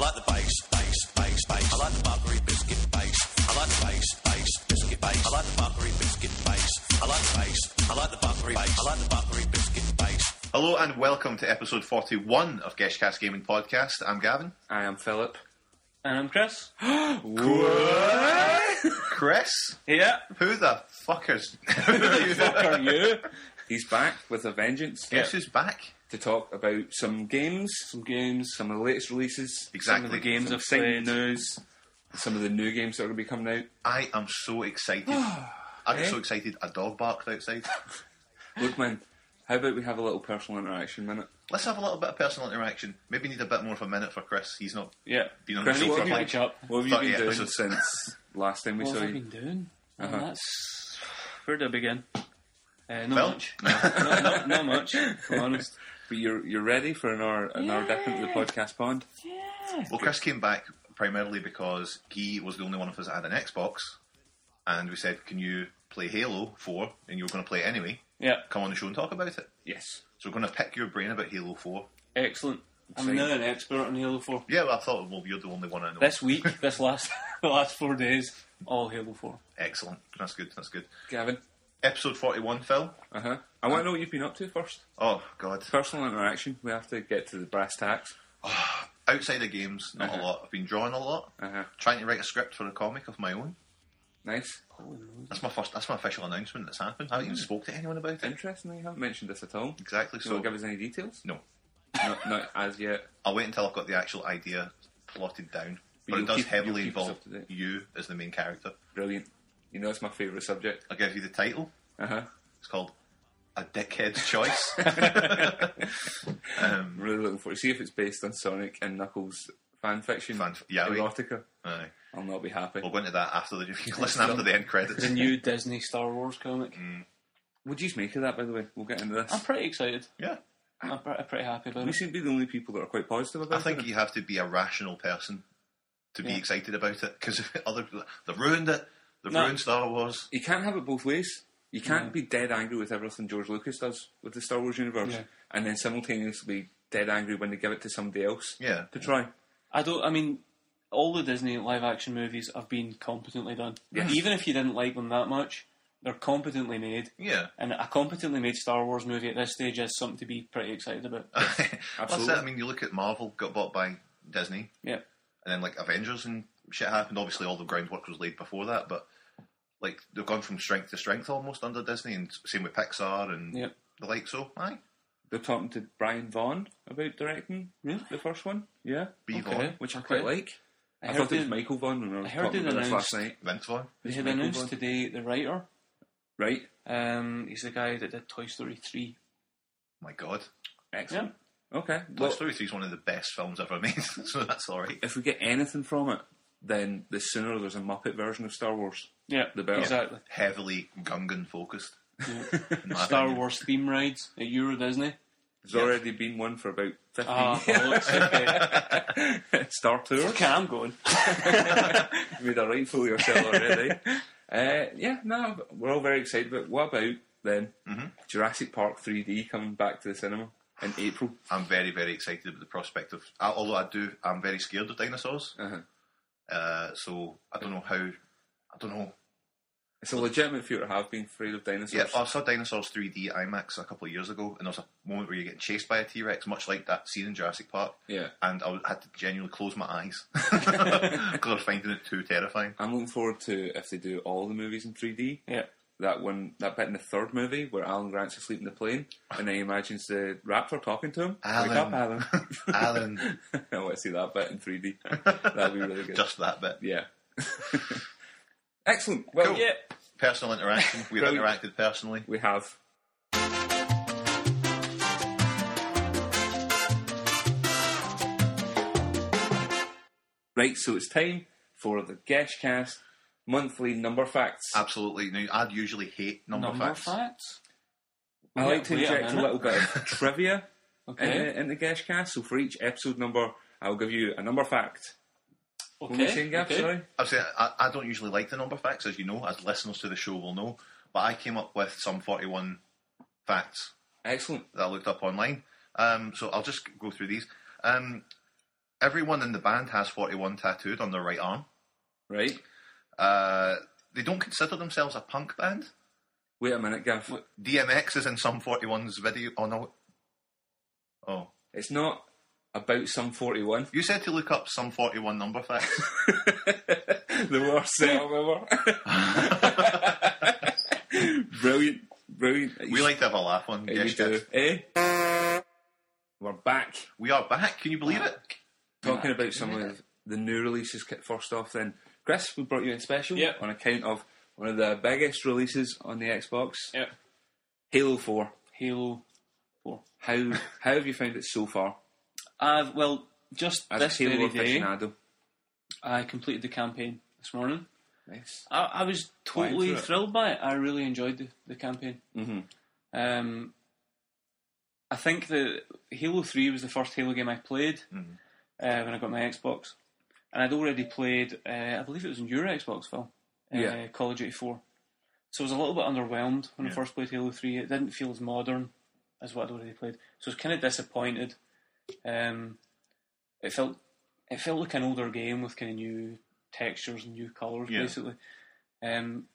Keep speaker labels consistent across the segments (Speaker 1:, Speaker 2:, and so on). Speaker 1: like the bass, bass, bass, bass. I like the Barbary biscuit bass. I like the bass, bass, biscuit bass. I like the Barbary biscuit bass. I like the bass. I like the Barbary bass. I like the Barbary biscuit bass.
Speaker 2: Hello and welcome to episode 41 of Geshcast Gaming Podcast. I'm Gavin.
Speaker 3: I am Philip.
Speaker 4: And I'm Chris.
Speaker 2: Chris?
Speaker 4: Yeah.
Speaker 2: Who the fuckers?
Speaker 4: Fuck are you?
Speaker 3: He's back with a vengeance
Speaker 2: Guess who's back?
Speaker 3: to talk about some games, some games, some of the latest releases,
Speaker 2: Exactly.
Speaker 3: some of the
Speaker 4: Games
Speaker 3: some
Speaker 4: I've
Speaker 3: exciting
Speaker 4: played.
Speaker 3: news, some of the new games that are going to be coming out.
Speaker 2: I am so excited. I got
Speaker 3: Eh?
Speaker 2: so excited a dog barked outside.
Speaker 3: Look, man, how about we have a little personal interaction minute?
Speaker 2: Let's have a little bit of personal interaction. Maybe need a bit more of a minute for Chris. He's not
Speaker 4: Yeah.
Speaker 2: been on
Speaker 3: Chris,
Speaker 2: the show
Speaker 3: what
Speaker 2: for a
Speaker 3: have you
Speaker 2: while.
Speaker 4: Catch up.
Speaker 3: What have you been
Speaker 2: 30
Speaker 3: doing
Speaker 2: episodes.
Speaker 3: since last time we
Speaker 4: What
Speaker 3: saw
Speaker 4: have I
Speaker 3: you?
Speaker 4: been doing? Well,
Speaker 3: Uh-huh.
Speaker 4: that's where do I begin? Uh, not much.
Speaker 2: Belch?
Speaker 4: not, not, not much. To be honest.
Speaker 3: But you're you're ready for an hour an hour dip into the
Speaker 4: Yeah.
Speaker 3: podcast pond?
Speaker 4: Yeah.
Speaker 2: Well, Chris came back primarily because he was the only one of us that had an Xbox, and we said, "Can you play Halo 4?" And you were going to play it anyway.
Speaker 4: Yeah.
Speaker 2: Come on the show and talk about it.
Speaker 3: Yes.
Speaker 2: So we're going to pick your brain about Halo 4.
Speaker 4: Excellent. I'm
Speaker 3: Same.
Speaker 4: now an expert on Halo 4.
Speaker 2: Yeah, well, I thought, well, you're the only one I know.
Speaker 4: This week, this last, the last four days, all Halo 4.
Speaker 2: Excellent. That's good. That's good.
Speaker 3: Gavin.
Speaker 2: Episode 41, Phil.
Speaker 3: Uh huh. I want to know what you've been up to first.
Speaker 2: Oh, God.
Speaker 3: Personal interaction. We have to get to the brass tacks.
Speaker 2: Outside of games, not
Speaker 3: Uh-huh.
Speaker 2: a lot. I've been drawing a lot.
Speaker 3: Uh huh.
Speaker 2: Trying to write a script for a comic of my own.
Speaker 3: Nice.
Speaker 4: Holy moly.
Speaker 2: That's my first. That's my official announcement that's happened. I haven't
Speaker 3: Mm-hmm.
Speaker 2: even spoke to anyone about it.
Speaker 3: Interestingly, you haven't mentioned this at all.
Speaker 2: Exactly.
Speaker 3: So,
Speaker 2: So
Speaker 3: give us any details?
Speaker 2: no,
Speaker 3: not, not as yet.
Speaker 2: I'll wait until I've got the actual idea plotted down.
Speaker 3: But
Speaker 2: But it
Speaker 3: you'll
Speaker 2: does
Speaker 3: keep-
Speaker 2: heavily
Speaker 3: you'll keep us
Speaker 2: involve
Speaker 3: up to date.
Speaker 2: you as the main character.
Speaker 3: Brilliant. You know, it's my favourite subject.
Speaker 2: I'll give you the title.
Speaker 3: Uh huh.
Speaker 2: It's called A Dickhead's Choice.
Speaker 3: I'm really looking forward to see if it's based on Sonic and Knuckles fan fiction.
Speaker 2: Fan- yeah, we-
Speaker 3: erotica.
Speaker 2: Aye.
Speaker 3: I'll not be happy.
Speaker 2: We'll go into that after the if you listen after the end credits.
Speaker 4: The new Disney Star Wars comic.
Speaker 2: Mm.
Speaker 3: What do you make of that, by the way? We'll get into this.
Speaker 4: I'm pretty excited.
Speaker 2: Yeah.
Speaker 4: I'm, pre- I'm pretty happy about
Speaker 3: We
Speaker 4: it.
Speaker 3: seem to be the only people that are quite positive
Speaker 2: I
Speaker 3: about
Speaker 2: think
Speaker 3: it.
Speaker 2: you have to be a rational person to be
Speaker 4: Yeah.
Speaker 2: excited about it because other people they've ruined it. They've
Speaker 4: No.
Speaker 2: ruined Star Wars.
Speaker 3: You can't have it both ways. You can't be dead angry with everything George Lucas does with the Star Wars universe,
Speaker 4: Yeah.
Speaker 3: and then simultaneously dead angry when they give it to somebody else
Speaker 2: Yeah.
Speaker 3: to try.
Speaker 4: I don't. I mean, all the Disney live action movies have been competently done.
Speaker 3: Yes.
Speaker 4: Even if you didn't like them that much, they're competently made.
Speaker 2: Yeah.
Speaker 4: And a competently made Star Wars movie at this stage is something to be pretty excited about.
Speaker 2: That's
Speaker 3: absolutely.
Speaker 2: it. I mean, you look at Marvel got bought by Disney,
Speaker 4: yeah.
Speaker 2: and then like Avengers and shit happened. Obviously, all the groundwork was laid before that, but like they've gone from strength to strength almost under Disney, and same with Pixar and
Speaker 4: Yep.
Speaker 2: the like. So, aye,
Speaker 3: They're talking to Brian Vaughan about directing
Speaker 4: Really?
Speaker 3: the first one. Yeah,
Speaker 2: be
Speaker 4: Okay.
Speaker 2: Vaughn,
Speaker 3: which I
Speaker 4: Okay.
Speaker 3: quite like. I,
Speaker 4: heard
Speaker 3: thought it
Speaker 4: they-
Speaker 3: was Michael Vaughan when I was
Speaker 4: I heard
Speaker 3: talking
Speaker 4: they'd
Speaker 3: about this last
Speaker 4: announced-
Speaker 3: night.
Speaker 2: Vince Vaughn.
Speaker 4: They
Speaker 3: Who's
Speaker 4: had
Speaker 3: Michael
Speaker 4: announced
Speaker 3: Vaughn?
Speaker 4: today the writer.
Speaker 3: Right,
Speaker 4: Um, he's the guy that did Toy Story three.
Speaker 2: My God,
Speaker 3: excellent. Okay, well,
Speaker 2: Toy Story Three is one of the best films ever made, so that's all right.
Speaker 3: if we get anything from it, then the sooner there's a Muppet version of Star Wars.
Speaker 4: Yeah.
Speaker 3: The better.
Speaker 4: Exactly.
Speaker 2: Heavily Gungan focused. in my
Speaker 4: Star
Speaker 2: opinion.
Speaker 4: Wars theme rides at Euro Disney.
Speaker 3: There's already been one for about fifteen
Speaker 4: Ah, bollocks, okay.
Speaker 3: years. Star Tour.
Speaker 4: okay, I'm going.
Speaker 3: You made a right fool of yourself already. uh, yeah, no, we're all very excited. But what about then
Speaker 4: Mm-hmm.
Speaker 3: Jurassic Park 3D coming back to the cinema in April?
Speaker 2: I'm very, very excited about the prospect of. I, although I do, I'm very scared of dinosaurs.
Speaker 3: Uh-huh.
Speaker 2: Uh, so I don't know how. I don't know.
Speaker 3: It's a legitimate fear to have been afraid of
Speaker 2: Yeah,
Speaker 3: dinosaurs.
Speaker 2: I saw Dinosaurs 3D IMAX a couple of years ago, and there was a moment where you're getting chased by a T Rex, much like that scene in Jurassic Park.
Speaker 3: Yeah.
Speaker 2: And I had to genuinely close my eyes because I was finding it too terrifying.
Speaker 3: I'm looking forward to if they do all the movies in 3D.
Speaker 4: Yeah.
Speaker 3: That one, that bit in the third movie where Alan Grant's asleep in the plane, and then he imagines the raptor talking to him. Wake up, Alan.
Speaker 2: Alan,
Speaker 3: I want to see that bit in 3D. That'd be really good.
Speaker 2: just that bit.
Speaker 3: yeah. Excellent. Well,
Speaker 2: Cool.
Speaker 4: Yeah.
Speaker 2: Personal interaction. We've
Speaker 3: Brilliant.
Speaker 2: interacted personally.
Speaker 3: we have. Right, so it's time for the Geshcast monthly number facts.
Speaker 2: Absolutely. Now, I'd usually hate number,
Speaker 4: Number
Speaker 2: facts.
Speaker 4: facts.
Speaker 3: I like to
Speaker 4: Wait a
Speaker 3: inject a
Speaker 4: minute.
Speaker 3: little bit of trivia
Speaker 4: Okay.
Speaker 3: in, in the Geshcast. So for each episode number, I'll give you a number fact. What were you saying, Gav?
Speaker 4: okay. okay.
Speaker 3: Sorry.
Speaker 2: I've said I, I don't usually like the number facts, as you know, as listeners to the show will know. But I came up with some 41 facts
Speaker 3: Excellent.
Speaker 2: that I looked up online. Um, so I'll just go through these. Um, everyone in the band has 41 tattooed on their right arm.
Speaker 3: right?
Speaker 2: Uh, they don't consider themselves a punk band.
Speaker 3: Wait a minute, Gav.
Speaker 2: DMX is in some 41's video. Oh no. Oh.
Speaker 3: It's not about some 41.
Speaker 2: You said to look up some 41 number facts.
Speaker 3: the worst setup ever. brilliant, brilliant.
Speaker 2: we like to have a laugh on
Speaker 3: You
Speaker 2: Yes
Speaker 3: do.
Speaker 2: Kids.
Speaker 3: Eh? We're back
Speaker 2: We are back. Can you believe it?
Speaker 3: talking about some of the new releases. ki- First off, then Chris, we brought you in special
Speaker 4: Yep.
Speaker 3: on account of one of the biggest releases on the Xbox,
Speaker 4: Yep.
Speaker 3: Halo Four.
Speaker 4: Halo 4.
Speaker 3: How how have you found it so far?
Speaker 4: I've, well, just
Speaker 3: As
Speaker 4: this
Speaker 3: a Halo
Speaker 4: very day,
Speaker 3: aficionado,
Speaker 4: I completed the campaign this morning.
Speaker 3: nice.
Speaker 4: I, I was
Speaker 3: Flying
Speaker 4: totally
Speaker 3: through it.
Speaker 4: thrilled by it. I really enjoyed the, the campaign. Mm-hmm. Um, I think the Halo Three was the first Halo game I played uh, when I got my Xbox, and I'd already played. Uh, I believe it was in your Xbox, Phil. Uh,
Speaker 3: Yeah.
Speaker 4: Call of Duty Four. So I was a little bit underwhelmed when I first played Halo Three. It didn't feel as modern as what I'd already played, so I was kind of disappointed. Um, it felt it felt like an older game with kind of new textures and new colours,
Speaker 2: Yeah.
Speaker 4: basically. Um,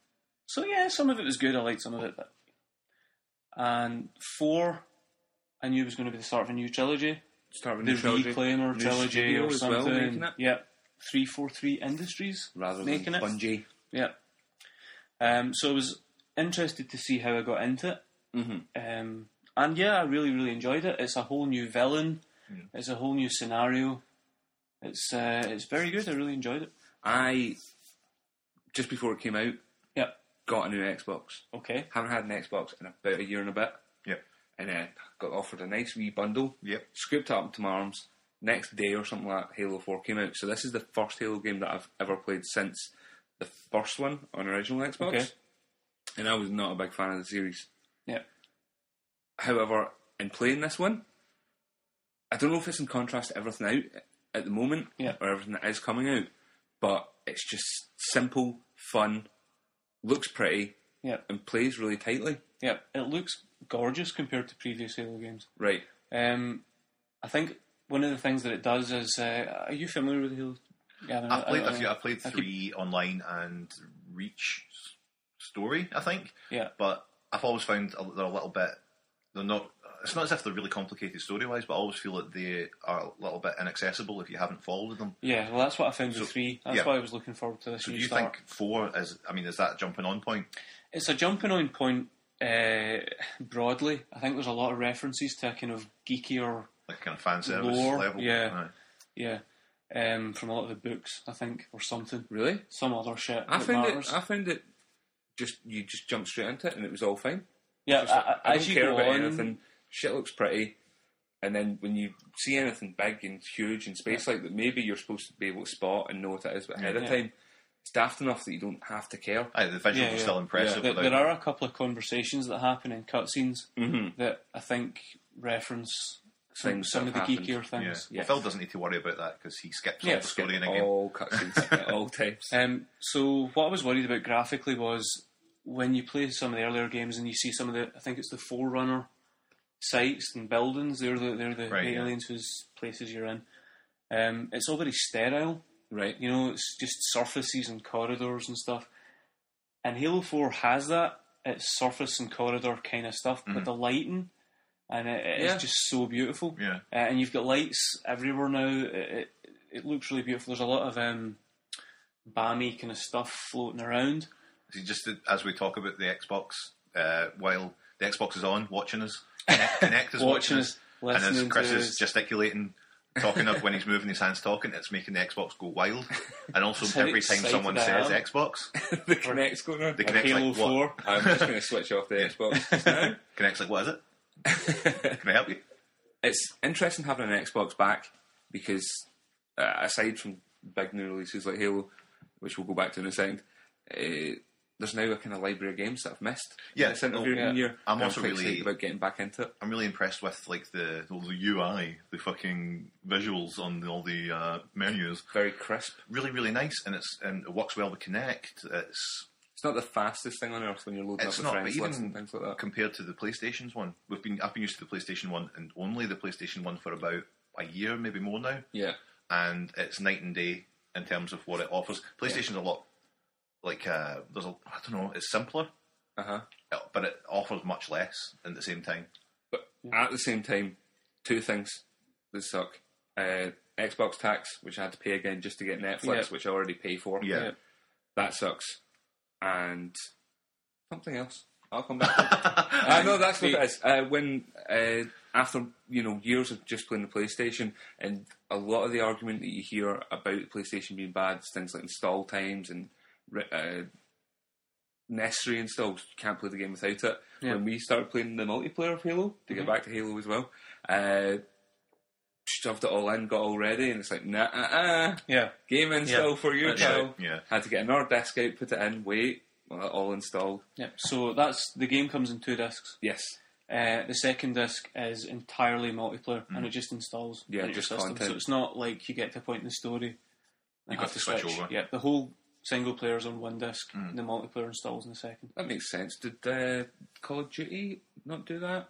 Speaker 4: so yeah, some of it was good. I liked some of it, but and four, I knew was going to be the start of a new trilogy,
Speaker 3: Start with
Speaker 4: the
Speaker 3: new trilogy.
Speaker 4: Reclaimer
Speaker 3: New
Speaker 4: trilogy
Speaker 3: studio
Speaker 4: or
Speaker 3: as well,
Speaker 4: something.
Speaker 3: making it.
Speaker 4: yeah, three four three Industries
Speaker 3: rather
Speaker 4: making
Speaker 3: than
Speaker 4: it.
Speaker 3: Bungie.
Speaker 4: Yeah. Um, so I was interested to see how I got into it. Mm-hmm. Um, and yeah, I really, really enjoyed it. It's a whole new villain. It's a whole new scenario. It's uh, it's very good. I really enjoyed it.
Speaker 3: I just before it came out
Speaker 4: Yeah.
Speaker 3: got a new Xbox.
Speaker 4: Okay.
Speaker 3: Haven't had an Xbox in about a year and a bit,
Speaker 2: Yep.
Speaker 3: and uh, got offered a nice wee bundle.
Speaker 2: Yep.
Speaker 3: Scooped it up to my arms. Next day or something like that, Halo Four came out. So this is the first Halo game that I've ever played since the first one on original Xbox.
Speaker 4: Okay.
Speaker 3: And I was not a big fan of the series.
Speaker 4: Yeah.
Speaker 3: However, in playing this one, I don't know if it's in contrast to everything out at the moment
Speaker 4: Yeah.
Speaker 3: or everything that is coming out, but it's just simple, fun, looks pretty,
Speaker 4: Yeah.
Speaker 3: and plays really tightly.
Speaker 4: Yeah. It looks gorgeous compared to previous Halo games.
Speaker 3: Right.
Speaker 4: Um, I think one of the things that it does is, uh, are you familiar with Halo? Gavin?
Speaker 2: I played
Speaker 4: I- uh,
Speaker 2: a few. I played
Speaker 4: I keep-
Speaker 2: three online and Reach s- story, I think.
Speaker 4: Yeah.
Speaker 2: But I've always found a- they're a little bit. They're not. It's not as if they're really complicated story wise, but I always feel that they are a little bit inaccessible if you haven't followed them.
Speaker 4: Yeah. Well, that's what I found with
Speaker 2: So-
Speaker 4: three. That's
Speaker 2: yeah.
Speaker 4: why I was looking forward to this.
Speaker 2: So
Speaker 4: new
Speaker 2: do you
Speaker 4: start.
Speaker 2: think four is? I mean, is that a jumping on point?
Speaker 4: it's a jumping on point uh, broadly. I think there's a lot of references to a kind of geekier,
Speaker 2: Like kind of fan service
Speaker 4: Lore,
Speaker 2: level?
Speaker 4: yeah.
Speaker 2: Aye.
Speaker 4: yeah, um, from a lot of the books, I think, or something.
Speaker 3: Really?
Speaker 4: Some other shit.
Speaker 3: I
Speaker 4: that
Speaker 3: found
Speaker 4: matters.
Speaker 3: it I found it just you just jumped straight into it and it was all fine.
Speaker 4: yeah,
Speaker 3: Just like,
Speaker 4: I, I,
Speaker 3: I
Speaker 4: as
Speaker 3: don't
Speaker 4: you
Speaker 3: care
Speaker 4: go
Speaker 3: about
Speaker 4: on,
Speaker 3: anything. Shit looks pretty. And then when you see anything big and huge in space like that, maybe you're supposed to be able to spot and know what it is, but ahead of
Speaker 4: Yeah.
Speaker 3: time, it's daft enough that you don't have to care.
Speaker 2: Aye, the visuals
Speaker 4: Yeah,
Speaker 2: are
Speaker 4: yeah.
Speaker 2: still impressive.
Speaker 4: There,
Speaker 2: without-
Speaker 4: there are a couple of conversations that happen in cutscenes that I think reference some,
Speaker 3: Mm-hmm. Things
Speaker 4: some
Speaker 3: that
Speaker 4: of the
Speaker 3: have happened.
Speaker 4: geekier
Speaker 2: yeah.
Speaker 4: things.
Speaker 2: Well, Phil doesn't need to worry about that because he skips
Speaker 4: Yeah,
Speaker 2: all the story in a game.
Speaker 3: all cutscenes at all times.
Speaker 4: Um, so what I was worried about graphically was when you play some of the earlier games and you see some of the, I think it's the Forerunner sites and buildings. They're the they're the,
Speaker 2: Right,
Speaker 4: the
Speaker 2: yeah.
Speaker 4: aliens whose places you're in. Um, it's all very sterile.
Speaker 3: Right.
Speaker 4: You know, it's just surfaces and corridors and stuff. And Halo Four has that. It's surface and corridor kind of stuff, but
Speaker 2: Mm-hmm.
Speaker 4: the lighting and it, it is
Speaker 3: Yeah.
Speaker 4: just so beautiful.
Speaker 2: Yeah.
Speaker 4: Uh, and you've got lights everywhere now. It, it, it looks really beautiful. There's a lot of um, balmy kind of stuff floating around.
Speaker 2: See, just as we talk about the Xbox, uh, while the Xbox is on, watching us, Kinect, Kinect is watching,
Speaker 4: Watching
Speaker 2: us,
Speaker 4: us,
Speaker 2: and as
Speaker 4: listening
Speaker 2: Chris
Speaker 4: to
Speaker 2: is
Speaker 4: us.
Speaker 2: gesticulating, talking of when he's moving his hands, talking, it's making the Xbox go wild. And also,
Speaker 4: how
Speaker 2: every time
Speaker 4: excited
Speaker 2: someone
Speaker 4: I
Speaker 2: says
Speaker 4: am.
Speaker 2: Xbox,
Speaker 3: the Kinect's going on.
Speaker 2: the Kinect's
Speaker 4: Halo
Speaker 2: like, what?
Speaker 4: Four.
Speaker 3: I'm just going to switch off the Xbox just now.
Speaker 2: Kinect's like, what is it? Can I help you?
Speaker 3: It's interesting having an Xbox back because uh, aside from big new releases like Halo, which we'll go back to in a second, uh, there's now a kind of library of games that I've missed. in
Speaker 2: Yeah,
Speaker 3: this interview
Speaker 2: no,
Speaker 4: yeah.
Speaker 3: and year.
Speaker 2: I'm
Speaker 3: and
Speaker 2: also
Speaker 3: quite
Speaker 2: really-
Speaker 3: excited about getting back into it.
Speaker 2: I'm really impressed with like the, all the UI, the fucking visuals on the, all the uh, menus.
Speaker 3: Very crisp.
Speaker 2: Really, really nice, and it's and it works well with Kinect. It's
Speaker 3: It's not the fastest thing on earth when you're loading
Speaker 2: It's
Speaker 3: up
Speaker 2: not,
Speaker 3: the
Speaker 2: but
Speaker 3: friends
Speaker 2: even
Speaker 3: list and things like that.
Speaker 2: compared to the PlayStation's one. We've been I've been used to the PlayStation one and only the PlayStation one for about a year, maybe more now.
Speaker 3: Yeah.
Speaker 2: and it's night and day in terms of what it offers. PlayStation's a lot like uh, there's a I don't know, it's simpler,
Speaker 3: Uh huh.
Speaker 2: uh, but it offers much less at the same time.
Speaker 3: But at the same time, two things that suck: uh, Xbox tax, which I had to pay again just to get Netflix,
Speaker 4: Yeah.
Speaker 3: which I already pay for.
Speaker 2: Yeah.
Speaker 4: Yeah.
Speaker 3: that sucks, and something else. I'll come back. to it. I know that's what it is. Uh, when uh, after you know years of just playing the PlayStation, and a lot of the argument that you hear about the PlayStation being bad is things like install times and re- uh, necessary installs. You can't play the game without it.
Speaker 4: Yeah.
Speaker 3: When we started playing the multiplayer of Halo, to get back to Halo as well, uh, shoved it all in, got all ready, and it's like, nah, uh, uh,
Speaker 4: Yeah.
Speaker 3: game install for you,
Speaker 4: that's
Speaker 3: pal.
Speaker 2: right, yeah.
Speaker 3: Had to get another disk out, put it in, wait, well, that all installed.
Speaker 4: Yeah. So that's the game comes in two discs.
Speaker 3: Yes,
Speaker 4: Uh, the second disc is entirely multiplayer, and it just installs.
Speaker 3: Yeah,
Speaker 4: on your
Speaker 3: just
Speaker 4: system.
Speaker 3: content.
Speaker 4: So it's not like you get to a point in the story. You
Speaker 2: got to switch over.
Speaker 4: Yeah, the whole single player is on one disc, and the multiplayer installs in the second.
Speaker 3: that makes sense. Did uh, Call of Duty not do that?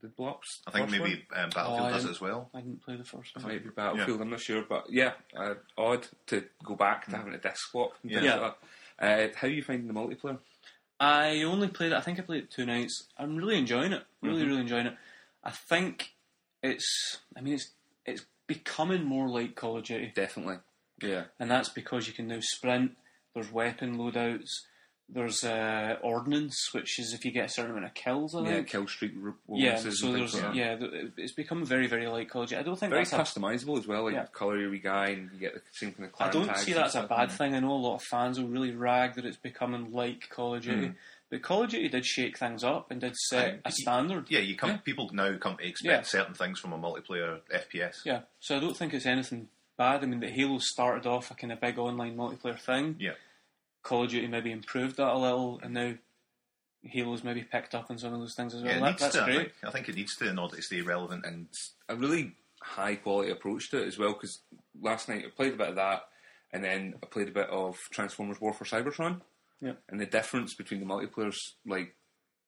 Speaker 3: Did Blobs?
Speaker 2: I think
Speaker 3: first
Speaker 2: maybe um,
Speaker 4: Oh,
Speaker 2: Battlefield
Speaker 4: I
Speaker 2: does it
Speaker 4: didn't-
Speaker 2: as well.
Speaker 4: I didn't play the first
Speaker 3: one?
Speaker 4: one.
Speaker 3: Maybe Battlefield, I'm not sure, but yeah, uh, odd to go back
Speaker 2: Mm.
Speaker 3: to having a disc swap. and things
Speaker 4: Yeah.
Speaker 3: like that. Uh, how are you finding the multiplayer?
Speaker 4: I only played it. I think I played it two nights. I'm really enjoying it. Really, really enjoying it. I think it's. I mean, it's it's becoming more like Call of Duty,
Speaker 3: Definitely. Yeah.
Speaker 4: and that's because you can now sprint. There's weapon loadouts. There's uh, ordnance, which is if you get a certain amount of kills. I
Speaker 3: Yeah,
Speaker 4: think.
Speaker 3: kill streak re-
Speaker 4: Yeah.
Speaker 3: bonuses
Speaker 4: So
Speaker 3: and
Speaker 4: there's
Speaker 3: things like that.
Speaker 4: yeah. th- It's become very, very like Call of Duty. I don't think
Speaker 3: Very
Speaker 4: that's a
Speaker 3: customisable as well, like
Speaker 4: Yeah.
Speaker 3: colour your wee guy and you get the same kind of clan
Speaker 4: I don't
Speaker 3: tags
Speaker 4: see
Speaker 3: and
Speaker 4: that as a
Speaker 3: stuff.
Speaker 4: bad thing. I know a lot of fans will really rag that it's becoming like Call of Duty, but Call of Duty did shake things up and did set a standard.
Speaker 2: Yeah, you come. People now come to expect
Speaker 4: Yeah.
Speaker 2: certain things from a multiplayer FPS.
Speaker 4: Yeah, so I don't think it's anything bad. I mean, the Halo started off a kind of big online multiplayer thing.
Speaker 2: Yeah.
Speaker 4: Call of Duty maybe improved that a little, and now Halo's maybe picked up on some of those things as well.
Speaker 2: Yeah, it
Speaker 4: That-
Speaker 2: needs
Speaker 4: that's
Speaker 2: to. I
Speaker 4: great.
Speaker 2: think, I think it needs to in order to stay relevant. And
Speaker 3: a really high quality approach to it as well. Because last night I played a bit of that, and then I played a bit of Transformers War for Cybertron.
Speaker 4: Yeah.
Speaker 3: And the difference between the multiplayers, like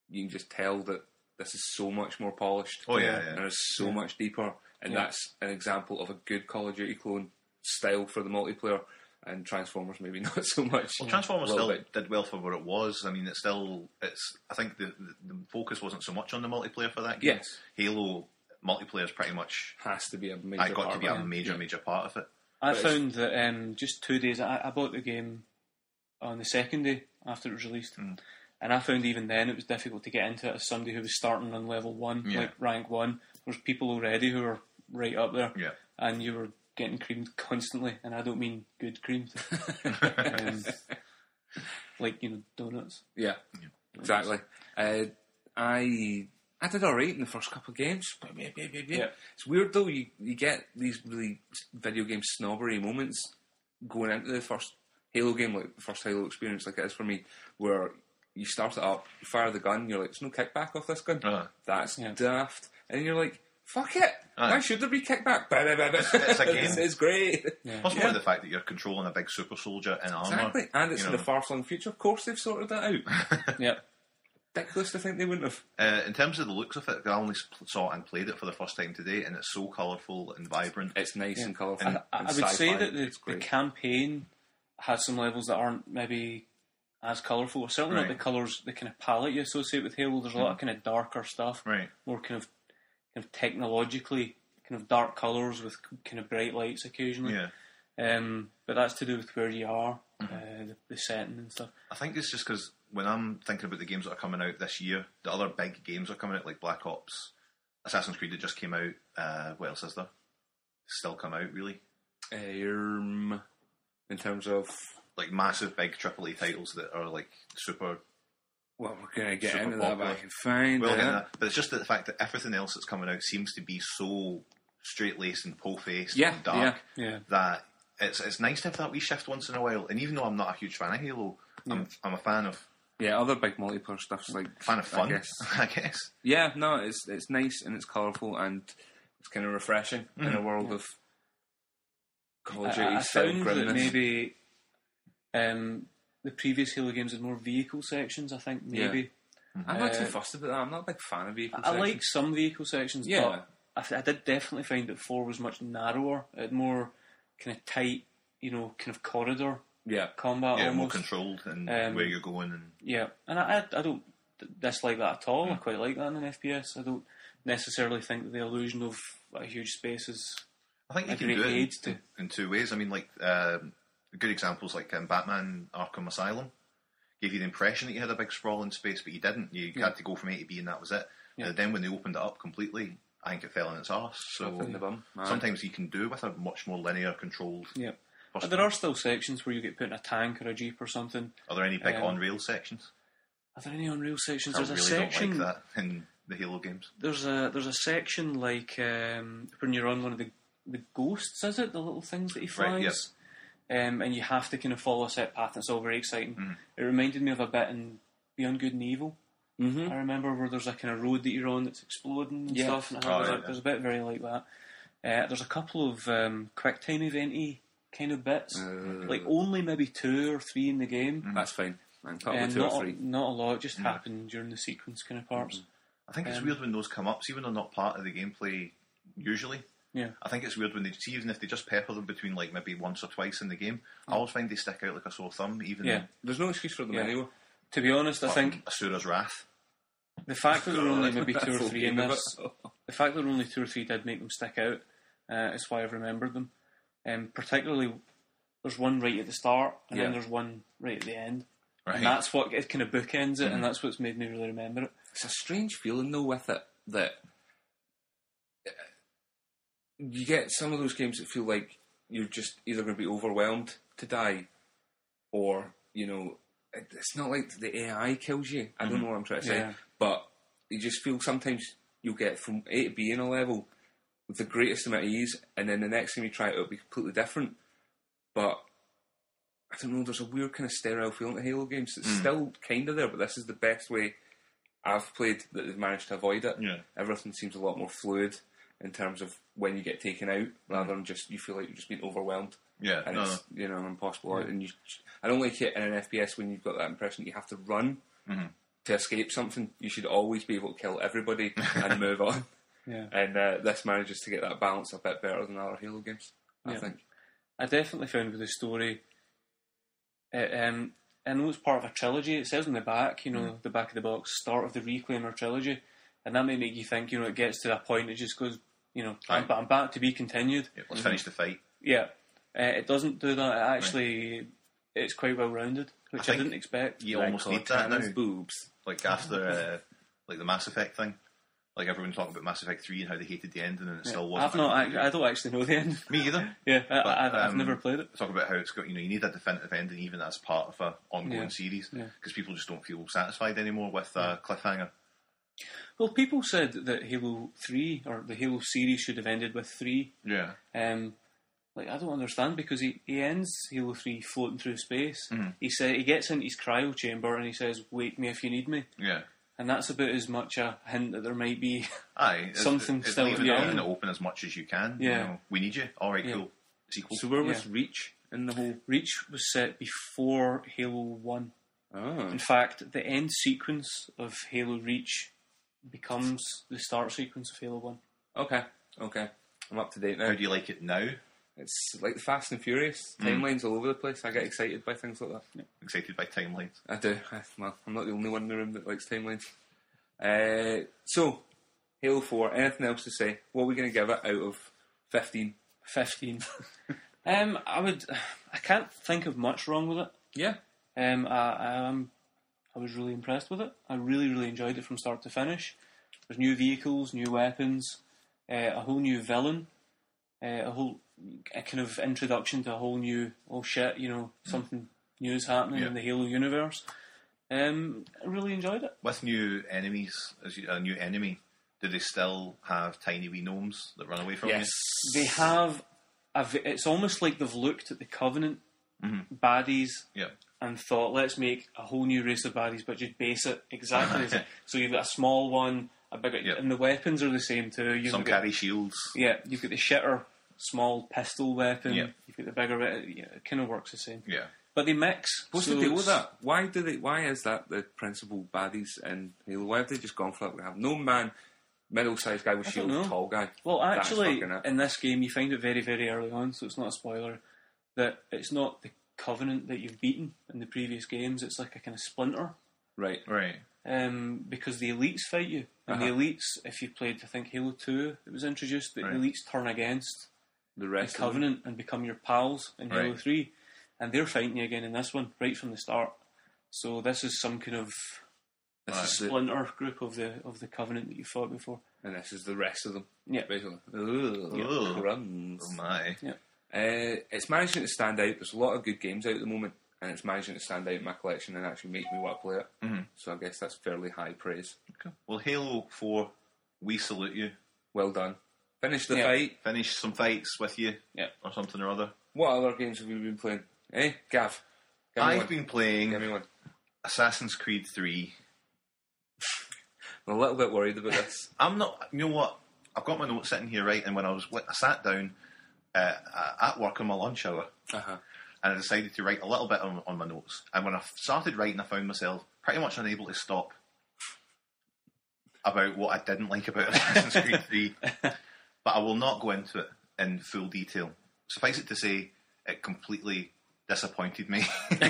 Speaker 3: you can just tell that this is so much more polished.
Speaker 2: Oh, yeah, yeah.
Speaker 3: and it's so much deeper. And
Speaker 4: Yeah.
Speaker 3: that's an example of a good Call of Duty clone style for the multiplayer. And Transformers maybe not so much.
Speaker 2: well, Transformers
Speaker 3: A little
Speaker 2: still
Speaker 3: bit.
Speaker 2: did well for what it was. I mean, it's still. It's. I think the, the the focus wasn't so much on the multiplayer for that game.
Speaker 3: Yes.
Speaker 2: Halo multiplayer is pretty much.
Speaker 3: has to be a major.
Speaker 2: I got
Speaker 3: part
Speaker 2: to
Speaker 3: of
Speaker 2: be
Speaker 3: it.
Speaker 2: a major, major part of it.
Speaker 4: I
Speaker 3: it's-
Speaker 4: found that um, just two days, I, I bought the game on the second day after it was released,
Speaker 2: Hmm.
Speaker 4: and I found even then it was difficult to get into it as somebody who was starting on level one,
Speaker 2: Yeah.
Speaker 4: like rank one. There's people already who are right up there,
Speaker 2: Yeah.
Speaker 4: and you were getting creamed constantly, and I don't mean good creamed, um, like you know donuts.
Speaker 3: Yeah, exactly. Uh, I I did all right in the first couple of games.
Speaker 4: Yeah.
Speaker 3: It's weird though. You you get these really video game snobbery moments going into the first Halo game, like the first Halo experience, like it is for me, where you start it up, you fire the gun, you're like, "There's no kickback off this gun.
Speaker 2: Uh-huh.
Speaker 3: That's
Speaker 4: Yeah.
Speaker 3: daft," and you're like. Fuck it! Why should there be kickback?
Speaker 2: it's a game.
Speaker 3: This is great.
Speaker 2: Plus, more the fact that you're controlling a big super soldier in armor.
Speaker 3: Exactly, and it's
Speaker 2: you
Speaker 3: in
Speaker 2: know.
Speaker 3: the far-flung future. Of course, they've sorted that out.
Speaker 4: Yeah,
Speaker 3: Ridiculous to think they wouldn't have.
Speaker 2: Uh, in terms of the looks of it, I only sp- saw and played it for the first time today, and it's so colourful and vibrant.
Speaker 3: It's nice and colourful.
Speaker 2: And-
Speaker 4: I,
Speaker 3: and
Speaker 4: I would say
Speaker 3: sci-fi.
Speaker 4: that the,
Speaker 3: It's
Speaker 4: the
Speaker 3: great.
Speaker 4: campaign had some levels that aren't maybe as colourful, or certainly
Speaker 2: Right. Mm.
Speaker 4: not the colours, the kind of palette you associate with Halo. There's a lot of kind of darker stuff,
Speaker 2: Right.
Speaker 4: more kind of kind of technologically kind of dark colours with c- kind of bright lights occasionally.
Speaker 2: Yeah. Mm-hmm.
Speaker 4: Um, but that's to do with where you are, uh, the, the setting and stuff.
Speaker 2: I think it's just because when I'm thinking about the games that are coming out this year, the other big games are coming out, like Black Ops, Assassin's Creed that just came out. Uh, what else is there? Still come out, really?
Speaker 3: Um, in terms of,
Speaker 2: Like massive, big AAA titles that are like super.
Speaker 3: well, we're going to get
Speaker 2: Super
Speaker 3: into that, but I
Speaker 2: popular.
Speaker 3: can find
Speaker 2: Well,
Speaker 3: it.
Speaker 2: yeah. but it's just that the fact that everything else that's coming out seems to be so straight laced and pole faced
Speaker 3: Yeah,
Speaker 2: and dark.
Speaker 3: yeah.
Speaker 4: Yeah,
Speaker 2: that it's it's nice to have that wee shift once in a while. And even though I'm not a huge fan of Halo, I'm I'm a fan of
Speaker 3: Yeah, other big multiplayer stuff's like
Speaker 2: fan of fun.
Speaker 3: I guess.
Speaker 2: I guess.
Speaker 3: Yeah, no, it's it's nice and it's colourful and it's kind of refreshing in
Speaker 2: Mm-hmm.
Speaker 3: a world of Call of
Speaker 2: E
Speaker 4: I- I, I
Speaker 3: Duty style
Speaker 4: found that
Speaker 3: grimness.
Speaker 4: maybe um, the previous Halo games had more vehicle sections. I think
Speaker 3: Yeah.
Speaker 4: maybe.
Speaker 3: I'm not too
Speaker 4: uh,
Speaker 3: fussed about that. I'm not a big fan of vehicle
Speaker 4: I
Speaker 3: sections.
Speaker 4: like some vehicle sections,
Speaker 3: Yeah.
Speaker 4: but I, th- I did definitely find that four was much narrower. It had more kind of tight, you know, kind of corridor
Speaker 3: Yeah.
Speaker 4: combat
Speaker 2: yeah, more
Speaker 4: almost.
Speaker 2: controlled and
Speaker 4: Um,
Speaker 2: where you're going and
Speaker 4: Yeah, and I, I, I don't dislike that at all. I quite like that in an FPS. I don't necessarily think that the illusion of a huge space is.
Speaker 2: I think you
Speaker 4: Like
Speaker 2: can
Speaker 4: it
Speaker 2: do it in,
Speaker 4: aids to-
Speaker 2: in two ways. I mean, like um good examples, like um, Batman: Arkham Asylum, gave you the impression that you had a big sprawling space, but you didn't. You had to go from A to B, and that was it.
Speaker 4: Yeah.
Speaker 2: And then when they opened it up completely, I think it fell on its arse. So
Speaker 3: in the bum. Aye.
Speaker 2: sometimes you can do with a much more linear, controlled.
Speaker 4: Yeah,
Speaker 2: first-
Speaker 4: but there are still sections where you get put in a tank or a jeep or something.
Speaker 2: Are there any big
Speaker 4: um,
Speaker 2: on rail sections?
Speaker 4: Are there any unreal sections?
Speaker 2: I
Speaker 4: There's
Speaker 2: really
Speaker 4: a section.
Speaker 2: don't like that in the Halo games.
Speaker 4: There's a there's a section like um, when you're on one of the the ghosts, is it the little things that he flies?
Speaker 2: Right, yeah.
Speaker 4: Um, and you have to kind of follow a set path. and It's all very exciting. It reminded me of a bit in Beyond Good and Evil.
Speaker 3: Mm-hmm.
Speaker 4: I remember where there's a kind of road that you're on that's exploding and
Speaker 3: Yeah.
Speaker 4: stuff. And
Speaker 2: Oh,
Speaker 4: there's,
Speaker 2: yeah,
Speaker 4: a,
Speaker 2: yeah.
Speaker 4: there's a bit very like that. Uh, there's a couple of um, quick time eventy kind of bits, like only maybe two or three in the game.
Speaker 3: That's fine. Man, cut
Speaker 4: Uh,
Speaker 3: Mm. with two
Speaker 4: not,
Speaker 3: or
Speaker 4: a,
Speaker 3: three.
Speaker 4: not a lot. It just happened during the sequence kind of parts.
Speaker 2: I think it's
Speaker 4: Um,
Speaker 2: weird when those come up, see when they're not part of the gameplay. Usually,
Speaker 4: Yeah.
Speaker 2: I think it's weird when they see even if they just pepper them between like maybe once or twice in the game. I always find they stick out like a sore thumb. Even
Speaker 4: Yeah.
Speaker 3: There's no excuse for them
Speaker 4: Yeah.
Speaker 3: anyway.
Speaker 4: To be honest, I think
Speaker 2: Asura's Wrath.
Speaker 4: the fact that there were only maybe
Speaker 3: That's
Speaker 4: two or
Speaker 3: all
Speaker 4: three in
Speaker 3: game of
Speaker 4: this,
Speaker 3: it.
Speaker 4: the fact that there were only two or three did make them stick out. Uh, is why I've remembered them. Um, particularly, there's one right at the start, and then
Speaker 3: Yeah.
Speaker 4: there's one right at the end.
Speaker 2: Right.
Speaker 4: And that's what it kind of bookends it, and that's what's made me really remember it.
Speaker 3: It's a strange feeling though with it that uh, you get some of those games that feel like you're just either going to be overwhelmed to die, or you know, it- it's not like the AI kills you. I don't know what I'm trying to say,
Speaker 4: Yeah.
Speaker 3: but you just feel sometimes you'll get from A to B in a level with the greatest amount of ease, and then the next time you try it, it'll be completely different. But I don't know. There's a weird kind of sterile feeling to Halo games.
Speaker 2: Hmm.
Speaker 3: It's still kind of there, but this is the best way I've played that they've managed to avoid it.
Speaker 2: Yeah.
Speaker 3: Everything seems a lot more fluid in terms of when you get taken out, rather than just you feel like you're just being overwhelmed.
Speaker 2: Yeah,
Speaker 3: and
Speaker 2: Hmm. no,
Speaker 3: it's you know impossible. And you, I don't like it in an FPS when you've got that impression that you have to run
Speaker 2: Mm-hmm.
Speaker 3: to escape something. You should always be able to kill everybody and move on.
Speaker 4: Yeah.
Speaker 3: And uh, this manages to get that balance a bit better than other Halo games. I
Speaker 4: Yeah.
Speaker 3: think.
Speaker 4: I definitely found with the story, it, um, I know it's part of a trilogy. It says on the back, you know, the back of the box, start of the Reclaimer trilogy, and that may make you think, you know, it gets to a point, it just goes, you know, I'm,
Speaker 2: Right.
Speaker 4: I'm back to be continued.
Speaker 2: Yeah, let's finish the fight.
Speaker 4: Yeah, uh, it doesn't do that. It actually, it's quite well rounded, which I,
Speaker 2: think
Speaker 4: didn't expect.
Speaker 2: You
Speaker 3: Like
Speaker 2: almost need that
Speaker 3: Cortana's
Speaker 2: now.
Speaker 3: boobs.
Speaker 2: Like after uh, like the Mass Effect thing. Like everyone talking about Mass Effect three and how they hated the ending and it still wasn't.
Speaker 4: I've not. act- I don't actually know the end.
Speaker 2: me either.
Speaker 4: yeah, I,
Speaker 2: But,
Speaker 4: I've, I've
Speaker 2: um,
Speaker 4: never played it.
Speaker 2: Talk about how it's got you know you need a definitive ending even as part of a ongoing
Speaker 4: Yeah.
Speaker 2: series
Speaker 4: Yeah.
Speaker 2: because people just don't feel satisfied anymore with a cliffhanger.
Speaker 4: Well, people said that Halo Three or the Halo series should have ended with three.
Speaker 2: Yeah,
Speaker 4: Um, like I don't understand because he, he ends Halo Three floating through space.
Speaker 2: Mm-hmm.
Speaker 4: He said he gets into his cryo chamber and he says, "Wake me if you need me,"
Speaker 2: yeah.
Speaker 4: and that's about as much a hint that there might be.
Speaker 2: Aye, it's-
Speaker 4: Something
Speaker 2: it's
Speaker 4: still-
Speaker 2: leaving,
Speaker 4: yeah.
Speaker 2: leaving it open as much as you can. you
Speaker 4: Yeah.
Speaker 2: know, we need you. All right,
Speaker 4: Yeah.
Speaker 2: cool. Sequel.
Speaker 3: So where was
Speaker 4: Yeah.
Speaker 3: Reach in the whole?
Speaker 4: Reach was set before Halo One.
Speaker 3: Oh,
Speaker 4: In fact, the end sequence of Halo Reach becomes the start sequence of Halo One.
Speaker 3: okay, okay. I'm up to date now.
Speaker 2: how do you like it now?
Speaker 3: It's like the Fast and Furious.
Speaker 4: Mm.
Speaker 3: Timelines all over the place. I get excited by things like that.
Speaker 2: Excited by timelines.
Speaker 3: I do. I, well, I'm not the only one in the room that likes timelines. Uh, so, Halo 4, anything else to say? What are we going to give it out of 15?
Speaker 4: 15. um, I would. I can't think of much wrong with it.
Speaker 3: Yeah.
Speaker 4: Um, I, I, um, I was really impressed with it. I really, really enjoyed it from start to finish. There's new vehicles, new weapons, uh, a whole new villain, uh, a whole a kind of introduction to a whole new oh shit, you know, something new is happening in
Speaker 2: Yeah.
Speaker 4: the Halo universe. Um, I really enjoyed it.
Speaker 2: with new enemies, as you, a new enemy, do they still have tiny wee gnomes that run away from
Speaker 3: Yes.
Speaker 4: They have. A, v- it's almost like they've looked at the Covenant baddies
Speaker 2: you? Yeah.
Speaker 4: and thought, let's make a whole new race of baddies, but just base it exactly as it. So you've got a small one, a bigger,
Speaker 2: Yep.
Speaker 4: and the weapons are the same too. You've
Speaker 2: Some
Speaker 4: got,
Speaker 2: carry shields.
Speaker 4: Yeah, you've got the shitter, small pistol weapon.
Speaker 2: Yep.
Speaker 4: You've got the bigger. we- Yeah, it kind of works the same,
Speaker 2: Yeah.
Speaker 4: but they mix.
Speaker 3: What's
Speaker 4: so
Speaker 3: the deal with
Speaker 4: it's-
Speaker 3: that? Why do they? Why is that the principal baddies in Halo? Why have they just gone for that? We have no man middle-sized guy with
Speaker 4: I
Speaker 3: shield,
Speaker 4: don't know.
Speaker 3: tall guy.
Speaker 4: Well,
Speaker 3: That's
Speaker 4: actually,
Speaker 3: fucking it.
Speaker 4: in this game, you find it very, very early on, so it's not a spoiler, that it's not the Covenant that you've beaten in the previous games, it's like a kind of splinter.
Speaker 3: right,
Speaker 2: Right.
Speaker 4: Um, because the elites fight you, and
Speaker 3: Uh-huh.
Speaker 4: the elites, if you played, I think Halo Two, it was introduced that
Speaker 2: Right.
Speaker 4: the elites turn against
Speaker 3: the
Speaker 4: the
Speaker 3: rest. Of them.
Speaker 4: Covenant and become your pals in Halo
Speaker 2: Right.
Speaker 4: Three, and they're fighting you again in this one right from the start. So this is some kind of
Speaker 3: This
Speaker 2: Right.
Speaker 3: is the-
Speaker 4: splinter group of the of the Covenant that you fought before.
Speaker 3: and this is the rest of them.
Speaker 4: Yeah.
Speaker 3: basically. Ugh,
Speaker 2: Ugh.
Speaker 3: crumbs.
Speaker 2: Oh my.
Speaker 3: Uh, it's managing to stand out. There's a lot of good games out at the moment, and it's managing to stand out in my collection and actually make me want to play it. Mm-hmm. So I guess that's fairly high praise.
Speaker 2: Okay. Well, Halo 4, we salute you.
Speaker 3: Well done. Finish the
Speaker 4: Yeah.
Speaker 3: fight.
Speaker 2: Finish some fights with you
Speaker 4: Yeah.
Speaker 2: or something or other.
Speaker 3: What other games have you been playing? Eh, Gav? Give me
Speaker 2: I've
Speaker 3: one.
Speaker 2: been playing
Speaker 3: Give me one.
Speaker 2: Assassin's Creed 3.
Speaker 3: I'm a little bit worried about this.
Speaker 2: I'm not. You know what? I've got my notes sitting here, right? And when I was when I sat down uh, at work on my lunch hour,
Speaker 3: uh-huh.
Speaker 2: and I decided to write a little bit on, on my notes. And when I f- started writing, I found myself pretty much unable to stop about what I didn't like about Assassin's Creed 3. But I will not go into it in full detail. Suffice it to say, it completely disappointed me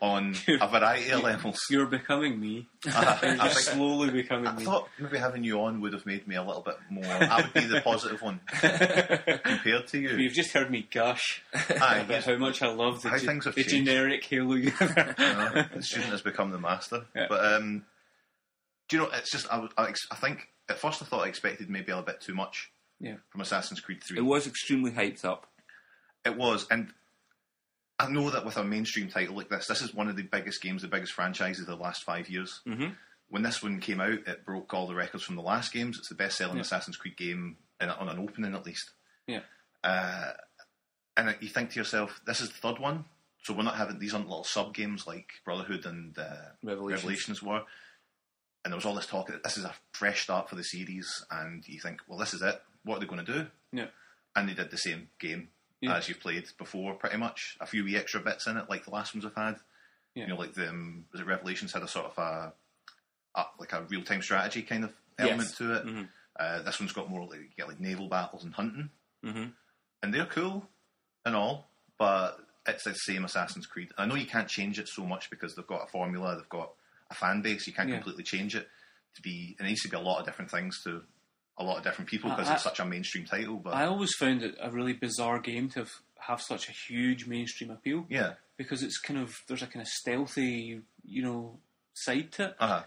Speaker 2: on a variety of levels.
Speaker 4: You're becoming me.
Speaker 2: I,
Speaker 4: You're
Speaker 2: think-
Speaker 4: slowly becoming
Speaker 2: I
Speaker 4: me.
Speaker 2: thought maybe having you on would have made me a little bit more. I would be the positive one compared to you.
Speaker 4: You've just heard me gush
Speaker 2: Aye,
Speaker 4: about how much I love the,
Speaker 2: How
Speaker 4: ge-
Speaker 2: things have
Speaker 4: the
Speaker 2: changed.
Speaker 4: generic Halo universe.
Speaker 2: know, the student has become the master.
Speaker 4: Yeah.
Speaker 2: But um, do you know? It's just I, was- I, ex- I think at first I thought I expected maybe a bit too much
Speaker 4: yeah.
Speaker 2: from Assassin's Creed Three.
Speaker 3: It was extremely hyped up.
Speaker 2: It was, and I know that with a mainstream title like this, this is one of the biggest games, the biggest franchises of the last five years. Mm-hmm. When this one came out, it broke all the records from the last games. It's the best-selling Assassin's Creed game in, on an opening, at least.
Speaker 4: Yeah.
Speaker 2: Uh, and you think to yourself, this is the third one, so we're not having these aren't little sub games like Brotherhood and uh,
Speaker 3: Revelations.
Speaker 2: were. And there was all this talk that this is a fresh start for the series, and you think, well, this is it. What are they going to do?
Speaker 4: Yeah.
Speaker 2: And they did the same game
Speaker 4: Yeah.
Speaker 2: as you've played before, pretty much. A few wee extra bits in it, like the last ones I've had.
Speaker 4: Yeah.
Speaker 2: You know, like the um, was it Revelations had a sort of a, a like a real time strategy kind of
Speaker 3: Yes.
Speaker 2: element to
Speaker 4: Mm-hmm.
Speaker 2: it. Uh, this one's got more like you get like naval battles and hunting,
Speaker 4: Mm-hmm.
Speaker 3: Mhm.
Speaker 2: and they're cool and all, but it's the same Assassin's Creed. I know you can't change it so much because they've got a formula, they've got a fan base. You can't
Speaker 4: Yeah.
Speaker 2: completely change it to be. It needs to be a lot of different things to a lot of different people because
Speaker 4: I-
Speaker 2: it's such a mainstream title. But
Speaker 4: I always found it a really bizarre game to have, have such a huge mainstream appeal
Speaker 2: yeah,
Speaker 4: because it's kind of there's a kind of stealthy, you know, side to it.
Speaker 2: uh huh.
Speaker 3: Uh-huh.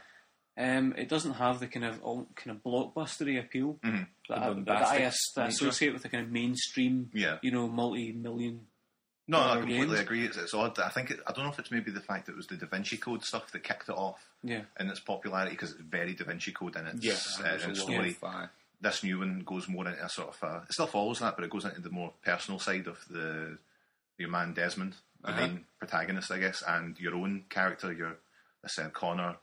Speaker 4: Um, it doesn't have the kind of all, kind of blockbustery appeal that, I,
Speaker 3: Mm-hmm. The
Speaker 4: that I
Speaker 3: bombastic
Speaker 4: as- that I
Speaker 3: nature.
Speaker 4: associate with the kind of mainstream,
Speaker 2: Yeah.
Speaker 4: you know, multi-million.
Speaker 2: No, I
Speaker 4: other
Speaker 2: completely
Speaker 4: games.
Speaker 2: agree. It's, it's odd. I think it, I don't know if it's maybe the fact that it was the Da Vinci Code stuff that kicked it off
Speaker 4: Yeah,
Speaker 2: in its popularity because it's very Da Vinci Code in its
Speaker 3: Yes,
Speaker 2: uh, in
Speaker 3: there's a lot
Speaker 2: story.
Speaker 3: of fire.
Speaker 2: This new one goes more into a sort of uh, it still follows that, but it goes into the more personal side of the your man Desmond, the
Speaker 3: Uh-huh.
Speaker 2: main protagonist, I guess, and your own character, your I said Connor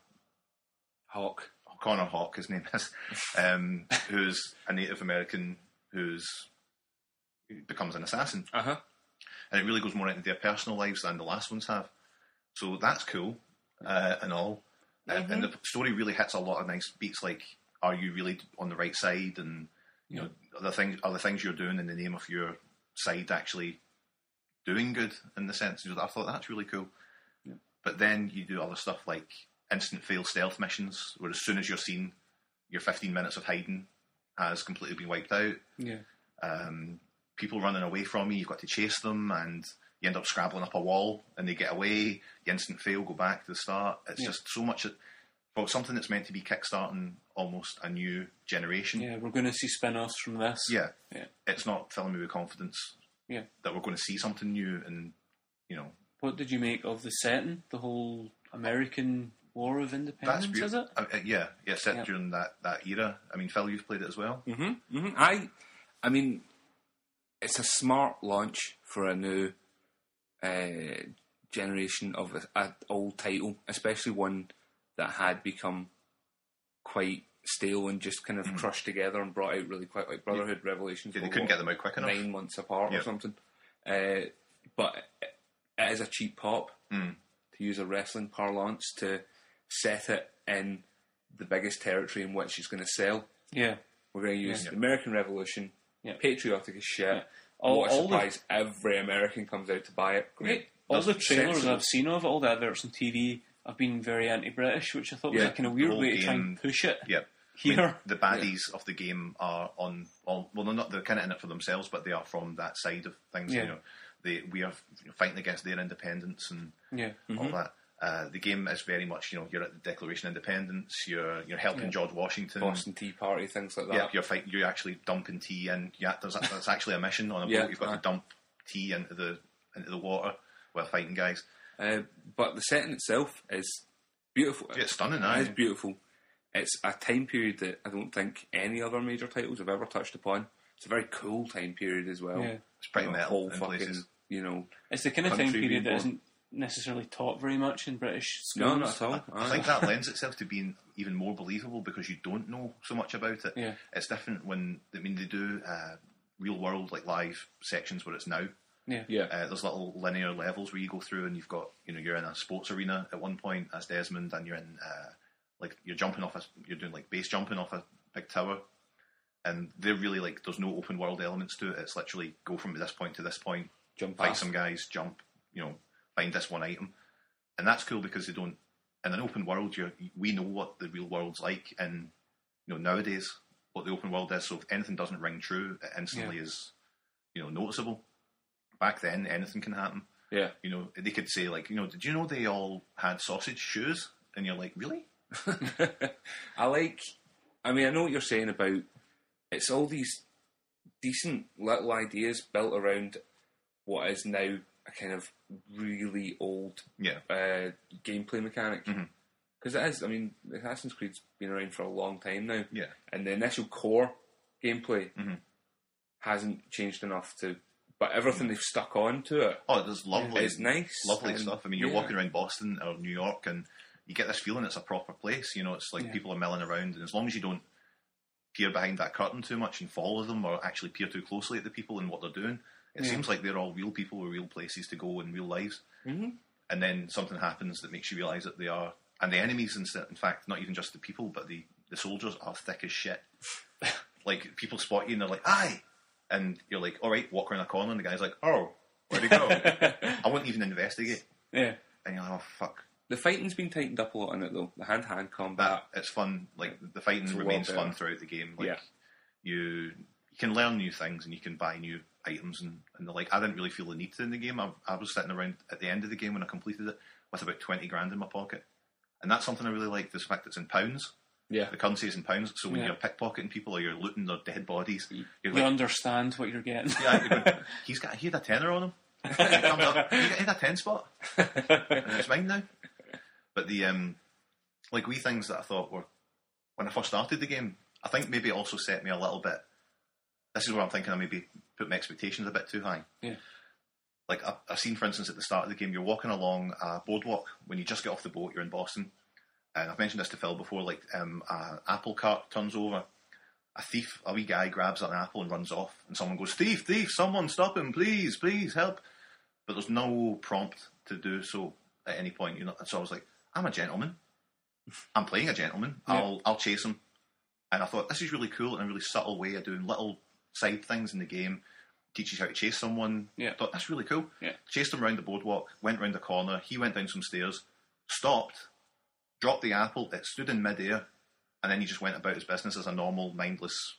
Speaker 3: Hawk.
Speaker 2: Connor Hawk, his name is, um, who's a Native American who's who becomes an assassin.
Speaker 3: Uh huh.
Speaker 2: and it really goes more into their personal lives than the last ones have. So that's cool uh, and all. And- And the story really hits a lot of nice beats, like "Are you really on the right side?" and you know, are the things are the things you're doing in the name of your side actually doing good in the sense. You know, I thought that's really cool. But then you do other stuff like instant fail stealth missions, where as soon as you're seen, your 15 minutes of hiding has completely been wiped out
Speaker 4: yeah,
Speaker 2: um, people running away from you. You've got to chase them, and you end up scrabbling up a wall, and they get away. You instant fail, go back to the start. It's
Speaker 4: Yeah.
Speaker 2: just so much. Well, something that's meant to be kickstarting almost a new generation.
Speaker 4: yeah. We're going to see spin-offs from this.
Speaker 2: Yeah.
Speaker 4: yeah,
Speaker 2: it's not filling me with confidence
Speaker 4: yeah.
Speaker 2: that we're going to see something new, and you know
Speaker 4: What did you make of the setting? The whole American War of Independence,
Speaker 2: real-
Speaker 4: is it?
Speaker 2: Uh, uh, yeah, yeah, set
Speaker 4: Yeah.
Speaker 2: during that that era. I mean, Phil, you've played it as well.
Speaker 3: Mm-hmm. hmm I, I mean, it's a smart launch for a new uh, generation of a, a old title, especially one that had become quite stale and just kind of crushed together and brought out really quick, like Brotherhood, Revelations.
Speaker 2: Mm-hmm. Yeah, they
Speaker 3: were,
Speaker 2: couldn't
Speaker 3: what,
Speaker 2: get them out quick enough.
Speaker 3: Nine months apart
Speaker 2: Yeah.
Speaker 3: or something. Uh, but it- it is a cheap pop
Speaker 2: Mm.
Speaker 3: to use a wrestling parlance to set it in the biggest territory in which it's going to sell
Speaker 4: Yeah.
Speaker 3: We're going to use the American Revolution,
Speaker 4: Yeah.
Speaker 3: patriotic as shit.
Speaker 4: Yeah. All-
Speaker 3: what a
Speaker 4: all the-
Speaker 3: surprise! Every American comes out to buy it. Great.
Speaker 4: All
Speaker 3: That's
Speaker 4: the trailers
Speaker 3: sensible.
Speaker 4: I've seen of it, all the adverts on TV, have been very anti-British, which I thought was
Speaker 3: Yeah.
Speaker 4: a kind of weird
Speaker 2: whole
Speaker 4: way to try and
Speaker 2: game-
Speaker 4: push it.
Speaker 2: Yeah.
Speaker 4: Here.
Speaker 2: the baddies of the game are on, on well, they're not they're kind of in it for themselves, but they are from that side of things.
Speaker 4: Yeah.
Speaker 2: You know, they we are fighting against their independence and
Speaker 4: Yeah.
Speaker 2: all that. Uh, the game is very much you know you're at the Declaration of Independence. You're you're helping George Washington.
Speaker 3: Boston Tea Party, things like that.
Speaker 2: Yeah, you're fight, you're actually dumping tea, and yeah, there's that's actually a mission on a boat.
Speaker 3: Yeah,
Speaker 2: You've got
Speaker 3: aye.
Speaker 2: to dump tea into the into the water while fighting guys.
Speaker 3: Uh, but the setting itself is beautiful.
Speaker 2: Yeah, it's stunning,
Speaker 3: It is
Speaker 2: aye.
Speaker 3: beautiful. It's a time period that I don't think any other major titles have ever touched upon. It's a very cool time period as well.
Speaker 4: Yeah.
Speaker 2: It's pretty
Speaker 3: You know,
Speaker 2: metal
Speaker 3: whole
Speaker 2: in
Speaker 3: fucking,
Speaker 2: places.
Speaker 3: you know.
Speaker 4: It's the kind of time
Speaker 3: Country being
Speaker 4: period that
Speaker 3: born.
Speaker 4: isn't necessarily taught very much in British schools.
Speaker 3: No, not at all.
Speaker 2: I think that lends itself to being even more believable because you don't know so much about it.
Speaker 4: Yeah.
Speaker 2: It's different when I mean they do uh, real world like live sections where it's now.
Speaker 4: Yeah.
Speaker 3: yeah.
Speaker 2: Uh, there's little linear levels where you go through, and you've got you know you're in a sports arena at one point as Desmond, and you're in uh, like you're jumping off a you're doing like base jumping off a big tower, and they're really like there's no open world elements to it. It's literally go from this point to this point,
Speaker 3: Jump
Speaker 2: fight
Speaker 3: past.
Speaker 2: some guys, jump, you know, find this one item, and that's cool because they don't. In an open world, you we know what the real world's like, and you know nowadays what the open world is. So if anything doesn't ring true, it instantly is you know noticeable. Back then, anything can happen.
Speaker 3: yeah.
Speaker 2: You know, they could say like, you know, did you know they all had sausage shoes? And you're like, really?
Speaker 3: I like. I mean, I know what you're saying about. It's all these decent little ideas built around what is now a kind of really old
Speaker 2: Yeah, Mm-hmm.
Speaker 3: uh, gameplay mechanic. Because it is. I mean, Assassin's Creed's been around for a long time now.
Speaker 2: Yeah. Mm-hmm.
Speaker 3: And the initial core gameplay hasn't changed enough to. But
Speaker 2: Mm.
Speaker 3: everything they've stuck on to it.
Speaker 2: Oh, there's lovely,
Speaker 3: It's nice
Speaker 2: lovely
Speaker 3: and-
Speaker 2: stuff. I mean, you're
Speaker 3: yeah.
Speaker 2: walking around Boston or New York, and you get this feeling it's a proper place. You know, it's like people are milling around, and as long as you don't peer behind that curtain too much and follow them, or actually peer too closely at the people and what they're doing, it seems like they're all real people with real places to go and real lives. Mm-hmm. And then something happens that makes you realise that they are, and the enemies, in, in fact, not even just the people, but the the soldiers are thick as shit. like people spot you and they're like, "Aye," and you're like, "All right, walk around a corner," and the guy's like, "Oh." Where'd he go? I wouldn't even investigate.
Speaker 4: Yeah.
Speaker 2: And you're like, oh fuck.
Speaker 3: The fighting's been tightened up a lot in it, though. The hand to hand combat.
Speaker 2: That it's fun. Like the fighting
Speaker 3: a
Speaker 2: remains
Speaker 3: lot
Speaker 2: fun
Speaker 3: better.
Speaker 2: throughout the game. Like
Speaker 3: Yeah.
Speaker 2: you, you can learn new things and you can buy new items and, and the like. I didn't really feel the need to in the game. I, I was sitting around at the end of the game when I completed it with about twenty grand in my pocket, and that's something I really liked. This fact it's in pounds.
Speaker 3: Yeah.
Speaker 2: The currency is in pounds. So when
Speaker 4: Yeah.
Speaker 2: you're pickpocketing people or you're looting their dead bodies, you're
Speaker 4: You
Speaker 2: like,
Speaker 4: understand what you're getting.
Speaker 2: Yeah, you're going, he's got he had a tenner on him. he comes up, "You got- he had a ten spot. And it's mine now. But the um, like wee things that I thought were when I first started the game, I think maybe it also set me a little bit. This is where I'm thinking I maybe put my expectations a bit too high.
Speaker 4: Yeah.
Speaker 2: Like I, I've seen, for instance, at the start of the game, you're walking along a boardwalk when you just get off the boat. You're in Boston, and I've mentioned this to Phil before. Like, um, an apple cart turns over, a thief, a wee guy grabs an apple and runs off, and someone goes, "Thief, thief! Someone stop him, please, please help!" But there's no prompt to do so at any point. You know, so I was like, "I'm a gentleman. I'm playing a gentleman. I'll I'll chase him." And I thought this is really cool and a really subtle way of doing little side things in the game. Teaches you how to chase someone.
Speaker 4: Yeah.
Speaker 2: I thought that's really cool.
Speaker 4: Yeah.
Speaker 2: Chased him around the boardwalk, went round the corner. He went down some stairs, stopped, dropped the apple. It stood in midair, and then he just went about his business as a normal, mindless,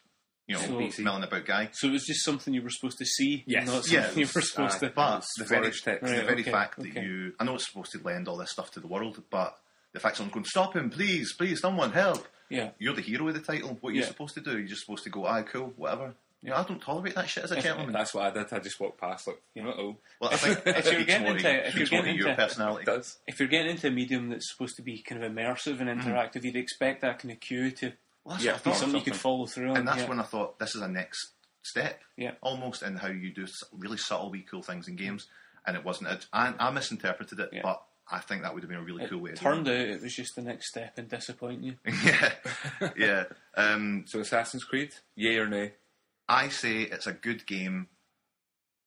Speaker 2: you know,
Speaker 4: So-
Speaker 2: milling about guy.
Speaker 4: So it was just something you were supposed to see,
Speaker 3: Yes.
Speaker 4: not
Speaker 2: Yeah,
Speaker 4: something you were supposed
Speaker 3: uh,
Speaker 4: to.
Speaker 2: But
Speaker 3: It's
Speaker 2: the very,
Speaker 3: forest text.
Speaker 2: the
Speaker 4: Right,
Speaker 2: very
Speaker 4: okay,
Speaker 2: fact that
Speaker 4: okay.
Speaker 2: you, I know it's supposed to lend all this stuff to the world, but the fact someone's going, stop him, please, please, someone help.
Speaker 4: yeah.
Speaker 2: You're the hero of the title. What are you
Speaker 4: Yeah.
Speaker 2: supposed to do? You're just supposed to go, ah, cool, whatever. You know, I don't tolerate that shit as a gentleman.
Speaker 3: That's what I did. I just walked past, like, uh oh.
Speaker 2: well, I think it
Speaker 4: if you're
Speaker 2: speaks
Speaker 4: getting
Speaker 2: more
Speaker 4: into-
Speaker 2: to-
Speaker 4: if
Speaker 2: speaks
Speaker 4: you're
Speaker 2: more to
Speaker 4: getting
Speaker 2: your
Speaker 4: into-
Speaker 2: personality.
Speaker 3: It does.
Speaker 4: If you're getting into a medium that's supposed to be kind of immersive and interactive, you'd expect that kind of cue to
Speaker 2: Well, that's
Speaker 3: Yeah,
Speaker 2: what I
Speaker 4: be
Speaker 2: thought.
Speaker 4: something, you could follow through on.
Speaker 2: and that's
Speaker 4: yeah.
Speaker 2: when I thought this is a next step,
Speaker 4: Yeah. Mm.
Speaker 2: almost in how you do s- really subtle, wee cool things in games. And it wasn't. It, I, I misinterpreted it,
Speaker 4: Yeah.
Speaker 2: but I think that would have been a really cool way. of doing
Speaker 4: Turned out it was just the next step in disappointing you.
Speaker 2: it. yeah, yeah. Um,
Speaker 3: So, Assassin's Creed, yay or nay?
Speaker 2: I say it's a good game.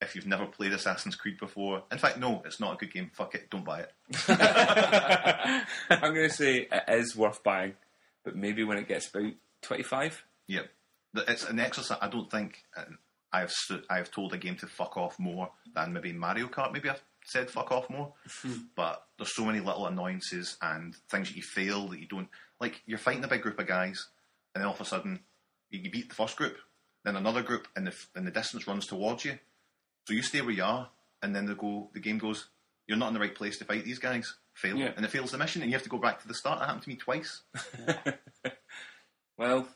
Speaker 2: If you've never played Assassin's Creed before, in fact, no, it's not a good game. Fuck it, don't buy it.
Speaker 3: I'm going to say it is worth buying, but maybe when it gets about 25.
Speaker 2: Yeah, Th- it's an exercise. I don't think uh, I've stu- I've told a game to fuck off more than maybe Mario Kart. Maybe I've said fuck off more, but there's so many little annoyances and things that you fail that you don't like. You're fighting a big group of guys, and then all of a sudden you you beat the first group, then another group, and the f- and the distance runs towards you. So you stay where you are, and then they go. The game goes. You're not in the right place to fight these guys. Fail,
Speaker 4: Yeah.
Speaker 2: and it fails the mission, and you have to go back to the start. That happened to me twice.
Speaker 3: Well,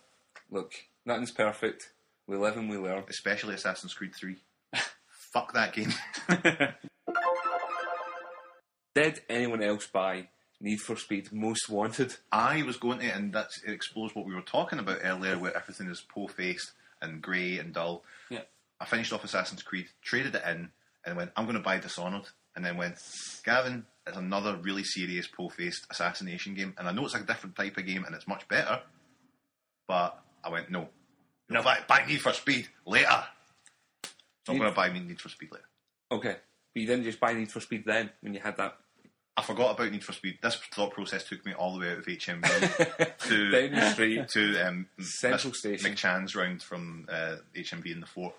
Speaker 3: look, nothing's perfect. We live and we learn.
Speaker 2: especially Assassin's Creed 3. Fuck that game.
Speaker 3: Did anyone else buy Need for Speed Most Wanted?
Speaker 2: I was going to, and that's, it explores what we were talking about earlier, where everything is poor faced and grey and dull.
Speaker 4: Yeah.
Speaker 2: I finished off Assassin's Creed, traded it in, and went, I'm going to buy Dishonored. And then went, Gavin, it's another really serious poor faced assassination game. And I know it's a different type of game and it's much better, but I went, no. No, buy, buy Need for Speed later. So I'm
Speaker 3: Need-
Speaker 2: going to buy me Need for Speed later.
Speaker 3: Okay, but you didn't just buy Need for Speed then when you had that
Speaker 2: I forgot about Need for Speed. This thought process took me all the way out of HMV to
Speaker 3: down the street.
Speaker 2: to um,
Speaker 3: Central
Speaker 2: Miss
Speaker 3: Station.
Speaker 2: McChann's round from uh, HMV in the Fort.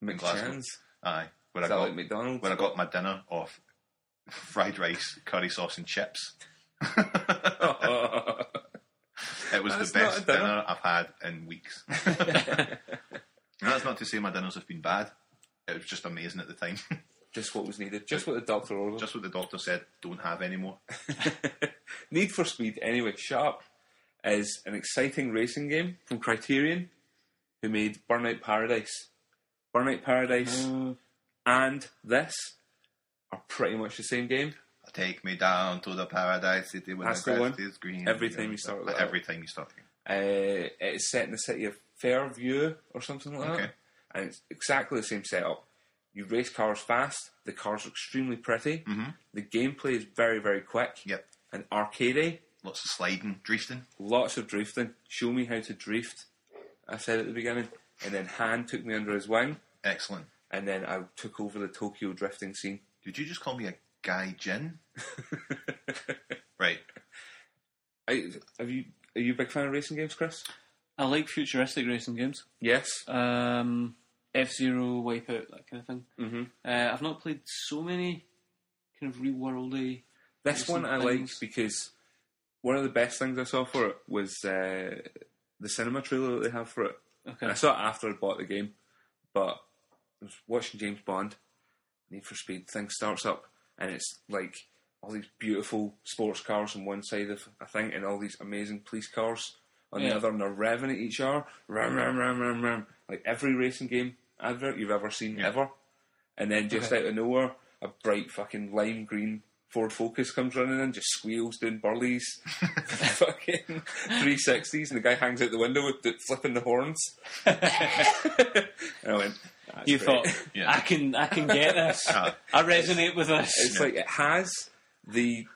Speaker 2: in Glasgow.
Speaker 3: McChann's.
Speaker 2: Aye, where I
Speaker 3: Is that
Speaker 2: got
Speaker 3: like McDonald's?
Speaker 2: where I got my dinner of fried rice, curry sauce, and chips. it was
Speaker 3: That's
Speaker 2: the
Speaker 3: not a
Speaker 2: best
Speaker 3: dinner.
Speaker 2: dinner. I've had in weeks. And that's not to say my dinners have been bad. It was just amazing at the time.
Speaker 3: just what was needed. Just what the doctor ordered.
Speaker 2: just what the doctor said. Don't have any more.
Speaker 3: Need for Speed, anyway, Sharp is an exciting racing game from Criterion, who made Burnout Paradise. Burnout Paradise
Speaker 2: Mm.
Speaker 3: and this are pretty much the same game.
Speaker 2: Take me down to the paradise city when
Speaker 3: That's
Speaker 2: the
Speaker 3: the
Speaker 2: grass
Speaker 3: one.
Speaker 2: is green.
Speaker 3: Every time you start with that.
Speaker 2: every time you start. the game.
Speaker 3: Uh, it's set in the city of Fairview or something like that.
Speaker 2: Okay.
Speaker 3: And it's exactly the same setup. You race cars fast, the cars are extremely pretty, the gameplay is very, very quick,
Speaker 2: Mm-hmm. Yep,
Speaker 3: and arcadey,
Speaker 2: lots of sliding, drifting.
Speaker 3: lots of drifting. Show me how to drift, I said at the beginning. And then Han took me under his wing,
Speaker 2: Excellent.
Speaker 3: and then I took over the Tokyo drifting scene.
Speaker 2: Did you just call me a guy Jin? right.
Speaker 3: I, have you, are you a big fan of racing games, Chris?
Speaker 4: I like futuristic racing games.
Speaker 3: Yes.
Speaker 4: Um, F Zero, Wipeout, that kind of thing. Mm-hmm. Uh, I've not played so many kind of reworldy.
Speaker 3: This
Speaker 4: There's
Speaker 3: one
Speaker 4: some
Speaker 3: I like
Speaker 4: things-
Speaker 3: because one of the best things I saw for it was uh, the cinema trailer that they have for it.
Speaker 4: Okay,
Speaker 3: And I saw it after I bought the game, but I was watching James Bond, Need for Speed, thing starts up, and it's like all these beautiful sports cars on one side of a thing, and all these amazing police cars on the
Speaker 4: Yeah.
Speaker 3: other, and they're revving at each other, ram, ram, ram, ram, ram. Like every racing game advert you've ever seen, ever. And then just out of nowhere, a bright fucking lime green Ford Focus comes running in, just squeals doing burleys, fucking 360s, and the guy hangs out the window with the, flipping the horns. and I went, "That's
Speaker 4: you
Speaker 3: great."
Speaker 4: thought
Speaker 2: Yeah.
Speaker 4: I can I can get this.
Speaker 2: Ah.
Speaker 4: I resonate with this.
Speaker 3: It's like it has the,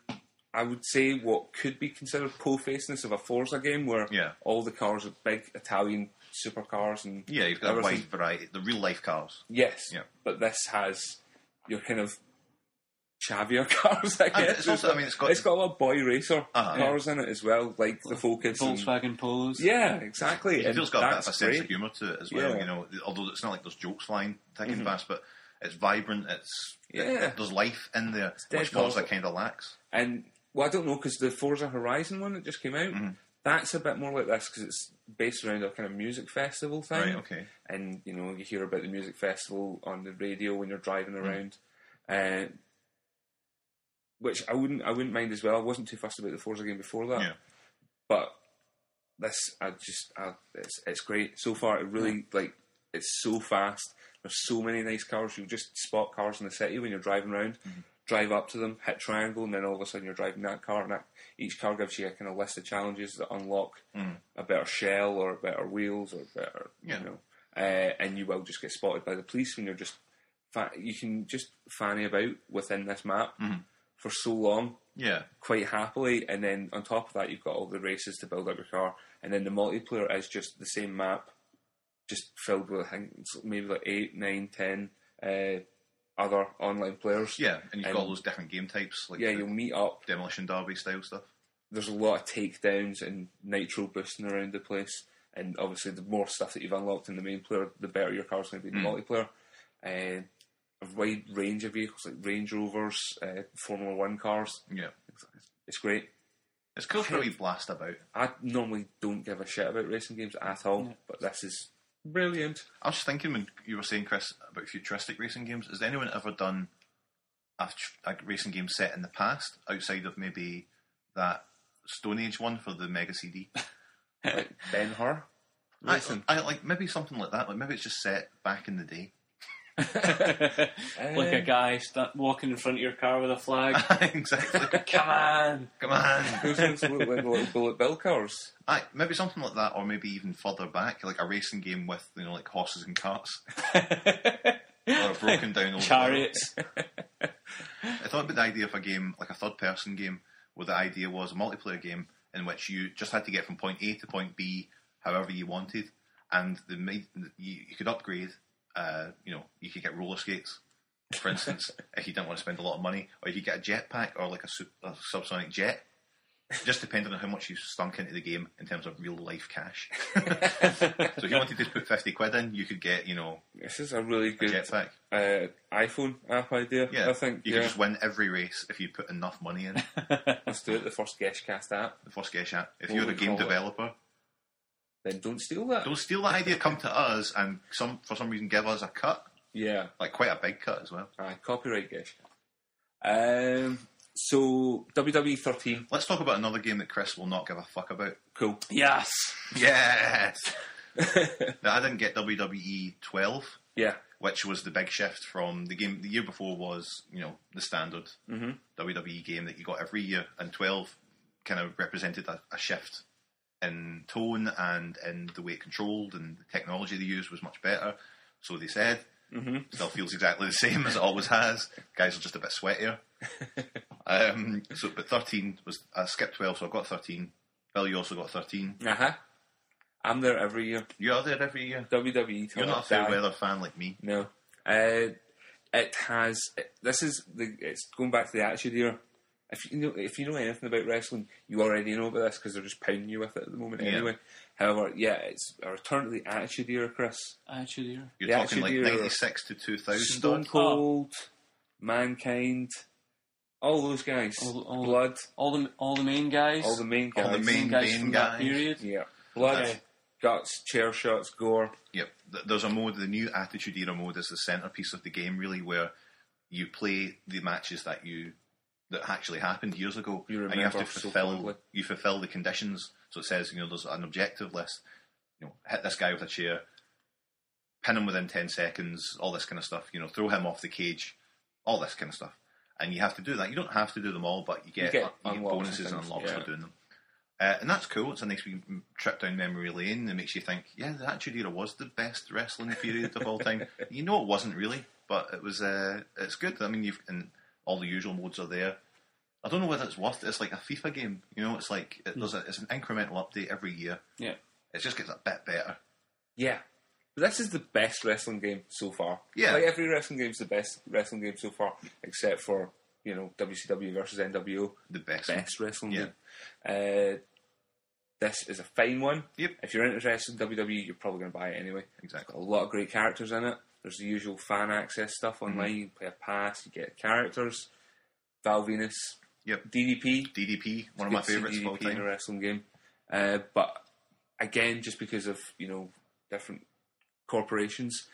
Speaker 3: I would say, what could be considered po-faceness of a Forza game where
Speaker 2: Yeah.
Speaker 3: all the cars are big Italian supercars and
Speaker 2: Yeah, you've got
Speaker 3: everything.
Speaker 2: a wide variety. The real life cars.
Speaker 3: Yes,
Speaker 2: Yeah.
Speaker 3: but this has your kind of chavier cars, I
Speaker 2: And
Speaker 3: guess.
Speaker 2: it's also- I mean, it's got-
Speaker 3: a lot of boy racer
Speaker 2: Uh-huh.
Speaker 3: cars in it as well, like the Focus. and-
Speaker 4: Volkswagen Polos.
Speaker 3: yeah, exactly.
Speaker 2: It
Speaker 3: and
Speaker 2: feels got a bit of a
Speaker 3: that's
Speaker 2: sense of
Speaker 3: great.
Speaker 2: humour to it as well.
Speaker 3: Yeah. Mm-hmm.
Speaker 2: You know, although it's not like there's jokes flying thick and fast, but it's vibrant. It's it-
Speaker 3: Yeah.
Speaker 2: it- there's life in there,
Speaker 3: dead
Speaker 2: which Forza
Speaker 3: normal.
Speaker 2: kind of lacks.
Speaker 3: And well, I don't know because the Forza Horizon one that just came out,
Speaker 2: Mm-hmm.
Speaker 3: that's a bit more like this because it's based around a kind of music festival thing.
Speaker 2: Right, okay.
Speaker 3: And you know, you hear about the music festival on the radio when you're driving
Speaker 2: Mm.
Speaker 3: around, uh, which I wouldn't, I wouldn't mind as well. I wasn't too fussed about the Forza game before that,
Speaker 2: Yeah.
Speaker 3: but this, I just, I, it's, it's great so far. It really like it's so fast. There's so many nice cars. You just spot cars in the city when you're driving around. Drive up to them, hit triangle, and then all of a sudden you're driving that car. And that, each car gives you a kind of list of challenges that unlock a better shell or better wheels or better,
Speaker 2: Yeah.
Speaker 3: you know. Uh, and you will just get spotted by the police when you're just. Fa- you can just fanny about within this map for so long
Speaker 2: Yeah,
Speaker 3: quite happily. And then on top of that, you've got all the races to build up your car. And then the multiplayer is just the same map, just filled with I think it's maybe like eight, nine, ten uh, other online players.
Speaker 2: yeah, and you've got
Speaker 3: And-
Speaker 2: all those different game types, like
Speaker 3: yeah.
Speaker 2: the
Speaker 3: You'll meet up.
Speaker 2: demolition derby style stuff.
Speaker 3: There's a lot of takedowns and nitro boosting around the place. And obviously, the more stuff that you've unlocked in the main player, the better your car's going to be in the multiplayer. Uh, a wide range of vehicles like Range Rovers, uh, Formula One cars.
Speaker 2: Yeah.
Speaker 3: It's great.
Speaker 2: It's cool for a wee blast about.
Speaker 3: I normally don't give a shit about racing games at all, but this is brilliant.
Speaker 2: I was just thinking when you were saying, Chris, about futuristic racing games. Has anyone ever done a, tr- a racing game set in the past outside of maybe that Stone Age one for the Mega CD?
Speaker 3: Like ben Hur.
Speaker 2: I, I like maybe something like that. Like maybe it's just set back in the day. uh,
Speaker 4: like a guy sta walking in front of your car with a flag.
Speaker 2: exactly.
Speaker 4: Come on!
Speaker 2: Come on.
Speaker 3: Those things look like little bullet bill cars.
Speaker 2: Aye, maybe something like that, or maybe even further back, like a racing game with you know like horses and carts, or a broken down old
Speaker 4: Chariots.
Speaker 2: I thought about the idea of a game, like a third person game, where the idea was a multiplayer game in which you just had to get from point A to point B however you wanted, and the ma- you, you could upgrade. Uh, you know, you could get roller skates, for instance, if you didn't want to spend a lot of money, or you could get a jetpack or like a, su- a subsonic jet. Just depending on how much you stunk into the game in terms of real life cash. so if you wanted to put fifty quid in, you could get, you know,
Speaker 3: This is a really
Speaker 2: a
Speaker 3: good
Speaker 2: jetpack.
Speaker 3: uh, iPhone app idea.
Speaker 2: Yeah,
Speaker 3: I think
Speaker 2: you
Speaker 3: yeah,
Speaker 2: could just win every race if you put enough money in.
Speaker 3: let's do it. The first Geshcast app.
Speaker 2: the first guess at. If
Speaker 3: What
Speaker 2: you're a
Speaker 3: would we
Speaker 2: game
Speaker 3: call it?
Speaker 2: developer,
Speaker 3: Then don't steal that.
Speaker 2: don't steal that idea. Come to us and some for some reason give us a cut,
Speaker 3: Yeah,
Speaker 2: like quite a big cut as well.
Speaker 3: Aye, copyright Geshcast. Um, so E WWE 13,
Speaker 2: Let's talk about another game that Chris will not give a fuck about.
Speaker 3: cool.
Speaker 4: yes!
Speaker 2: Yes, now, I didn't get E WWE 12,
Speaker 3: Yeah,
Speaker 2: which was the big shift from the game the year before was you know the standard WWE game that you got every year, and 12 kind of represented a, a shift in tone and in the way it controlled and the technology they used was much better. So they said. Still feels exactly the same as it always has. Guys are just a bit sweatier. um, so, but 13 was I skipped 12, so I got 13. Bill, you also got 13.
Speaker 3: uh huh. I'm there every year.
Speaker 2: You are there every year.
Speaker 3: WWE. till
Speaker 2: You're
Speaker 3: I
Speaker 2: not a fair
Speaker 3: die.
Speaker 2: weather fan like me.
Speaker 3: No. Uh, it has. It, this is the. It's going back to the attitude era. If you know, if you know anything about wrestling, you already know about this because they're just pounding you with it at the moment.
Speaker 2: Yeah.
Speaker 3: Anyway. However, yeah, it's a return to the attitude era, Chris.
Speaker 4: Attitude Era.
Speaker 2: You're
Speaker 3: The
Speaker 2: talking
Speaker 3: attitude
Speaker 2: like
Speaker 3: era.
Speaker 2: 96 to 2000.
Speaker 3: Stone
Speaker 2: odd.
Speaker 3: Cold, Mankind, all those guys,
Speaker 4: All- all-
Speaker 3: Blood,
Speaker 4: All the, all the main guys.
Speaker 3: all the main guys.
Speaker 2: All the main,
Speaker 4: guys
Speaker 2: main
Speaker 4: from
Speaker 2: guys.
Speaker 4: that period.
Speaker 3: Yeah, Blood,
Speaker 2: Okay.
Speaker 3: guts, chair shots, gore.
Speaker 2: Yep. Th- There's a mode, the new Attitude Era mode is the centerpiece of the game, really, where you play the matches that you that actually happened years ago,
Speaker 3: You
Speaker 2: and you have to
Speaker 3: remember so
Speaker 2: fulfill
Speaker 3: fondly.
Speaker 2: you fulfill the conditions. So it says, you know, there's an objective list. You know, hit this guy with a chair, pin him within ten seconds, all this kind of stuff. You know, throw him off the cage, all this kind of stuff. And you have to do that. You don't have to do them all, but you get, you
Speaker 3: get
Speaker 2: get
Speaker 3: unlocks and
Speaker 2: bonuses and,
Speaker 3: things,
Speaker 2: unlocks
Speaker 3: yeah.
Speaker 2: for doing them. Uh, and that's cool. It's a nice wee trip down memory lane that makes you think, yeah, the Attitude Era was the best wrestling period of all time. You know, it wasn't really, but it was. Uh, it's good. I mean, you've and all the usual modes are there. I don't know whether it's worth. it. It's like a FIFA game. You know, it's like
Speaker 3: Hmm.
Speaker 2: it, there's a, it's an incremental update every year.
Speaker 4: Yeah.
Speaker 2: It just gets a bit better.
Speaker 3: Yeah. But this is the best wrestling game so far.
Speaker 2: Yeah.
Speaker 3: Like every wrestling game's the best wrestling game so far, except for, you know, WCW versus NWO.
Speaker 2: The best.
Speaker 3: Best wrestling
Speaker 2: Yeah.
Speaker 3: game. Uh, this is a fine one.
Speaker 2: Yep.
Speaker 3: If you're interested in WWE, you're probably going to buy it anyway.
Speaker 2: Exactly.
Speaker 3: It's got a lot of great characters in it. There's the usual fan access stuff
Speaker 2: Mm-hmm.
Speaker 3: online. You play a pass, you get characters. Val Venus,
Speaker 2: Yep.
Speaker 3: DDP,
Speaker 2: DDP, one of my favourites of all
Speaker 3: in a
Speaker 2: time.
Speaker 3: wrestling game. Uh, but again, just because of you know different corporations,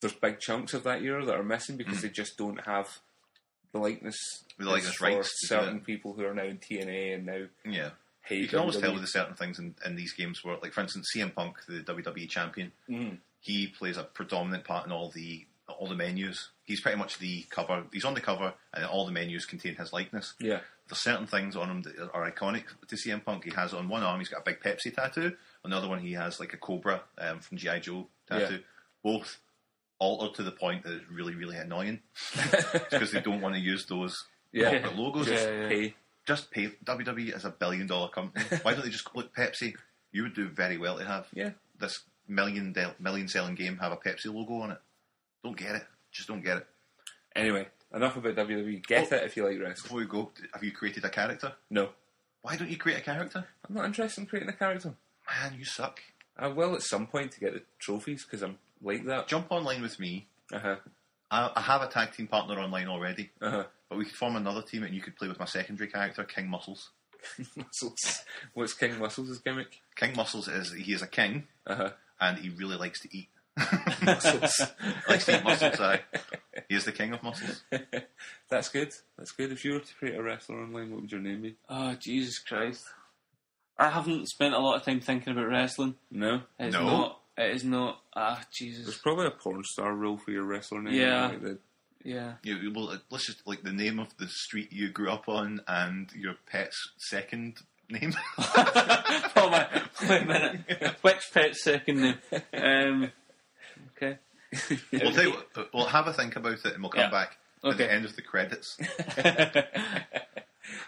Speaker 3: there's big chunks of that era that are missing because they just don't have the likeness,
Speaker 2: Mm. The likeness
Speaker 3: for
Speaker 2: rights to do
Speaker 3: certain
Speaker 2: that.
Speaker 3: people who are now in TNA and now.
Speaker 2: Yeah.
Speaker 3: Hey, E.
Speaker 2: you can always
Speaker 3: WWE.
Speaker 2: tell with the certain things in, in these games where, like, for instance, CM Punk, the WWE champion,
Speaker 3: Mm-hmm.
Speaker 2: he plays a predominant part in all the all the menus. He's pretty much the cover. He's on the cover, and all the menus contain his likeness.
Speaker 3: Yeah.
Speaker 2: There's certain things on him that are iconic to CM Punk. He has on one arm, he's got a big Pepsi tattoo. On the other one, he has like a Cobra um, from GI Joe tattoo.
Speaker 3: Yeah.
Speaker 2: Both altered to the point that it's really, really annoying because they don't want to use those
Speaker 3: Yeah.
Speaker 2: corporate logos
Speaker 3: Just pay.
Speaker 2: just pay WWE is a billion dollar company. Why don't they just look Pepsi? You would do very well to have
Speaker 3: Yeah.
Speaker 2: this million del- million selling game have a Pepsi logo on it. Don't get it. Just don't get it.
Speaker 3: Anyway, enough about WWE. Get
Speaker 2: Oh.
Speaker 3: it if you like wrestling.
Speaker 2: Before we go, have you created a character?
Speaker 3: No,
Speaker 2: Why don't you create a character?
Speaker 3: I'm not interested in creating a character.
Speaker 2: Man, you suck.
Speaker 3: I will at some point to get the trophies because I'm like that.
Speaker 2: Jump online with me.
Speaker 3: Uh-huh.
Speaker 2: I, I have a tag team partner online already,
Speaker 3: Uh-huh.
Speaker 2: but we could form another team and you could play with my secondary character, King Muscles.
Speaker 3: Muscles. What's King Muscles' gimmick?
Speaker 2: King Muscles is he is a king
Speaker 3: Uh-huh.
Speaker 2: and he really likes to eat.
Speaker 3: Muscles.
Speaker 2: likes to eat muscles, aye. He is the king of muscles.
Speaker 3: That's good. That's good. If you were to create a wrestler online, what would your name be?
Speaker 4: Oh, Jesus Christ. I haven't spent a lot of time thinking about wrestling.
Speaker 3: No?
Speaker 4: It's
Speaker 2: No.
Speaker 4: not. It is not. Ah,
Speaker 3: There's
Speaker 4: Jesus.
Speaker 3: probably a porn star rule for your wrestler name.
Speaker 4: Yeah.
Speaker 3: Like the-
Speaker 4: Yeah.
Speaker 2: You, you- well, let's just like the name of the street you grew up on and your pet's second name.
Speaker 4: oh my! Wait a minute. Which pet's second name? Um, okay.
Speaker 2: we'll, tell you what- we'll have a think about it and we'll come
Speaker 4: Yeah.
Speaker 2: back at
Speaker 4: Okay.
Speaker 2: the end of the credits.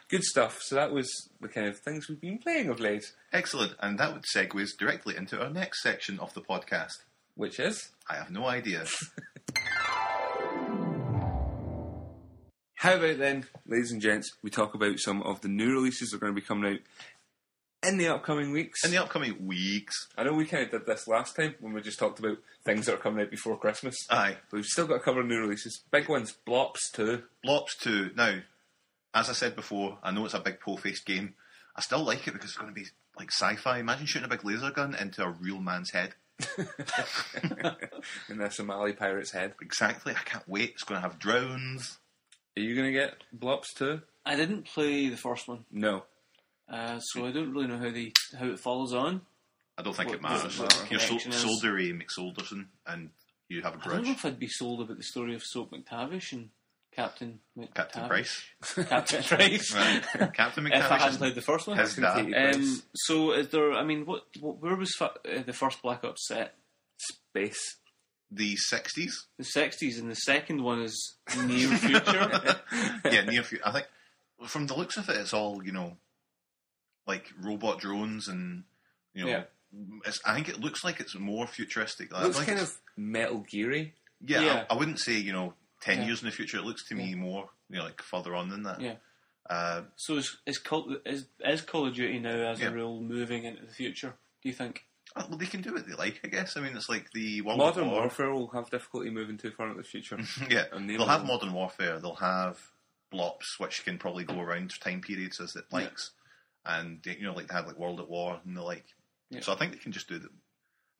Speaker 3: Good stuff. So that was the kind of things we've been playing of late,
Speaker 2: Excellent, and that would segues directly into our next section of the podcast.
Speaker 3: which is
Speaker 2: I have no idea.
Speaker 3: How about then, ladies and gents, we talk about some of the new releases that are going to be coming out in the upcoming weeks.
Speaker 2: In the upcoming weeks,
Speaker 3: I know we kind of did this last time when we just talked about things that are coming out before Christmas.
Speaker 2: aye,
Speaker 3: But we've still got a couple of new releases. Big ones, Blops 2.
Speaker 2: Blops 2. Now, as I said before, I know it's a big po faced game. I still like it because it's going to be like sci fi. Imagine shooting a big laser gun into a real man's head.
Speaker 3: in the Somali pirate's head.
Speaker 2: Exactly, I can't wait. It's going to have drones.
Speaker 3: Are you going to get Blops 2?
Speaker 4: I didn't play the first one,
Speaker 3: No.
Speaker 4: uh, so I don't really know how the how it follows on.
Speaker 2: I don't think it
Speaker 4: What-
Speaker 2: matters.
Speaker 4: what the
Speaker 2: You're so-
Speaker 4: connection is.
Speaker 2: soldery McSolderson, and you have a
Speaker 4: I don't know
Speaker 2: grudge.
Speaker 4: if I'd be sold about the story of Soap McTavish and Captain McTavish.
Speaker 2: Captain Price.
Speaker 4: Captain Price.
Speaker 2: Right. Captain
Speaker 4: Uh, if I hadn't
Speaker 2: McTavish.
Speaker 4: played the first one.
Speaker 2: Has that.
Speaker 3: Completely.
Speaker 4: Um, so is there? I mean, what, what where was fa- uh, the first Black Ops set?
Speaker 3: Space.
Speaker 2: The 60s?
Speaker 4: The sixties, and the second one is near future.
Speaker 2: yeah, near future. I think from the looks of it, it's all you know, like robot drones and you know.
Speaker 4: Yeah.
Speaker 2: It's, I think it looks like it's more futuristic. I
Speaker 3: Looks
Speaker 2: think
Speaker 3: kind
Speaker 2: it's-
Speaker 3: of Metal Geary.
Speaker 2: yeah. I-
Speaker 4: yeah.
Speaker 2: I, wouldn't say you know ten
Speaker 4: Yeah.
Speaker 2: years in the future. It looks to me more you know, like further on than that.
Speaker 4: yeah.
Speaker 2: Uh,
Speaker 4: So is is Call, is, is Call of Duty now as
Speaker 2: Yeah.
Speaker 4: a rule moving into the future? Do you think?
Speaker 2: uh, well, they can do what they like, I guess. I mean, it's like the World
Speaker 3: Modern
Speaker 2: War.
Speaker 3: Warfare will have difficulty moving too far into the future.
Speaker 2: yeah,
Speaker 3: And they
Speaker 2: they'll have
Speaker 3: will-
Speaker 2: modern warfare. They'll have blops, which can probably go around time periods as it likes, and you know, like they had like World at War and the like.
Speaker 4: Yeah.
Speaker 2: So I think they can just do the.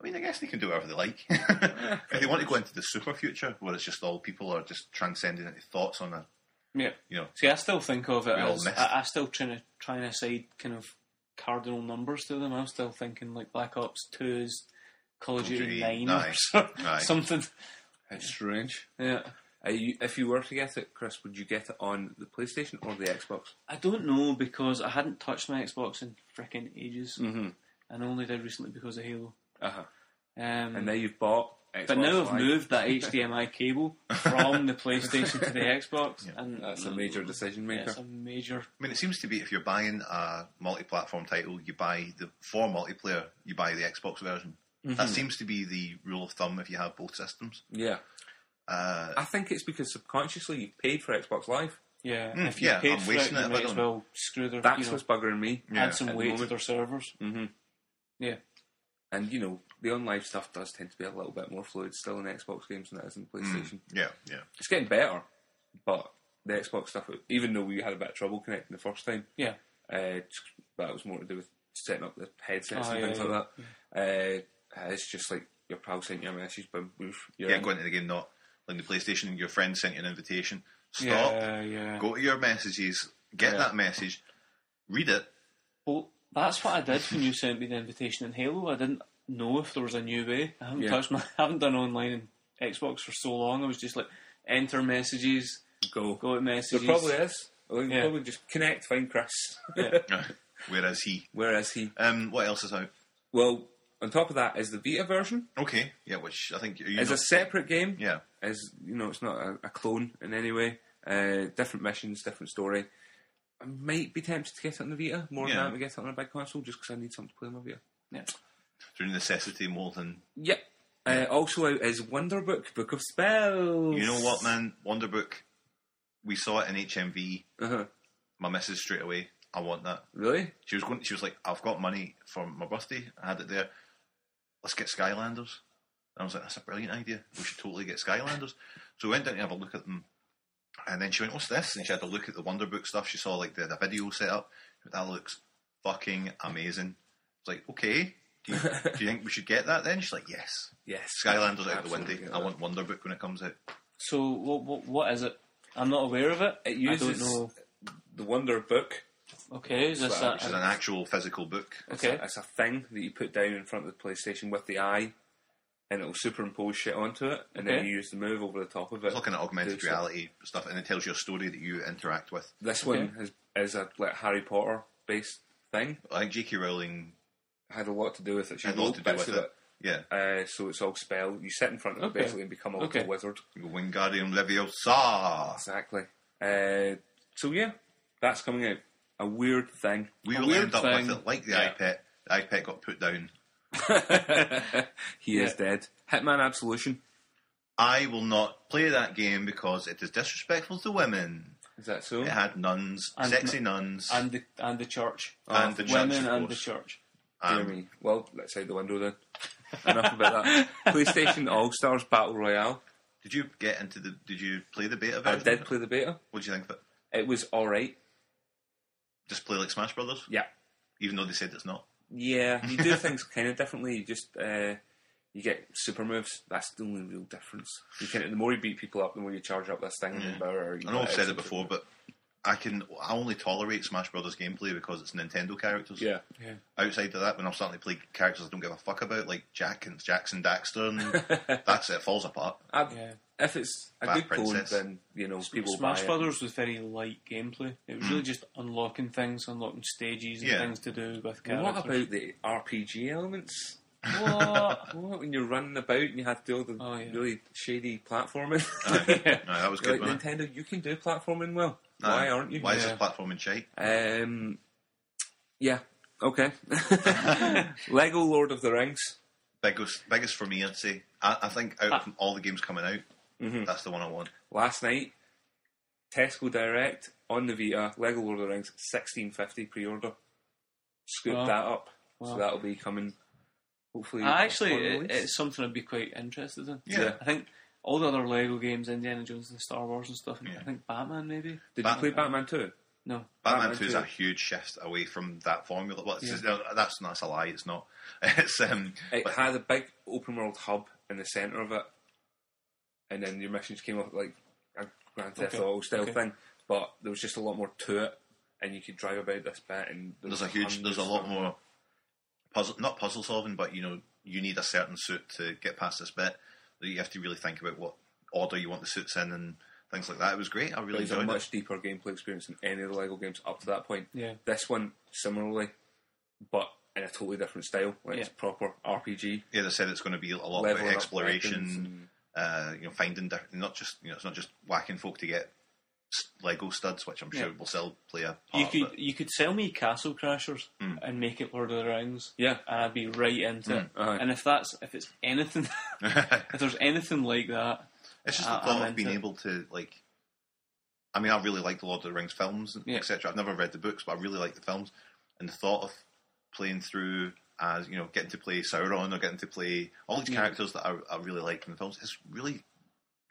Speaker 2: I mean, I guess they can do whatever they like. if they want to go into the super future, where it's just all people are just transcending into thoughts on a,
Speaker 4: Yeah.
Speaker 2: you know,
Speaker 4: See, I still think of it
Speaker 2: We all
Speaker 4: as
Speaker 2: missed.
Speaker 4: I, I still trying to trying to aside kind of cardinal numbers to them. I'm still thinking like Black Ops Two is Call of
Speaker 2: Call of
Speaker 4: Duty
Speaker 2: Duty
Speaker 4: Nine
Speaker 2: nine.
Speaker 4: or
Speaker 2: Aye.
Speaker 4: something.
Speaker 3: It's strange.
Speaker 4: Yeah.
Speaker 3: Are you, if you were to get it, Chris, would you get it on the PlayStation or the Xbox?
Speaker 4: I don't know because I hadn't touched my Xbox in frickin' ages,
Speaker 3: Mm-hmm.
Speaker 4: and only did recently because of Halo.
Speaker 3: Uh huh.
Speaker 4: Um,
Speaker 3: And now you've bought. Xbox
Speaker 4: but now I've
Speaker 3: Live.
Speaker 4: moved that HDMI cable from the PlayStation to the Xbox, and
Speaker 3: That's a major decision
Speaker 4: Yeah,
Speaker 3: maker.
Speaker 4: it's a major.
Speaker 2: I mean, it seems to be if you're buying a multi-platform title, you buy the for multiplayer, you buy the Xbox version. That seems to be the rule of thumb if you have both systems.
Speaker 3: yeah.
Speaker 2: Uh,
Speaker 3: I think it's because subconsciously you paid for Xbox Live.
Speaker 4: Yeah,
Speaker 3: Hmm,
Speaker 2: Mm,
Speaker 4: if you
Speaker 2: yeah,
Speaker 4: paid
Speaker 2: I'm
Speaker 4: for it,
Speaker 2: wasting
Speaker 4: you
Speaker 2: it,
Speaker 4: might
Speaker 2: I
Speaker 4: as
Speaker 2: don't-
Speaker 4: well screw their.
Speaker 3: That's
Speaker 4: you know,
Speaker 3: what's buggering me.
Speaker 2: Yeah,
Speaker 4: add some
Speaker 3: at the
Speaker 4: weight to
Speaker 3: moment.
Speaker 4: their servers.
Speaker 3: Mhm.
Speaker 4: Yeah,
Speaker 3: And you know, the online stuff does tend to be a little bit more fluid still in Xbox games than it is in PlayStation.
Speaker 2: yeah, yeah.
Speaker 3: It's getting better, but the Xbox stuff, even though we had a bit of trouble connecting the first time,
Speaker 4: yeah.
Speaker 3: uh, that was more to do with setting up the headsets
Speaker 4: Oh,
Speaker 3: and
Speaker 4: yeah,
Speaker 3: things
Speaker 4: yeah.
Speaker 3: like that. Uh, it's just like your pal sent you a message, boom, boof, you're
Speaker 2: yeah,
Speaker 3: in.
Speaker 2: go into the game not like the PlayStation and your friend sent you an invitation.
Speaker 3: Oh.
Speaker 2: Stop,
Speaker 4: Yeah, yeah.
Speaker 2: go to your messages, get
Speaker 3: Yeah.
Speaker 2: that message, read it.
Speaker 4: Well, that's what I did when you sent me the invitation in Halo. I didn't know if there was a new way. I haven't
Speaker 3: Yeah.
Speaker 4: touched my. I haven't done online and Xbox for so long. I was just like, enter messages,
Speaker 3: go.
Speaker 4: go to
Speaker 3: There
Speaker 4: messages.
Speaker 3: probably is. Or you can
Speaker 4: Yeah.
Speaker 3: Probably just connect, find Chris.
Speaker 4: Yeah.
Speaker 2: Whereas he,
Speaker 3: Whereas he,
Speaker 2: um, what else is out?
Speaker 3: well, on top of that is the Vita version.
Speaker 2: Okay, yeah, which I think you
Speaker 3: It's
Speaker 2: know-
Speaker 3: a separate game.
Speaker 2: yeah,
Speaker 3: As you know, it's not a, a clone in any way. Uh, different missions, different story. I might be tempted to get it on the Vita more
Speaker 2: Yeah.
Speaker 3: than I to get it on a big console, just because I need something to play on my Vita.
Speaker 4: Yeah.
Speaker 2: through necessity more than
Speaker 3: Yep. Uh, also out is Wonder Book, Book of Spells.
Speaker 2: you know what, man. Wonder Book, we saw it in HMV.
Speaker 3: Uh-huh.
Speaker 2: My missus straight away, I want that.
Speaker 3: Really?
Speaker 2: She was going. She was like, I've got money for my birthday. I had it there. let's get Skylanders. And I was like, that's a brilliant idea. We should totally get Skylanders. So we went down to have a look at them. And then she went, what's this? And she had a look at the Wonder Book stuff. She saw like the, the video set up. She went, That looks fucking amazing. It's like, okay, do you, do you think we should get that then? She's like, yes.
Speaker 3: Yes.
Speaker 2: Skylanders out the
Speaker 3: Absolutely
Speaker 2: window.
Speaker 3: get
Speaker 2: I
Speaker 3: that.
Speaker 2: want Wonder Book when it comes out.
Speaker 4: So what, what what is it? I'm not aware of it.
Speaker 3: It uses
Speaker 4: I don't know.
Speaker 3: the Wonder Book.
Speaker 4: Okay, is this
Speaker 3: Well,
Speaker 4: a,
Speaker 2: It's an actual physical book.
Speaker 3: It's
Speaker 4: Okay.
Speaker 3: A, it's a thing that you put down in front of the PlayStation with the eye, and it'll superimpose shit onto it, and then
Speaker 4: Okay.
Speaker 3: you use the move over the top of it.
Speaker 2: It's looking at augmented
Speaker 3: Do stuff.
Speaker 2: reality stuff, and it tells you a story that you interact with.
Speaker 3: This one
Speaker 4: Okay.
Speaker 3: is, is a like, Harry Potter based thing.
Speaker 2: I think J.K. Rowling
Speaker 3: Had a lot to do with it. She
Speaker 2: had a lot
Speaker 3: wrote
Speaker 2: to do
Speaker 3: bits
Speaker 2: with
Speaker 3: of
Speaker 2: it. Yeah.
Speaker 3: Uh, so it's all spell. You sit in front of it
Speaker 4: Okay.
Speaker 3: basically and become a little
Speaker 4: Okay.
Speaker 3: wizard.
Speaker 2: Wingardium Leviosa.
Speaker 3: Exactly. Uh, so yeah, that's coming out. A weird thing.
Speaker 2: We
Speaker 4: A
Speaker 2: will
Speaker 4: weird
Speaker 2: end up
Speaker 4: thing.
Speaker 2: with it like the
Speaker 3: Yeah.
Speaker 2: iPad. The iPad got put down.
Speaker 3: He is dead. Hitman Absolution.
Speaker 2: I will not play that game because it is disrespectful to women.
Speaker 3: Is that so?
Speaker 2: It had nuns,
Speaker 4: And-
Speaker 2: sexy nuns,
Speaker 4: and the and the church,
Speaker 2: And the church,
Speaker 4: women
Speaker 2: of
Speaker 4: and the
Speaker 2: course.
Speaker 4: church.
Speaker 3: Dear
Speaker 2: um,
Speaker 3: me. Well, let's out the window then. Enough about that. PlayStation All Stars Battle Royale.
Speaker 2: Did you get into the? Did you play the beta
Speaker 3: I
Speaker 2: version?
Speaker 3: did play the beta.
Speaker 2: What do you think of it?
Speaker 3: It was all right.
Speaker 2: Just play like Smash Brothers,
Speaker 3: Yeah.
Speaker 2: even though they said it's not.
Speaker 3: Yeah, you do things kind of differently. You just uh, you get super moves. That's the only real difference. You can the more you beat people up, the more you charge up this thing. The better you
Speaker 2: Mm. I know
Speaker 3: get
Speaker 2: I've said
Speaker 3: at
Speaker 2: it before, but I can. I only tolerate Smash Brothers gameplay because it's Nintendo characters.
Speaker 3: Yeah,
Speaker 4: Yeah.
Speaker 2: Outside of that, when I'm starting to play characters I don't give a fuck about, like Jack and Jackson Daxter, and that's it. Falls apart.
Speaker 3: I,
Speaker 4: Yeah.
Speaker 3: Uh, if it's a
Speaker 2: Bad
Speaker 3: good clone,
Speaker 2: princess.
Speaker 3: then you know people
Speaker 4: Smash
Speaker 3: buy
Speaker 4: Brothers was very light gameplay. It was really just unlocking things, unlocking stages and
Speaker 2: Yeah.
Speaker 4: things to do with
Speaker 3: It. What
Speaker 4: characters.
Speaker 3: about the RPG elements?
Speaker 4: What?
Speaker 3: What when you're running about and you have to do all the
Speaker 4: Oh, yeah.
Speaker 3: really shady platforming?
Speaker 2: No, that was
Speaker 3: You're
Speaker 2: good.
Speaker 3: like
Speaker 2: wasn't it?
Speaker 3: Nintendo, you can do platforming well. Why aren't you?
Speaker 2: Why is
Speaker 4: Yeah.
Speaker 2: this platforming shite?
Speaker 3: Um, yeah. Okay. Lego Lord of the Rings.
Speaker 2: Biggest, biggest for me, I'd say. I, I think
Speaker 3: Ah.
Speaker 2: out of all the games coming out,
Speaker 3: Mm-hmm.
Speaker 2: that's the one I want.
Speaker 3: last night, Tesco Direct on the Vita, Lego Lord of the Rings, sixteen fifty pre-order. Scoop
Speaker 4: Wow.
Speaker 3: that up, so
Speaker 4: Wow.
Speaker 3: that'll be coming. Hopefully,
Speaker 4: I actually,
Speaker 3: upon
Speaker 4: it,
Speaker 3: release.
Speaker 4: it's something I'd be quite interested in.
Speaker 2: Yeah.
Speaker 4: I think all the other Lego games, Indiana Jones and Star Wars and stuff, and
Speaker 2: Yeah.
Speaker 4: I think Batman maybe.
Speaker 3: did you
Speaker 2: Batman-
Speaker 3: play Batman Two?
Speaker 4: No,
Speaker 2: Batman,
Speaker 3: Batman
Speaker 2: 2 is a
Speaker 3: 2.
Speaker 2: huge shift away from that formula. Well, it's just- no, that's, that's a lie, it's not. It's um,
Speaker 3: It
Speaker 2: but
Speaker 3: had a big open world hub in the centre of it, and then your missions came up like a Grand Theft
Speaker 4: Okay,
Speaker 3: Auto style
Speaker 4: okay.
Speaker 3: thing, but there was just a lot more to it, and you could drive about this bit. And there
Speaker 2: there's a
Speaker 3: was
Speaker 2: huge, there's a
Speaker 3: hundreds
Speaker 2: lot
Speaker 3: of-
Speaker 2: more puzzle, not puzzle solving, but you know, you need a certain suit to get past this bit. That you have to really think about what order you want the suits in and things like that. It was great. I
Speaker 3: It
Speaker 2: really
Speaker 3: was a
Speaker 2: enjoyed
Speaker 3: much
Speaker 2: it.
Speaker 3: deeper gameplay experience than any of the Lego games up to that point.
Speaker 4: Yeah.
Speaker 3: This one similarly, but in a totally different style. Like it's
Speaker 4: Yeah.
Speaker 3: proper RPG.
Speaker 2: Yeah, they said it's going to be a lot about
Speaker 3: Leveling up weapons
Speaker 2: exploration.
Speaker 3: and-
Speaker 2: uh, you know, finding different, not just you know, it's not just whacking folk to get s- Lego studs, which I'm sure
Speaker 4: Yeah.
Speaker 2: will still play a part.
Speaker 4: you could
Speaker 2: but
Speaker 4: you could sell me Castle Crashers and make it Lord of the Rings.
Speaker 3: Yeah.
Speaker 4: and I'd be right into it.
Speaker 3: aye.
Speaker 4: And if that's if it's anything, if there's anything like that,
Speaker 2: it's just
Speaker 4: I-
Speaker 2: the
Speaker 4: I'm
Speaker 2: thought
Speaker 4: into
Speaker 2: of being
Speaker 4: it.
Speaker 2: able to like. I mean, I really like the Lord of the Rings films,
Speaker 4: Yeah.
Speaker 2: etc. I've never read the books, but I really like the films, and the thought of playing through as you know, getting to play Sauron or getting to play all these characters that I, I really like in the films is really.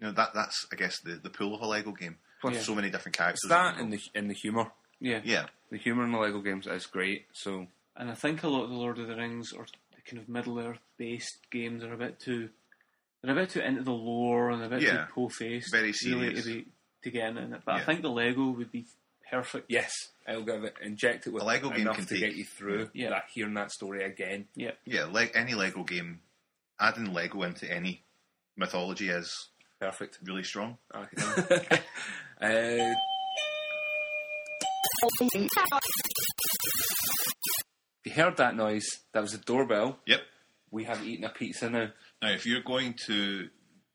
Speaker 2: You know, that that's I guess the, the pull of a Lego game. With
Speaker 4: Yeah.
Speaker 2: so many different characters.
Speaker 3: that and the and the humor.
Speaker 4: yeah,
Speaker 2: yeah,
Speaker 3: The humor in the Lego games is great. So
Speaker 4: And I think a lot of the Lord of the Rings or the kind of Middle Earth based games are a bit too they're a bit too into the lore and a bit
Speaker 2: Yeah.
Speaker 4: too po faced
Speaker 2: Very
Speaker 4: really to
Speaker 2: serious.
Speaker 4: be to get in it. But I
Speaker 2: Yeah.
Speaker 4: think the Lego would be perfect.
Speaker 3: yes, it'll give it inject it with
Speaker 2: A Lego game
Speaker 3: enough
Speaker 2: can
Speaker 3: to
Speaker 2: take-
Speaker 3: get you through.
Speaker 4: Yeah.
Speaker 3: That hearing that story again.
Speaker 4: Yeah.
Speaker 2: Yeah, le- any Lego game, adding Lego into any mythology is
Speaker 3: Perfect.
Speaker 2: really strong.
Speaker 3: Aye. uh, if you heard that noise, that was a doorbell.
Speaker 2: Yep.
Speaker 3: We have eaten a pizza now.
Speaker 2: Now, if you're going to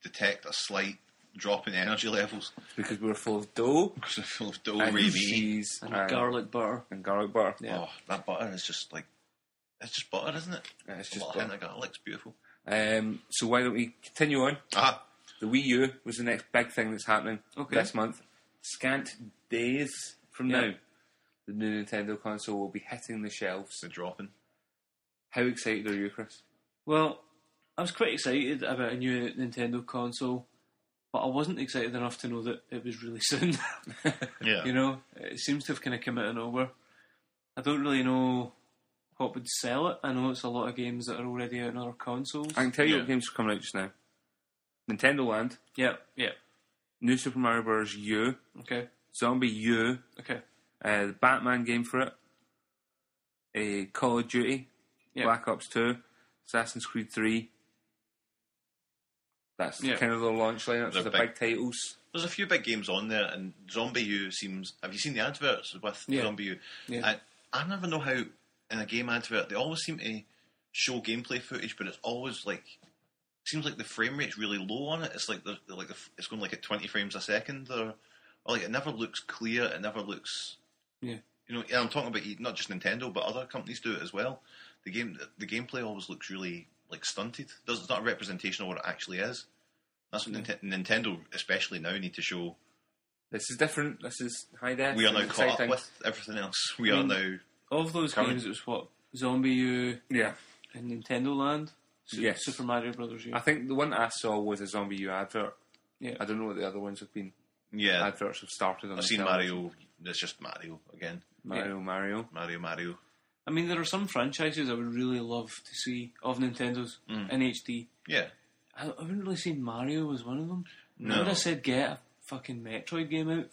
Speaker 2: detect a slight drop in energy levels
Speaker 3: because we were full of dough
Speaker 2: because it's full of dough
Speaker 3: and
Speaker 2: gravy,
Speaker 3: cheese
Speaker 4: And garlic butter.
Speaker 3: and garlic butter.
Speaker 4: Yeah.
Speaker 2: oh, that butter is just like it's just butter, isn't it?
Speaker 3: Yeah, it's
Speaker 2: A
Speaker 3: just
Speaker 2: little hint
Speaker 3: butter.
Speaker 2: of garlic. It's beautiful.
Speaker 3: Um, so why don't we continue on?
Speaker 2: Ah,
Speaker 3: The Wii U was the next big thing that's happening
Speaker 4: Okay.
Speaker 3: this month. Scant days from
Speaker 4: Yeah.
Speaker 3: now, the new Nintendo console will be hitting the shelves.
Speaker 2: the dropping.
Speaker 3: How excited are you, Chris?
Speaker 4: Well, I was quite excited about a new Nintendo console, but I wasn't excited enough to know that it was really soon.
Speaker 2: Yeah.
Speaker 4: You know, it seems to have kind of come out of nowhere. I don't really know what would sell it. I know it's a lot of games that are already out on other consoles.
Speaker 3: I can tell you
Speaker 2: Yeah.
Speaker 3: what games are coming out just now. Nintendo Land,
Speaker 4: yeah, yeah.
Speaker 3: New Super Mario Bros. U,
Speaker 4: Okay,
Speaker 3: Zombie U,
Speaker 4: okay.
Speaker 3: uh, the Batman game for it, a Call of Duty,
Speaker 4: Yeah.
Speaker 3: Black Ops Two, Assassin's Creed Three. That's
Speaker 4: Yeah.
Speaker 3: kind of the launch lineups
Speaker 2: They're
Speaker 3: of the
Speaker 2: big.
Speaker 3: big titles.
Speaker 2: There's a few big games on there, and Zombie U seems. Have you seen the adverts with
Speaker 4: Yeah.
Speaker 2: Zombie U?
Speaker 4: Yeah.
Speaker 2: I, I never know how in a game advert they always seem to show gameplay footage, but it's always like seems like the frame rate's really low on it. It's like the like the, it's going like at 20 frames a second, or, or like it never looks clear. It never looks.
Speaker 4: Yeah.
Speaker 2: You know, and I'm talking about E, not just Nintendo, but other companies do it as well. The game, the gameplay always looks really like stunted. Does It's not a representation of what it actually is. That's
Speaker 4: Hmm.
Speaker 2: what Ninte- Nintendo, especially now, need to show.
Speaker 3: This is different. This is high def.
Speaker 2: We are now
Speaker 3: It's
Speaker 2: caught up
Speaker 3: exciting.
Speaker 2: with everything else. We
Speaker 4: Mm.
Speaker 2: are now.
Speaker 4: Of those
Speaker 2: Current-
Speaker 4: games, it was what Zombie U
Speaker 3: Yeah,
Speaker 4: and Nintendo Land. Su-
Speaker 3: Yes.
Speaker 4: Super Mario Brothers U.
Speaker 3: I think the one I saw was a Zombie U advert.
Speaker 4: yeah.
Speaker 3: I don't know what the other ones have been.
Speaker 2: Yeah,
Speaker 3: Adverts have started. On
Speaker 2: I've seen
Speaker 3: television.
Speaker 2: Mario. It's just Mario again.
Speaker 3: Mario, Mario.
Speaker 2: Mario, Mario.
Speaker 4: I mean, there are some franchises I would really love to see of Nintendo's
Speaker 2: Mm.
Speaker 4: in HD.
Speaker 2: Yeah,
Speaker 4: I, I haven't really seen Mario as one of them. I
Speaker 2: No.
Speaker 4: would have said get a fucking Metroid game out
Speaker 2: it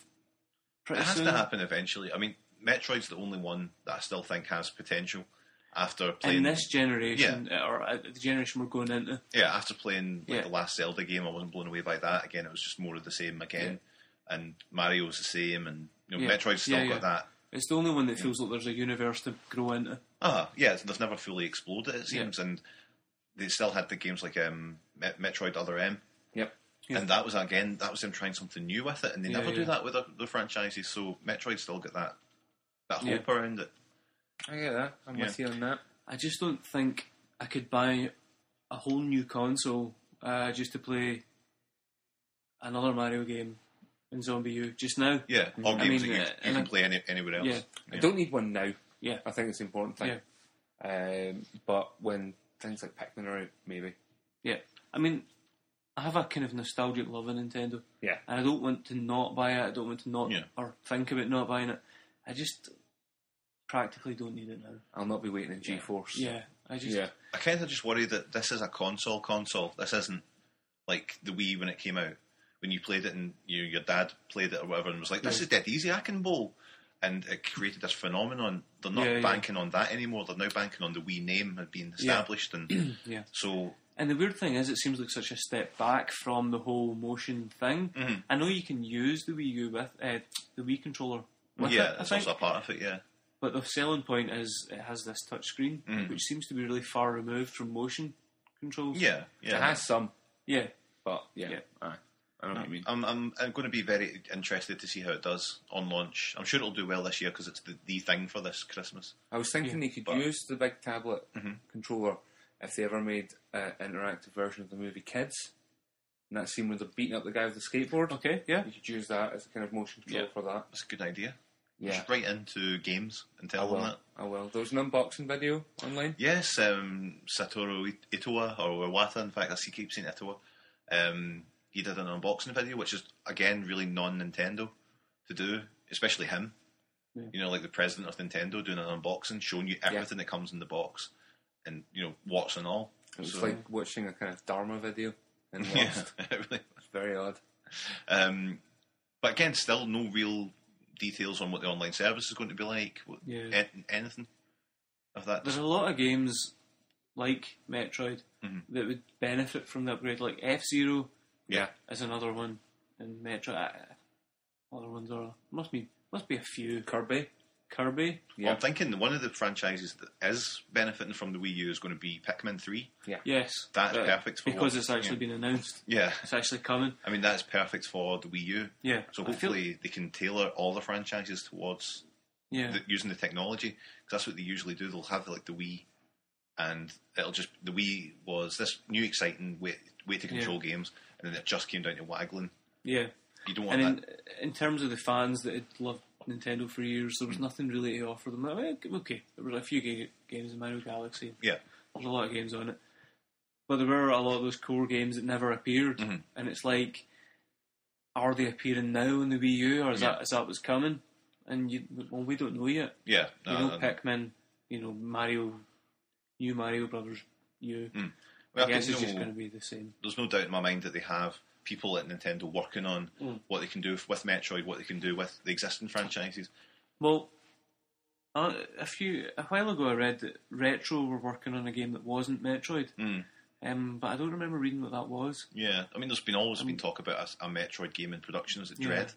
Speaker 4: pretty
Speaker 2: has
Speaker 4: soon.
Speaker 2: to happen eventually. I mean, Metroid's the only one that I still think has potential. After playing,
Speaker 4: In this generation, or uh, the generation we're going into,
Speaker 2: yeah, after playing like
Speaker 4: Yeah.
Speaker 2: the last Zelda game, I wasn't blown away by that. Again, it was just more of the same again. And Mario's the same, and you know,
Speaker 4: Yeah.
Speaker 2: Metroid's still
Speaker 4: Yeah,
Speaker 2: got
Speaker 4: yeah.
Speaker 2: that.
Speaker 4: it's the only one that feels like there's a universe to grow into.
Speaker 2: Ah, yeah, they've never fully explored it. It seems, and they still had the games like um, Met- Metroid Other M,
Speaker 3: Yep.
Speaker 4: Yeah.
Speaker 2: and that was again that was them trying something new with it, and they
Speaker 4: Yeah,
Speaker 2: never do
Speaker 4: yeah.
Speaker 2: that with their, their franchises. So Metroid still got that that
Speaker 4: Yeah.
Speaker 2: hope around it.
Speaker 3: I get that. I'm with you on that.
Speaker 4: I just don't think I could buy a whole new console uh, just to play another Mario game in Zombie U just now.
Speaker 2: Yeah, or games
Speaker 4: mean,
Speaker 2: that you,
Speaker 4: uh,
Speaker 2: you can
Speaker 4: and I-
Speaker 2: play any, anywhere else.
Speaker 4: yeah.
Speaker 3: I don't need one now.
Speaker 4: Yeah.
Speaker 3: I think it's the important thing. Um, but when things like Pikmin are out, maybe.
Speaker 4: Yeah. I mean, I have a kind of nostalgic love of Nintendo.
Speaker 3: Yeah.
Speaker 4: And I don't want to not buy it. I don't want to not,
Speaker 2: Yeah.
Speaker 4: or think about not buying it. I just practically don't need it now.
Speaker 3: I'll not be waiting in G-Force.
Speaker 4: Yeah. I just.
Speaker 3: Yeah.
Speaker 2: I kind of just worry that this is a console console. This isn't like the Wii when it came out. When you played it and you, your dad played it or whatever, and was like, "This is dead easy. I can bowl," and it created this phenomenon. They're not
Speaker 4: Yeah, yeah.
Speaker 2: banking on that anymore. They're now banking on the Wii name had been established, and
Speaker 4: Yeah.
Speaker 2: so
Speaker 4: And the weird thing is, it seems like such a step back from the whole motion thing.
Speaker 2: Mm-hmm.
Speaker 4: I know you can use the Wii U with uh, the Wii controller. With
Speaker 2: yeah,
Speaker 4: it, I
Speaker 2: that's
Speaker 4: think.
Speaker 2: also a part of it. Yeah,
Speaker 4: But the selling point is it has this touch screen, which seems to be really far removed from motion controls.
Speaker 2: Mm-hmm. yeah, yeah.
Speaker 3: It has some,
Speaker 4: yeah,
Speaker 3: but yeah.
Speaker 4: Yeah.
Speaker 3: Aye. I know what you mean.
Speaker 2: I'm, I'm, I'm going to be very interested to see how it does on launch. I'm sure it'll do well this year because it's the, the thing for this Christmas.
Speaker 3: I was thinking they could
Speaker 2: but-
Speaker 3: use the big tablet controller if they ever made an interactive version of the movie Kids. And that scene where they're beating up the guy with the skateboard.
Speaker 4: Okay, yeah.
Speaker 3: You could use that as a kind of motion control
Speaker 4: Yeah.
Speaker 3: for that.
Speaker 2: That's a good idea.
Speaker 3: Yeah.
Speaker 2: Just right into games and
Speaker 3: I
Speaker 2: tell them
Speaker 3: will.
Speaker 2: that.
Speaker 3: I will. There was an unboxing video online.
Speaker 2: Yes, um, Satoru It- Itoa or Iwata. In fact, I see keep saying Itoa. Um, he did an unboxing video, which is again really non-Nintendo to do, especially him. You know, like the president of Nintendo doing an unboxing, showing you everything that comes in the box, and you know what's and all.
Speaker 3: It was
Speaker 2: So-
Speaker 3: like watching a kind of Dharma video. And
Speaker 2: yeah,
Speaker 3: lost.
Speaker 2: it really
Speaker 3: It's very odd.
Speaker 2: Um, but again, still no real details on what the online service is going to be like. what-
Speaker 4: Yeah.
Speaker 2: an- anything of that.
Speaker 4: There's a lot of games like Metroid that would benefit from the upgrade, like F Zero
Speaker 2: Mm-hmm. Yeah.
Speaker 4: is another one, and Metroid. I- Other ones are must be must be a few. Kirby, Kirby.
Speaker 2: Well, I'm thinking that one of the franchises that is benefiting from the Wii U is going to be Pikmin 3.
Speaker 4: Yes,
Speaker 2: That's
Speaker 4: Uh,
Speaker 2: perfect for
Speaker 4: because
Speaker 2: what-
Speaker 4: it's actually been announced.
Speaker 2: Yeah.
Speaker 4: It's actually coming.
Speaker 2: I mean, that's perfect for the Wii U.
Speaker 4: Yeah,
Speaker 2: So
Speaker 4: I feel-
Speaker 2: hopefully they can tailor all the franchises towards
Speaker 4: Yeah,
Speaker 2: the, using the technology because that's what they usually do. They'll have like the Wii, and it'll just the Wii was this new exciting way way to control games, and then it just came down to waggling.
Speaker 4: yeah.
Speaker 2: You don't want
Speaker 4: And
Speaker 2: that.
Speaker 4: in, in terms of the fans that had loved Nintendo for years,
Speaker 2: Mm.
Speaker 4: there was nothing really to offer them. I mean, okay, there were a few ga- games in Mario Galaxy.
Speaker 2: Yeah.
Speaker 4: There's a lot of games on it, But there were a lot of those core games that never appeared,
Speaker 2: Mm-hmm.
Speaker 4: and it's like, are they appearing now on the Wii U, or is that is that what's coming? And you, well, we don't know yet.
Speaker 2: Yeah, Uh,
Speaker 4: You
Speaker 2: no,
Speaker 4: know,
Speaker 2: no, no.
Speaker 4: Pikmin, you know Mario, new Mario Brothers, you.
Speaker 2: Hmm. Well,
Speaker 4: I guess
Speaker 2: think
Speaker 4: it's just
Speaker 2: no-
Speaker 4: going to be the same.
Speaker 2: there's no doubt in my mind that they have people at Nintendo working on
Speaker 4: Hmm.
Speaker 2: what they can do with Metroid, what they can do with the existing franchises.
Speaker 4: Well, uh, a few a while ago, I read that Retro were working on a game that wasn't Metroid,
Speaker 2: Hmm.
Speaker 4: um, but I don't remember reading what that was.
Speaker 2: Yeah, I mean, there's been
Speaker 4: Um,
Speaker 2: always been talk about a s- a, Metroid game in production. Is it Dread?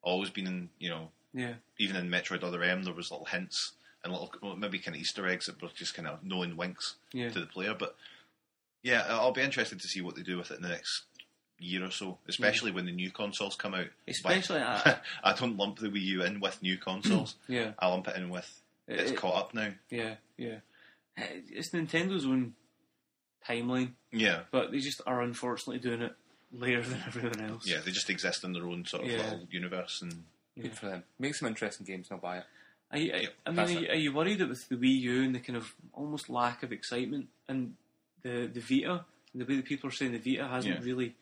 Speaker 2: Always been in, you know,
Speaker 4: Yeah,
Speaker 2: even in Metroid Other M, there was little hints and little well, maybe kind of Easter eggs that were just kind of knowing winks
Speaker 4: Yeah.
Speaker 2: to the player. But yeah, I- I'll be interested to see what they do with it in the next year or so, especially when the new consoles come out.
Speaker 4: Especially,
Speaker 2: I,
Speaker 4: I-
Speaker 2: I don't lump the Wii U in with new consoles.
Speaker 4: Yeah.
Speaker 2: I lump it in with it's
Speaker 4: It-
Speaker 2: caught up now.
Speaker 4: yeah, yeah. It's Nintendo's own timeline,
Speaker 2: Yeah.
Speaker 4: but they just are unfortunately doing it later than everyone else.
Speaker 2: Yeah, they just exist in their own sort of
Speaker 4: Yeah.
Speaker 2: little universe, and
Speaker 3: Good for them. Make some interesting games and I'll buy it.
Speaker 4: Are you, I- I mean, are
Speaker 3: that's
Speaker 4: you,
Speaker 3: it.
Speaker 4: are you worried that with the Wii U and the kind of almost lack of excitement and the the Vita, the way that people are saying the Vita hasn't
Speaker 2: Yeah.
Speaker 4: really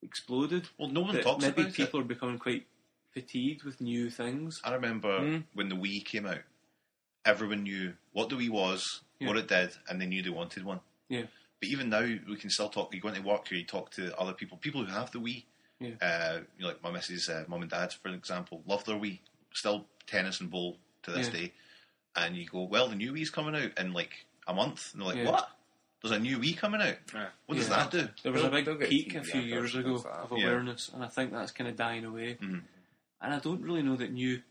Speaker 4: exploded?
Speaker 2: well, no one
Speaker 4: that
Speaker 2: talks
Speaker 4: maybe
Speaker 2: about it.
Speaker 4: people are becoming quite fatigued with new things.
Speaker 2: I remember
Speaker 4: Hmm?
Speaker 2: when the Wii came out, everyone knew what the Wii was, what
Speaker 4: Yeah.
Speaker 2: it did, and they knew they wanted one.
Speaker 4: Yeah,
Speaker 2: But even now, we can still talk. You go into work, or you talk to other people, people who have the Wii.
Speaker 4: Yeah.
Speaker 2: Uh, you know, like my missus, uh, mum and dad, for example, love their Wii. Still tennis and bowl to this
Speaker 4: Yeah.
Speaker 2: day. And you go, well, the new Wii's coming out in like a month, and they're like,
Speaker 4: Yeah.
Speaker 2: what? There's a new Wii coming out. What does
Speaker 4: Yeah.
Speaker 2: that do?
Speaker 4: there was a
Speaker 3: They'll-
Speaker 4: big
Speaker 3: they'll get
Speaker 4: peak
Speaker 3: TV
Speaker 4: a few
Speaker 3: adverts
Speaker 4: years
Speaker 3: and
Speaker 4: ago
Speaker 3: stuff like
Speaker 4: of
Speaker 3: that. Mm-hmm.
Speaker 2: Yeah.
Speaker 4: awareness, and I think that's kind of dying away. And I don't really know that new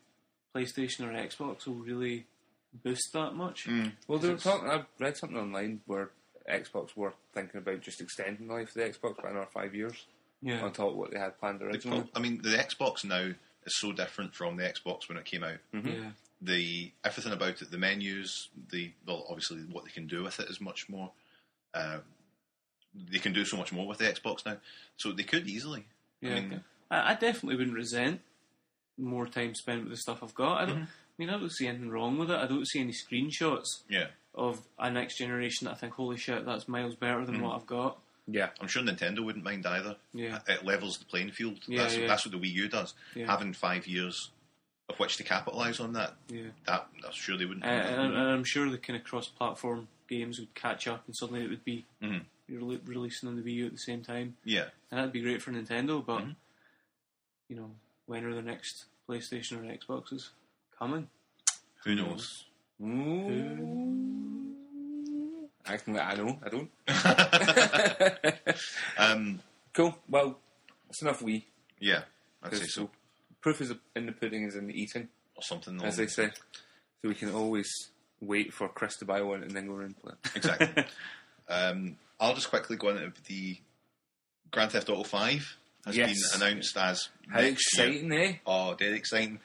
Speaker 4: PlayStation or Xbox will really boost that much.
Speaker 3: Well, they were talking. I read something online where Xbox were thinking about just extending the life of the Xbox by another five years
Speaker 4: Yeah,
Speaker 3: on top of what they had planned originally.
Speaker 2: I mean, the Xbox now is so different from the Xbox when it came out.
Speaker 4: yeah,
Speaker 2: The everything about it, the menus, the well, obviously what they can do with it is much more. Uh, they can do so much more with the Xbox now, so they could easily.
Speaker 4: yeah. I,
Speaker 2: mean-
Speaker 4: I, definitely wouldn't resent more time spent with the stuff I've got. I don't. I mean, I don't see anything wrong with it. I don't see any screenshots
Speaker 2: Yeah,
Speaker 4: of a next generation that I think, holy shit, that's miles better than what I've got.
Speaker 3: Yeah,
Speaker 2: I'm sure Nintendo wouldn't mind either.
Speaker 4: Yeah.
Speaker 2: it levels the playing field.
Speaker 4: Yeah,
Speaker 2: that's,
Speaker 4: yeah.
Speaker 2: that's what the Wii U does.
Speaker 4: Yeah.
Speaker 2: Having five years of which to capitalise on that,
Speaker 4: Yeah.
Speaker 2: that I'm sure they wouldn't.
Speaker 4: Uh,
Speaker 2: mind that.
Speaker 4: and, and I'm sure the kind of cross-platform games would catch up, and suddenly it would be rele- releasing on the Wii U at the same time,
Speaker 2: yeah,
Speaker 4: and that'd be great for Nintendo. But you know, when are the next PlayStation or Xboxes coming?
Speaker 2: who
Speaker 4: Mm-hmm.
Speaker 2: knows?
Speaker 3: I can. I know. I don't.
Speaker 2: Um,
Speaker 3: Cool. Well, that's enough. We
Speaker 2: yeah, I'd say so,
Speaker 3: proof is in the pudding is in the eating,
Speaker 2: or something.
Speaker 3: as
Speaker 2: along-
Speaker 3: they say. So we can always wait for Chris to buy one and then go around and play. it.
Speaker 2: Exactly. um, I'll just quickly go into the Grand Theft Auto Five has
Speaker 3: Yes.
Speaker 2: been announced as
Speaker 3: How
Speaker 2: next year.
Speaker 3: exciting, eh?
Speaker 2: Oh, dead exciting!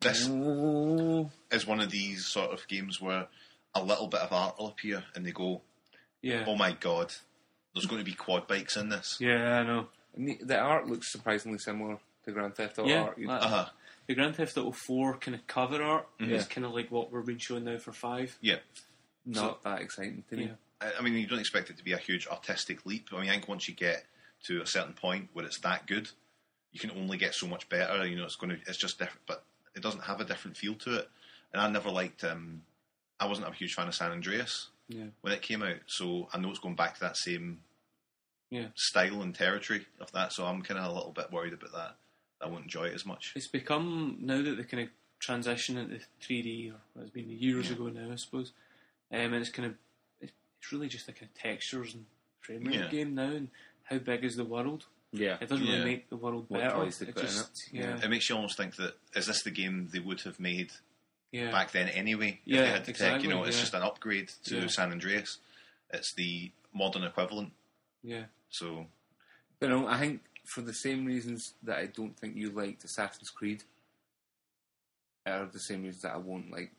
Speaker 2: This
Speaker 3: Oh,
Speaker 2: is one of these sort of games where a little bit of art will appear, and they go,
Speaker 4: Yeah,
Speaker 2: "Oh my god, there's going to be quad bikes in this."
Speaker 4: yeah, I know.
Speaker 3: And the- the art looks surprisingly similar to Grand Theft Auto
Speaker 4: Yeah,
Speaker 3: art. You-
Speaker 4: like-
Speaker 2: Uh huh.
Speaker 4: The Grand Theft Auto Four kind of cover art is
Speaker 3: Yeah.
Speaker 4: kind of like what we've been showing now for five.
Speaker 2: Yeah.
Speaker 3: not that exciting to me.
Speaker 4: Yeah.
Speaker 2: I I mean, you don't expect it to be a huge artistic leap. I mean, I think once you get to a certain point where it's that good, you can only get so much better. You know, it's going to, it's just different, but it doesn't have a different feel to it. And I never liked, um, I wasn't a huge fan of San Andreas
Speaker 4: Yeah,
Speaker 2: when it came out, so I know it's going back to that same
Speaker 4: yeah.
Speaker 2: style and territory of that. So I'm kind of a little bit worried about that. I won't enjoy it as much.
Speaker 4: It's become now that the kind of transition into 3D, or it's been years ago now, I suppose. Um, and it's kind of it's it's really just a kind of textures and frame rate
Speaker 2: Yeah.
Speaker 4: game now. And how big is the world?
Speaker 3: Yeah.
Speaker 4: It doesn't
Speaker 2: Yeah.
Speaker 4: really make the world
Speaker 3: What
Speaker 4: better.
Speaker 3: toys they
Speaker 4: It
Speaker 3: put in
Speaker 4: just
Speaker 3: it.
Speaker 4: yeah,
Speaker 2: It makes you almost think that is this the game they would have made
Speaker 4: yeah,
Speaker 2: back then anyway. If
Speaker 4: Yeah,
Speaker 2: they had the tech, you
Speaker 4: exactly,
Speaker 2: know, it's
Speaker 4: yeah.
Speaker 2: just an upgrade to
Speaker 4: Yeah.
Speaker 2: San Andreas. It's the modern equivalent.
Speaker 4: yeah,
Speaker 2: So
Speaker 3: You know, I think for the same reasons that I don't think you liked Assassin's Creed, are the same reasons that I won't like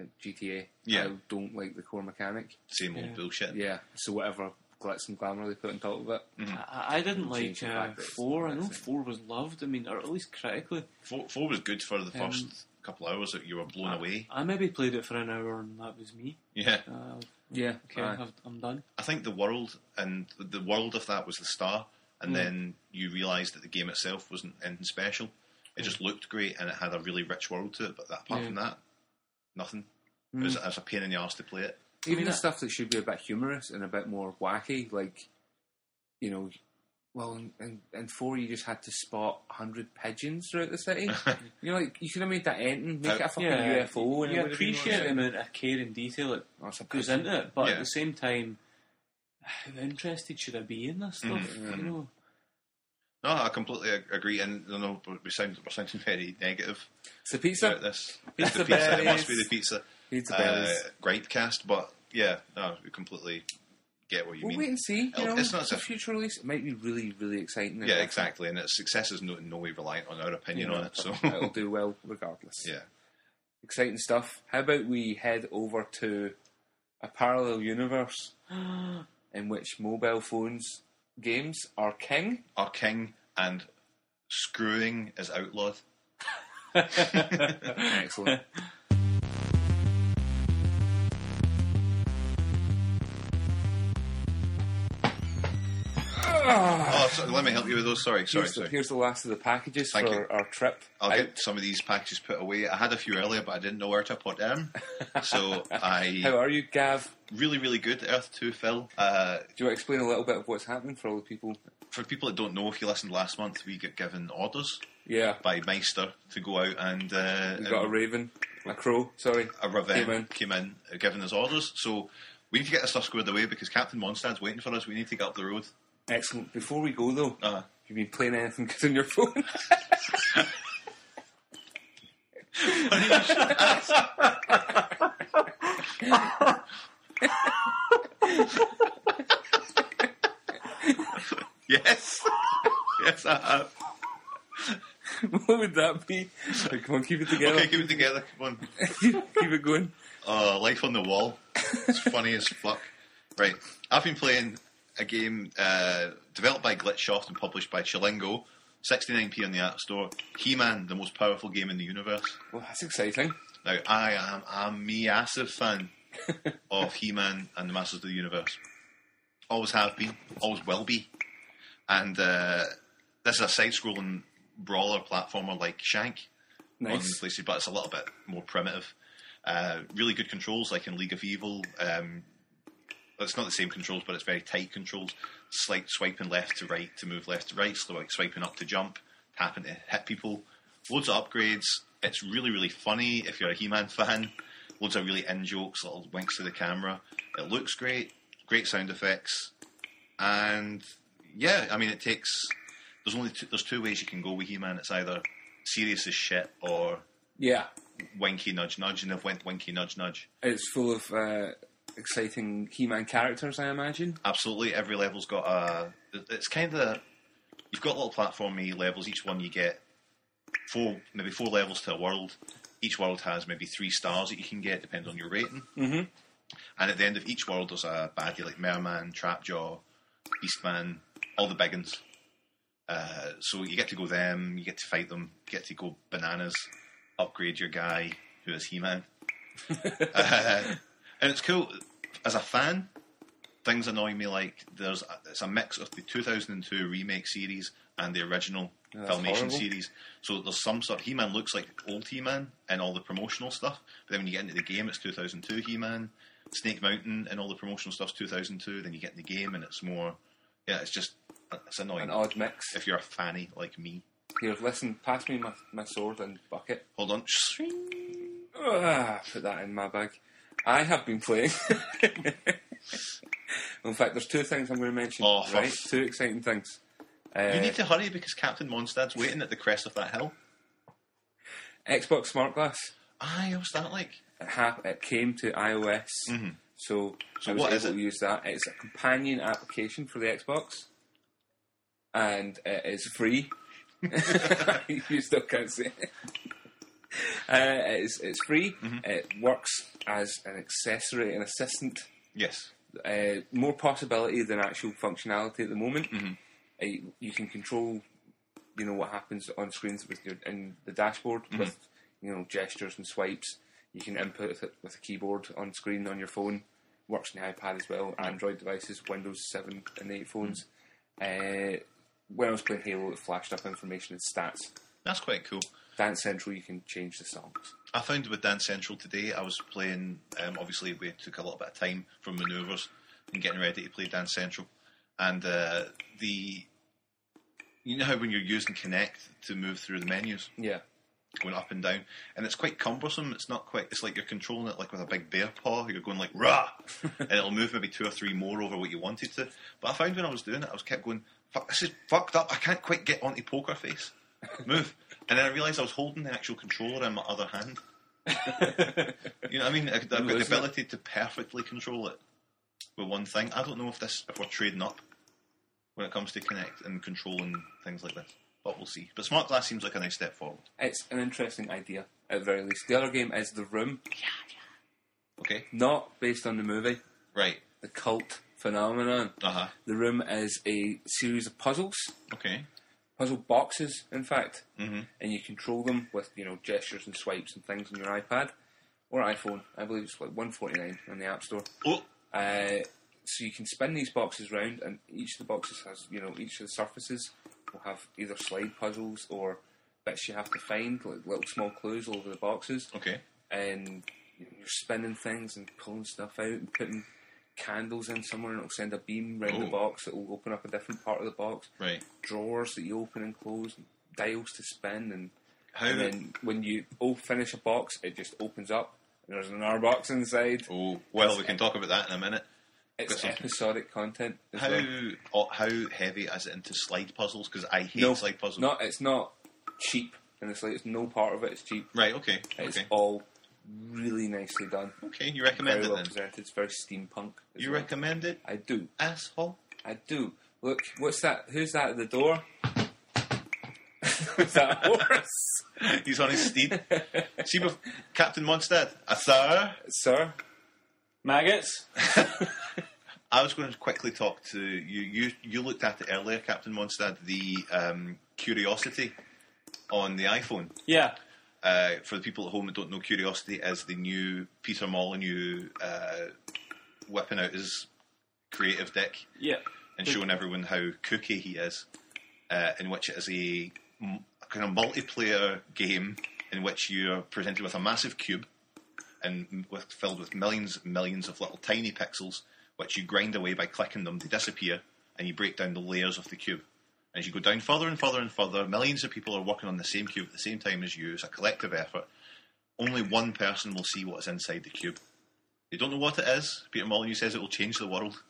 Speaker 3: uh, GTA.
Speaker 2: Yeah.
Speaker 3: I don't like the core mechanic.
Speaker 2: same old
Speaker 4: Yeah. Mm.
Speaker 2: bullshit.
Speaker 3: Yeah. So whatever glitz and glamour they put on top of it.
Speaker 4: I, I didn't
Speaker 3: Change
Speaker 4: like
Speaker 3: the
Speaker 4: uh,
Speaker 3: fact that it's
Speaker 4: four. I
Speaker 3: not
Speaker 4: know
Speaker 3: that
Speaker 4: four was loved. I mean, or at least critically. Um,
Speaker 2: Four, four was good for the first couple of hours that you were
Speaker 4: uh,
Speaker 2: blown away.
Speaker 4: I maybe played it for an hour and that was me.
Speaker 2: Yeah,
Speaker 4: Uh,
Speaker 3: Yeah.
Speaker 4: okay,
Speaker 3: aye.
Speaker 4: I've, I'm done.
Speaker 2: I think the world and the world of that was the star, and then you realised that the game itself wasn't anything special. It just looked great and it had a really rich world to it, but that, apart
Speaker 4: Yeah. Mm.
Speaker 2: from that, nothing. It, was, it was a pain in the arse to play it.
Speaker 3: Even
Speaker 4: mean,
Speaker 3: the
Speaker 4: that-
Speaker 3: stuff that should be a bit humorous and a bit more wacky, like, you know, well, in, in, in four you just had to spot 100 pigeons throughout the city. you know, like, you could have made that ending, make it a fucking UFO, and it would
Speaker 4: you
Speaker 3: have been
Speaker 4: appreciate
Speaker 3: like-
Speaker 4: the amount of care and detail that
Speaker 3: Oh, it's a
Speaker 4: goes
Speaker 3: pigeon.
Speaker 4: into it, but
Speaker 2: Yeah.
Speaker 4: at the same time, how interested should I be in this stuff? You know,
Speaker 2: No, I completely ag- agree, and you know, we sound we're sounding very negative
Speaker 3: It's the pizza.
Speaker 2: about this.
Speaker 3: Pizza
Speaker 2: the pizza, it must be
Speaker 3: berries.
Speaker 2: the pizza,
Speaker 3: Pizza
Speaker 2: uh,
Speaker 3: berries.
Speaker 2: grindcast, but yeah, no, we completely get what you
Speaker 3: We'll
Speaker 2: mean.
Speaker 3: wait and see. You
Speaker 2: It'll-
Speaker 3: know,
Speaker 2: it's not
Speaker 3: the
Speaker 2: a-
Speaker 3: future release it might be really, really exciting. and
Speaker 2: Yeah,
Speaker 3: different.
Speaker 2: exactly. And its success is no, in no way reliant on our
Speaker 3: You
Speaker 2: opinion
Speaker 3: know,
Speaker 2: on it. So,
Speaker 3: it'll uh, do well regardless.
Speaker 2: yeah.
Speaker 3: Exciting stuff. How about we head over to a parallel universe in which mobile phones games are king?
Speaker 2: Our king and screwing is outlawed.
Speaker 3: Excellent. Ah.
Speaker 2: Oh, so, let me help you with those. Sorry, sorry,
Speaker 3: here's, the,
Speaker 2: sorry.
Speaker 3: here's the last of the packages
Speaker 2: Thank
Speaker 3: for
Speaker 2: you.
Speaker 3: our trip.
Speaker 2: I'll
Speaker 3: out.
Speaker 2: get some of these packages put away. I had a few earlier, but I didn't know where to put them. So
Speaker 3: How
Speaker 2: I
Speaker 3: are you, Gav?
Speaker 2: really, really good. Earth Two, Phil. Uh,
Speaker 3: Do you want to explain a little bit of what's happening for all the people?
Speaker 2: for people that don't know, if you listened last month, we get given orders
Speaker 3: Yeah,
Speaker 2: by Meister to go out and uh,
Speaker 3: we got a
Speaker 2: and
Speaker 3: raven, a crow. Sorry,
Speaker 2: a Raven came
Speaker 3: came in.
Speaker 2: in, uh, giving us orders. So we need to get this stuff squared away because Captain Monstad's waiting for us. We need to get up the road.
Speaker 3: Excellent. Before we go though,
Speaker 2: Uh,
Speaker 3: have you been playing anything good on your phone?
Speaker 2: yes, yes, uh, I have.
Speaker 3: what would that be? Like, come on, keep it together.
Speaker 2: Okay, keep it together. Come on.
Speaker 3: keep it going.
Speaker 2: Uh, Life on the Wall. It's funny as fuck. Right. I've been playing a game uh, developed by Glitchsoft and published by Chilingo. 69p on the App Store. He Man, the most powerful game in the universe.
Speaker 3: Well, that's exciting.
Speaker 2: Now, I am a massive fan of He Man and the Masters of the Universe. Always have been, always will be. And uh, this is a side scrolling brawler platformer like Shank on
Speaker 3: Nice.
Speaker 2: PlayStation, but it's a little bit more primitive. Uh, really good controls, like in League of Evil. Um, it's not the same controls, but it's very tight controls. Slight swiping left to right to move left to right, slow swiping up to jump, tapping to hit people. Loads of upgrades. It's really, really funny if you're a He Man fan. Loads of really in jokes, little winks to the camera. It looks great, great sound effects, and yeah, I mean, it takes. There's only two, there's two ways you can go with He Man. It's either serious as shit or
Speaker 3: Yeah,
Speaker 2: winky nudge nudge, and they've went winky nudge nudge.
Speaker 3: it's full of uh, exciting He-Man characters, I imagine.
Speaker 2: Absolutely, every level's got a. It's kind of you've got little platformy levels. Each one you get four, maybe four levels to a world. Each world has maybe three stars that you can get, depending on your rating. Mm-hmm. And at the end of each world, there's a baddie like Merman, Trapjaw, Beastman, all the big uns. Uh, so you get to go them, you get to fight them, you get to go bananas, upgrade your guy who is He-Man, Uh, and it's cool. As a fan, things annoy me like there's a, it's a mix of the 2002 remake series and the original
Speaker 3: that's
Speaker 2: filmation
Speaker 3: horrible.
Speaker 2: series. So there's some sort. He Man looks like old He Man and all the promotional stuff. But then when you get into the game, it's 2002 He Man, Snake Mountain, and all the promotional stuff's 2002. Then you get in the game, and it's more. Yeah, it's just it's annoying.
Speaker 3: An odd mix.
Speaker 2: if you're a fanny like me,
Speaker 3: Here, listen, pass me my, my sword and bucket.
Speaker 2: hold on.
Speaker 3: Ah, put that in my bag. I have been playing. in fact, there's two things I'm going to mention.
Speaker 2: Oh, for
Speaker 3: right,
Speaker 2: f-
Speaker 3: two exciting things. Uh,
Speaker 2: You need to hurry because Captain Mondstad's waiting at the crest of that hill.
Speaker 3: Uh, Xbox Smart Glass.
Speaker 2: Aye, what's that like?
Speaker 3: It, hap- it came to iOS, so, I was
Speaker 2: Mm-hmm. what
Speaker 3: able
Speaker 2: is it?
Speaker 3: to use that. It's a companion application for the Xbox, and it is free. you still can't see it. Uh, it's, it's free.
Speaker 2: Mm-hmm.
Speaker 3: It works as an accessory, an assistant
Speaker 2: Yes.
Speaker 3: uh, more possibility than actual functionality at the moment. Uh, you- you can control, you know, what happens on screens with your in the dashboard with you know gestures and swipes. You can input it with a keyboard on screen on your phone. Works on the iPad as well. Android devices, Windows Seven and Eight phones. Uh, when I was playing Halo, it flashed up information and stats.
Speaker 2: That's quite cool.
Speaker 3: Dance Central, you can change the songs.
Speaker 2: I found with Dance Central today, I was playing. Um, obviously, we took a little bit of time from manoeuvres and getting ready to play Dance Central, and uh, the you know how when you're using Connect to move through the menus,
Speaker 3: Yeah.
Speaker 2: going up and down, and it's quite cumbersome. It's not quite. It's like you're controlling it like with a big bear paw. You're going like rah, and it'll move maybe two or three more over what you wanted to. But I found when I was doing it, I was kept going. Fuck, this is fucked up. I can't quite get onto poker face. Move, and then I realised I was holding the actual controller in my other hand. you know, what I mean, I- I've got the
Speaker 3: losing it.
Speaker 2: ability to perfectly control it with one thing. I don't know if this if we're trading up when it comes to connect and controlling things like this, but we'll see. But smart glass seems like a nice step forward.
Speaker 3: It's an interesting idea, at the very least. The other game is The Room,
Speaker 2: Okay,
Speaker 3: not based on the movie,
Speaker 2: right.
Speaker 3: the cult phenomenon.
Speaker 2: Uh huh.
Speaker 3: The Room is a series of puzzles,
Speaker 2: Okay.
Speaker 3: puzzle boxes, in fact, mm-hmm. and you control them with you know gestures and swipes and things on your iPad or iPhone. I believe it's like 149 on the App Store.
Speaker 2: Oh,
Speaker 3: Uh, so you can spin these boxes round, and each of the boxes has, you know, each of the surfaces will have either slide puzzles or bits you have to find, like little small clues all over the boxes.
Speaker 2: okay.
Speaker 3: And you know, you're spinning things and pulling stuff out and putting candles in somewhere, and it'll send a beam round
Speaker 2: Oh.
Speaker 3: the box that will open up a different part of the box.
Speaker 2: Right.
Speaker 3: Drawers that you open and close, and dials to spin, and,
Speaker 2: How?
Speaker 3: and then when you all finish a box, it just opens up. and There's another box inside.
Speaker 2: oh, well, we can talk about that in a minute.
Speaker 3: It's
Speaker 2: Got some-
Speaker 3: episodic content. as
Speaker 2: How
Speaker 3: well.
Speaker 2: oh, how heavy is it into slide puzzles? Because I hate
Speaker 3: No,
Speaker 2: slide puzzles.
Speaker 3: Not, it's not cheap, and it's like it's no part of it is cheap.
Speaker 2: right. Okay.
Speaker 3: It's
Speaker 2: Okay.
Speaker 3: all really nicely done,
Speaker 2: Okay. You recommend
Speaker 3: very
Speaker 2: it
Speaker 3: well
Speaker 2: then?
Speaker 3: presented. It's very steampunk. as
Speaker 2: You
Speaker 3: well.
Speaker 2: recommend it,
Speaker 3: I do,
Speaker 2: asshole?
Speaker 3: I do. Look, what's that? Who's that at the door? Is that a horse,
Speaker 2: He's on his steed. See, bef- Captain Mondstadt. Uh, sir,
Speaker 3: sir?
Speaker 4: Maggots?
Speaker 2: I was going to quickly talk to you. You you looked at it earlier, Captain Mondstadt. The um, Curiosity on the iPhone.
Speaker 4: Yeah.
Speaker 2: uh, for the people at home that don't know, Curiosity is the new Peter Molyneux uh, whipping out his creative dick
Speaker 4: Yeah.
Speaker 2: and showing everyone how kooky he is, uh, in which it is a, m- a kind of multiplayer game in which you are presented with a massive cube and m- with, filled with millions and millions of little tiny pixels, which you grind away by clicking them, they disappear, and you break down the layers of the cube. As you go down further and further and further, millions of people are working on the same cube at the same time as you. It's a collective effort. Only one person will see what is inside the cube. They don't know what it is. Peter Molyneux says it will change the world.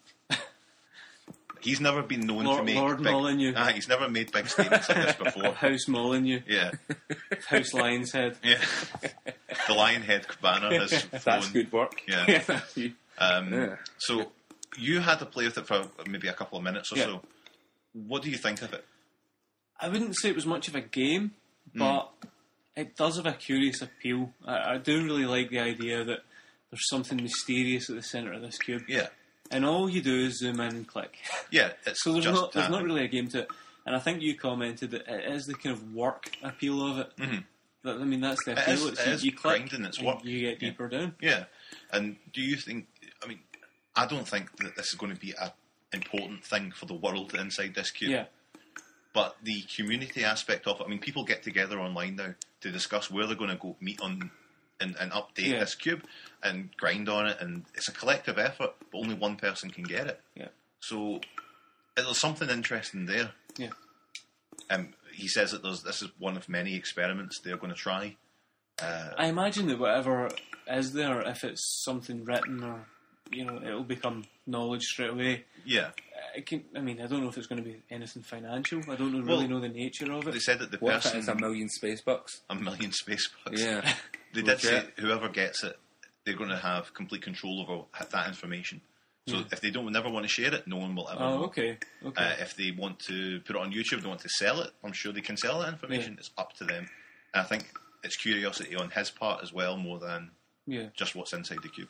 Speaker 2: he's never been known to
Speaker 4: Lord-
Speaker 2: make
Speaker 4: Lord
Speaker 2: big,
Speaker 4: Molyneux.
Speaker 2: Ah, he's never made big statements like this before.
Speaker 4: House Molyneux.
Speaker 2: Yeah,
Speaker 4: House Lion's Head.
Speaker 2: yeah. The Lionhead banner has flown.
Speaker 3: That's good work.
Speaker 2: Yeah. Um,
Speaker 3: Yeah.
Speaker 2: So you had to play with it for maybe a couple of minutes or
Speaker 4: Yeah.
Speaker 2: so. What do you think of it?
Speaker 4: I wouldn't say it was much of a game, but it does have a curious appeal. I, I do really like the idea that there's something mysterious at the centre of this cube,
Speaker 2: Yeah,
Speaker 4: and all you do is zoom in and click.
Speaker 2: yeah. It's
Speaker 4: So there's
Speaker 2: just
Speaker 4: not there's
Speaker 2: that.
Speaker 4: not really a game to it. And I think you commented that it is the kind of work appeal of it. Mm-hmm. That, I mean, that's the appeal.
Speaker 2: is-
Speaker 4: it's
Speaker 2: it
Speaker 4: you-
Speaker 2: is
Speaker 4: you click
Speaker 2: grinding, it's
Speaker 4: and
Speaker 2: work.
Speaker 4: You get
Speaker 2: Yeah.
Speaker 4: deeper down.
Speaker 2: Yeah, and do you think? I mean, I don't think that this is going to be a important thing for the world inside this cube.
Speaker 4: Yeah.
Speaker 2: But the community aspect of it, I mean, people get together online now to discuss where they're going to go meet on and, and update
Speaker 4: Yeah.
Speaker 2: this cube and grind on it. And it's a collective effort, but only one person can get it.
Speaker 4: Yeah.
Speaker 2: So there's something interesting there.
Speaker 4: Yeah.
Speaker 2: Um, he says that there's, this is one of many experiments they're going to try.
Speaker 4: I imagine that whatever is there, if it's something written or you know, it'll become knowledge straight away.
Speaker 2: Yeah.
Speaker 4: I can. I mean, I don't know if it's going to be anything financial. I don't know, really
Speaker 2: Well,
Speaker 4: know the nature of
Speaker 2: They
Speaker 4: it.
Speaker 2: said that the
Speaker 3: What if it
Speaker 2: person
Speaker 3: is a million space bucks?
Speaker 2: a million space bucks.
Speaker 3: Yeah.
Speaker 2: They did say whoever gets it, they're going to have complete control over that information. So if they don't never want to share it, no one will ever.
Speaker 4: Oh,
Speaker 2: know.
Speaker 4: okay, okay.
Speaker 2: Uh, if they want to put it on YouTube, they want to sell it. I'm sure they can sell that information. It's up to them. And I think it's curiosity on his part as well, more than
Speaker 4: yeah,
Speaker 2: just what's inside the cube.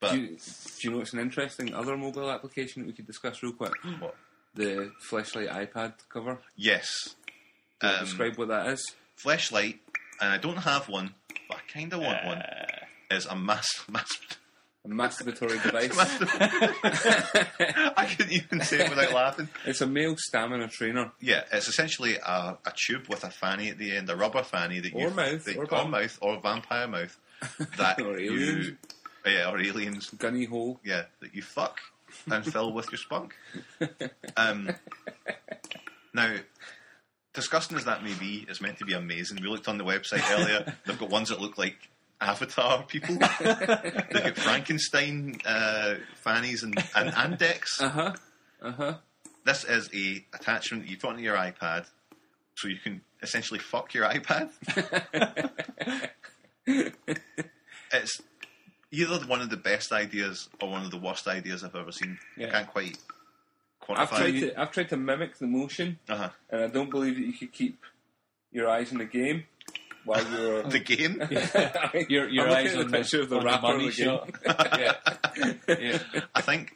Speaker 2: But
Speaker 3: Do you, do you know it's an interesting other mobile application that we could discuss real quick?
Speaker 2: what?
Speaker 3: The flashlight iPad cover.
Speaker 2: Yes, Um,
Speaker 3: Describe what that is.
Speaker 2: flashlight and I don't have one, but I kind of want one,
Speaker 3: Uh.
Speaker 2: is a mass, mass,
Speaker 3: A masturbatory device.
Speaker 2: mass I couldn't even say it without laughing.
Speaker 3: it's a male stamina trainer.
Speaker 2: Yeah, it's essentially a, a tube with a fanny at the end, a rubber fanny that you
Speaker 3: Or mouth,
Speaker 2: that-
Speaker 3: or
Speaker 2: or
Speaker 3: vamp-
Speaker 2: mouth, or vampire mouth that
Speaker 3: Or
Speaker 2: you,
Speaker 3: aliens.
Speaker 2: yeah, or aliens,
Speaker 3: Gunny hole.
Speaker 2: yeah, that you fuck and fill with your spunk. Um, now, disgusting as that may be, it's meant to be amazing. We looked on the website earlier; they've got ones that look like Avatar people. They've got Frankenstein uh, fannies and and, and decks.
Speaker 3: Uh huh. Uh huh.
Speaker 2: This is a attachment that you put onto your iPad, so you can essentially fuck your iPad. it's either one of the best ideas or one of the worst ideas I've ever seen. I
Speaker 3: Yeah.
Speaker 2: can't quite
Speaker 3: I've tried
Speaker 2: quantify. it.
Speaker 3: to Oh. I've tried to mimic the motion,
Speaker 2: Uh-huh.
Speaker 3: and I don't believe that you could keep your eyes in the game while you're.
Speaker 2: The game.
Speaker 4: Your, your
Speaker 3: I'm looking
Speaker 4: eyes
Speaker 3: at the
Speaker 4: on
Speaker 3: picture of the
Speaker 4: on
Speaker 3: rapper
Speaker 4: money
Speaker 3: in the
Speaker 4: shot.
Speaker 3: game.
Speaker 4: yeah. yeah.
Speaker 2: I think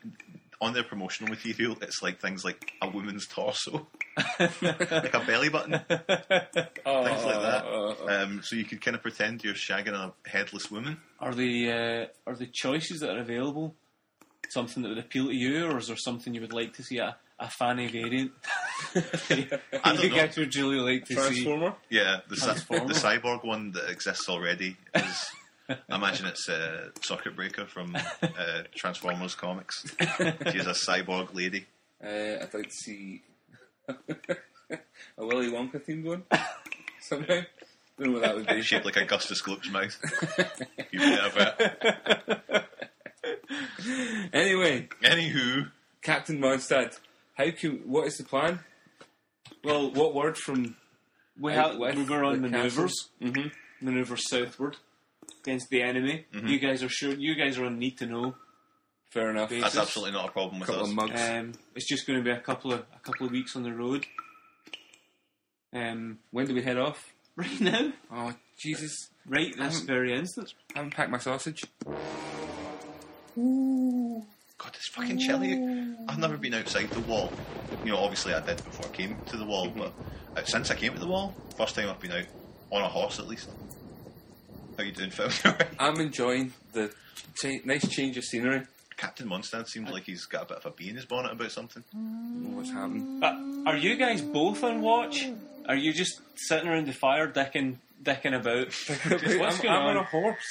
Speaker 2: on their promotional material, it's like things like a woman's torso, like a belly button, things
Speaker 3: Oh,
Speaker 2: like that.
Speaker 3: oh, oh.
Speaker 2: Um, so you could kind of pretend you're shagging a headless woman.
Speaker 4: Are the uh, are the choices that are available something that would appeal to you, or is there something you would like to see a, a fanny variant?
Speaker 2: I
Speaker 4: you
Speaker 2: don't know.
Speaker 4: guys would really like to see.
Speaker 3: Transformer.
Speaker 2: Yeah, the, cy-
Speaker 4: Transformer.
Speaker 2: the cyborg one that exists already is. I imagine it's uh, Circuit Breaker from uh, Transformers comics. She's a cyborg lady.
Speaker 3: Uh, I'd like to see a Willy Wonka themed one. Somehow. Don't know what that would be.
Speaker 2: shaped like Augustus Gloop's mouth. You've heard of it.
Speaker 3: Anyway,
Speaker 2: Anywho,
Speaker 3: Captain Mondstadt, how can? What is the plan? Well, what word from?
Speaker 4: We,
Speaker 3: Out
Speaker 4: ha-
Speaker 3: west,
Speaker 4: we were on
Speaker 3: the
Speaker 4: manoeuvres, mm-hmm. manoeuvres southward against the enemy.
Speaker 3: Mm-hmm.
Speaker 4: You guys are sure. You guys are on need to know.
Speaker 3: Fair enough.
Speaker 2: that's
Speaker 4: Just
Speaker 2: absolutely not a problem with
Speaker 3: couple
Speaker 2: us.
Speaker 3: of mugs.
Speaker 4: Um, it's just going to be a couple of a couple of weeks on the road. Um,
Speaker 3: when do we head off?
Speaker 4: right now,
Speaker 3: Oh Jesus!
Speaker 4: right this
Speaker 3: Um,
Speaker 4: very instant.
Speaker 3: I haven't packed my sausage.
Speaker 2: God, it's fucking chilly. I've never been outside the wall. You know, obviously I did before I came to the wall, but uh, since I came to the wall, first time I've been out on a horse at least. How you doing, Phil?
Speaker 3: I'm enjoying the cha- nice change of scenery.
Speaker 2: Captain Mondstadt seems like he's got a bit of a bee in his bonnet about something.
Speaker 3: What's happened?
Speaker 4: Uh, are you guys both on watch? Are you just sitting around the fire, dicking, dicking about? What's
Speaker 3: I'm,
Speaker 4: going
Speaker 3: I'm on
Speaker 4: on?
Speaker 3: a horse.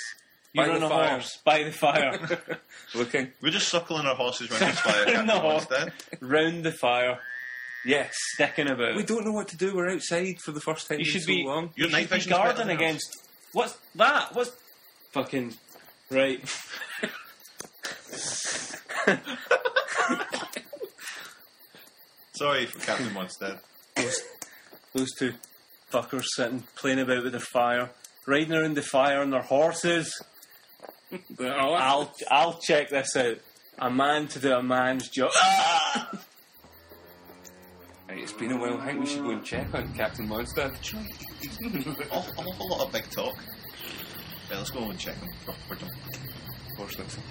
Speaker 4: You're
Speaker 3: by
Speaker 4: on
Speaker 3: the
Speaker 4: a
Speaker 3: fire.
Speaker 4: horse by the fire,
Speaker 3: Looking.
Speaker 2: We're just suckling our horses round this fire, Captain
Speaker 4: No.
Speaker 2: Mondstadt.
Speaker 4: round the fire,
Speaker 3: Yes.
Speaker 4: dicking about.
Speaker 3: We don't know what to do. We're outside for the first time
Speaker 4: you
Speaker 3: in
Speaker 4: should
Speaker 3: so
Speaker 4: be
Speaker 3: long.
Speaker 2: Your
Speaker 4: you
Speaker 2: night
Speaker 4: should be
Speaker 2: vision's better
Speaker 4: guarding
Speaker 2: than ours.
Speaker 4: against. What's that? What's fucking right?
Speaker 2: Sorry for Captain Mondstadt.
Speaker 4: Those two fuckers sitting playing about with the fire, riding around the fire on their horses. I'll I'll check this out. A man to do a man's job.
Speaker 3: Right, it's been a while. I think we should go and check on Captain Monster.
Speaker 2: Awful, awful lot of big talk. Yeah, let's go and check him. Oh, We're done.
Speaker 3: Horse looks up.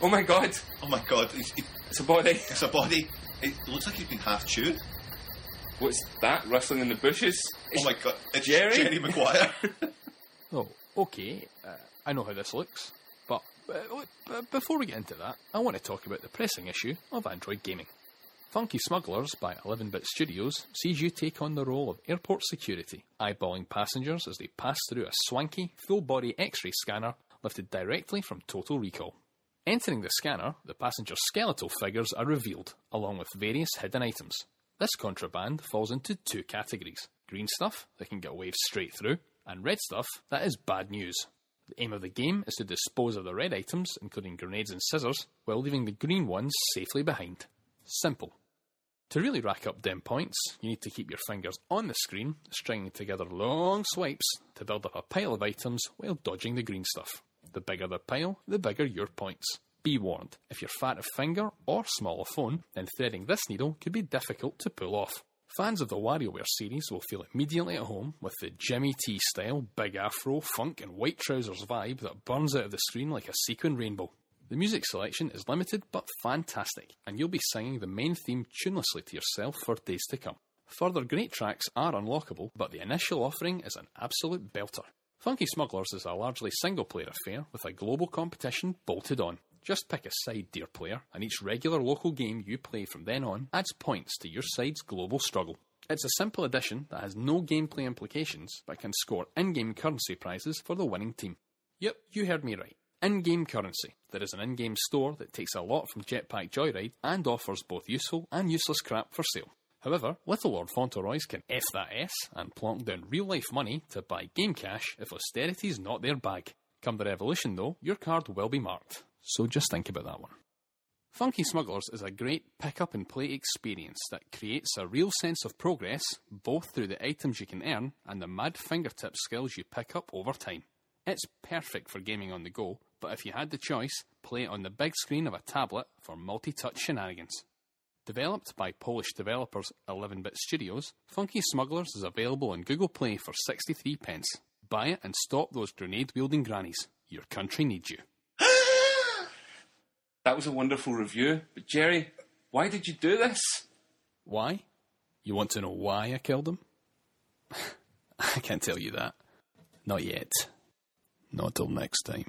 Speaker 3: Oh my god!
Speaker 2: Oh my god, he's, he-
Speaker 3: It's a body.
Speaker 2: it's a body. It looks like he's been half chewed.
Speaker 3: What's that rustling in the bushes?
Speaker 2: Oh my god, it's
Speaker 3: Jerry?
Speaker 2: Jerry Maguire.
Speaker 5: Oh, okay. Uh, I know how this looks. But uh, wait, b- before we get into that, I want to talk about the pressing issue of Android gaming. Funky Smugglers by 11 Bit Studios sees you take on the role of airport security, eyeballing passengers as they pass through a swanky, full body x ray scanner lifted directly from Total Recall. Entering the scanner, the passenger's skeletal figures are revealed, along with various hidden items. This contraband falls into two categories green stuff that can get waved straight through, and red stuff that is bad news. The aim of the game is to dispose of the red items, including grenades and scissors, while leaving the green ones safely behind. Simple. To really rack up them points, you need to keep your fingers on the screen, stringing together long swipes to build up a pile of items while dodging the green stuff. The bigger the pile, the bigger your points. Be warned, if you're fat of finger or small of phone, then threading this needle could be difficult to pull off. Fans of the WarioWare series will feel immediately at home with the Jimmy T style, big afro, funk, and white trousers vibe that burns out of the screen like a sequin rainbow. The music selection is limited but fantastic, and you'll be singing the main theme tunelessly to yourself for days to come. Further great tracks are unlockable, but the initial offering is an absolute belter. Funky Smugglers is a largely single player affair with a global competition bolted on. Just pick a side, dear player, and each regular local game you play from then on adds points to your side's global struggle. It's a simple addition that has no gameplay implications but can score in game currency prizes for the winning team. Yep, you heard me right. In game currency. There is an in game store that takes a lot from Jetpack Joyride and offers both useful and useless crap for sale. However, Little Lord Fauntleroy's can F that S and plonk down real life money to buy game cash if austerity's not their bag. Come the revolution, though, your card will be marked. So just think about that one. Funky Smugglers is a great pick up and play experience that creates a real sense of progress, both through the items you can earn and the mad fingertip skills you pick up over time. It's perfect for gaming on the go, but if you had the choice, play it on the big screen of a tablet for multi touch shenanigans. Developed by Polish developers 11 Bit Studios, Funky Smugglers is available on Google Play for 63 pence. Buy it and stop those grenade wielding grannies. Your country needs you.
Speaker 3: That was a wonderful review, but Jerry, why did you do this?
Speaker 5: Why? You want to know why I killed him? I can't tell you that. Not yet. Not till next time.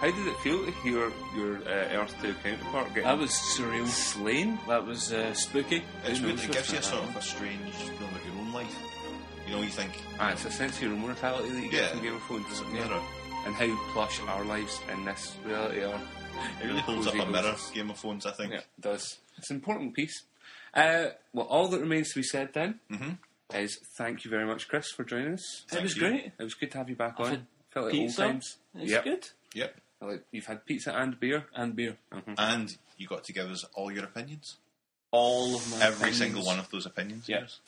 Speaker 3: How did it feel to hear your uh, Earth 2 counterpart getting
Speaker 4: That was surreal.
Speaker 3: slain?
Speaker 4: That was uh, spooky.
Speaker 2: It's
Speaker 3: Who
Speaker 2: weird.
Speaker 3: knows
Speaker 2: It gives you a
Speaker 3: what's
Speaker 2: sort
Speaker 3: gonna
Speaker 2: of a strange feeling of your own life. You know, you think,
Speaker 3: Ah, it's a sense of your own mortality that you get
Speaker 2: Yeah.
Speaker 3: from Game of Thrones.
Speaker 2: there's a
Speaker 3: Yeah.
Speaker 2: mirror.
Speaker 3: And how plush our lives in this reality are.
Speaker 2: It really holds up a
Speaker 3: Cozy
Speaker 2: mirror,
Speaker 3: hosts.
Speaker 2: Game of Phones, I think.
Speaker 3: Yeah, it does. It's an important piece. Uh, well, all that remains to be said then is thank you very much, Chris, for joining us.
Speaker 4: Mm-hmm. It was
Speaker 2: you.
Speaker 4: great.
Speaker 3: It was good to have you back
Speaker 4: I've
Speaker 3: on.
Speaker 4: had
Speaker 3: Felt like
Speaker 4: pizza.
Speaker 3: old times.
Speaker 4: It's
Speaker 3: Yep.
Speaker 4: good.
Speaker 2: Yep.
Speaker 3: Felt Like you've had pizza and beer.
Speaker 4: And beer.
Speaker 2: And you got to give us all your opinions.
Speaker 4: All of my
Speaker 2: Every
Speaker 4: opinions.
Speaker 2: single one of those opinions.
Speaker 4: Yeah.
Speaker 2: yes.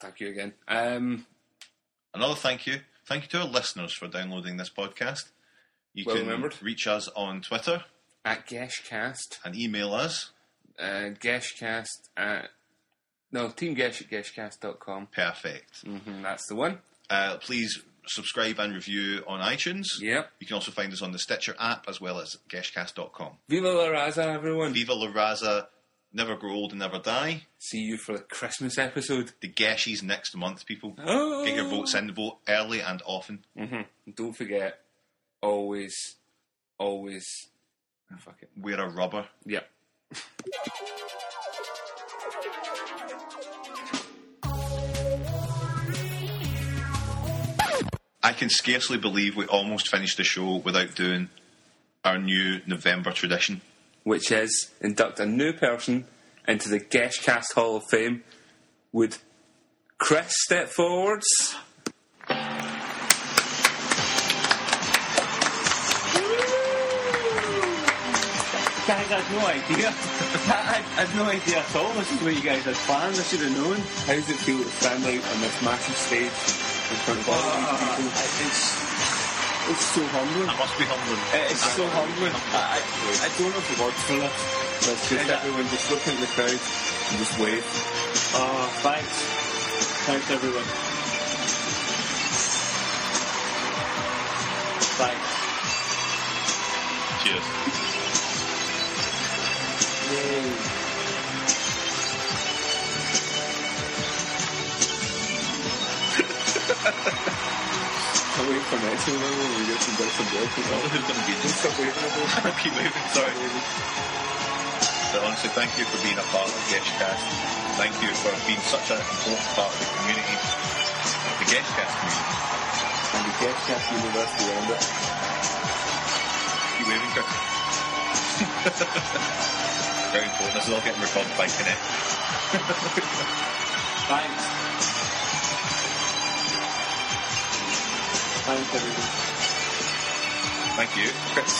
Speaker 3: Thank you again. Um,
Speaker 2: Another thank you. Thank you to our listeners for downloading this podcast. You
Speaker 3: Well
Speaker 2: can
Speaker 3: remembered.
Speaker 2: reach us on Twitter
Speaker 3: at Geshcast,
Speaker 2: and email us.
Speaker 3: uh, Geshcast at no Team Gesh at Geshcast.com.
Speaker 2: Perfect.
Speaker 4: Hmm,
Speaker 3: Mm-hmm, that's the one.
Speaker 2: Uh, please subscribe and review on iTunes.
Speaker 3: Yep.
Speaker 2: You can also find us on the Stitcher app as well as geshcast.com.
Speaker 3: Viva la raza, everyone.
Speaker 2: Viva La Raza, Never Grow Old and Never Die.
Speaker 3: See you for the Christmas episode.
Speaker 2: The Geshies next month, people.
Speaker 3: Oh.
Speaker 2: Get your votes in, vote early and often.
Speaker 3: And Don't forget, always, always. ah, fuck it.
Speaker 2: Wear a rubber.
Speaker 3: Yep.
Speaker 2: I can scarcely believe we almost finished the show without doing our new November tradition.
Speaker 3: Which is induct a new person into the Geshcast Hall of Fame. Would Chris step forwards?
Speaker 4: Guys, I had no idea. I, I, I had no idea at all. This is what you guys had planned. I should have known.
Speaker 3: How does it feel to stand out on this massive stage in front of all
Speaker 4: Ah,
Speaker 3: these people?
Speaker 4: it's, it's so humbling.
Speaker 2: That must be humbling.
Speaker 4: It is so humbling. I, I, I don't have the words for this.
Speaker 3: Let's just everyone just look at the crowd and just wave.
Speaker 4: Oh, thanks. Thanks, everyone. Thanks.
Speaker 2: Cheers.
Speaker 3: Can't wait for next week when we get some bits and bobs.
Speaker 2: Well, who's going to be this?
Speaker 3: Stop waving at us.
Speaker 2: I keep moving, sorry. But honestly, thank you for being a part of Geshcast. Thank you for being such an important part of the community, the Geshcast community.
Speaker 3: And the Geshcast universe around it.
Speaker 2: Keep waving, Chris. Very important. This is all getting recorded by Connect.
Speaker 4: Thanks. Thanks, everyone.
Speaker 2: Thank you, Chris.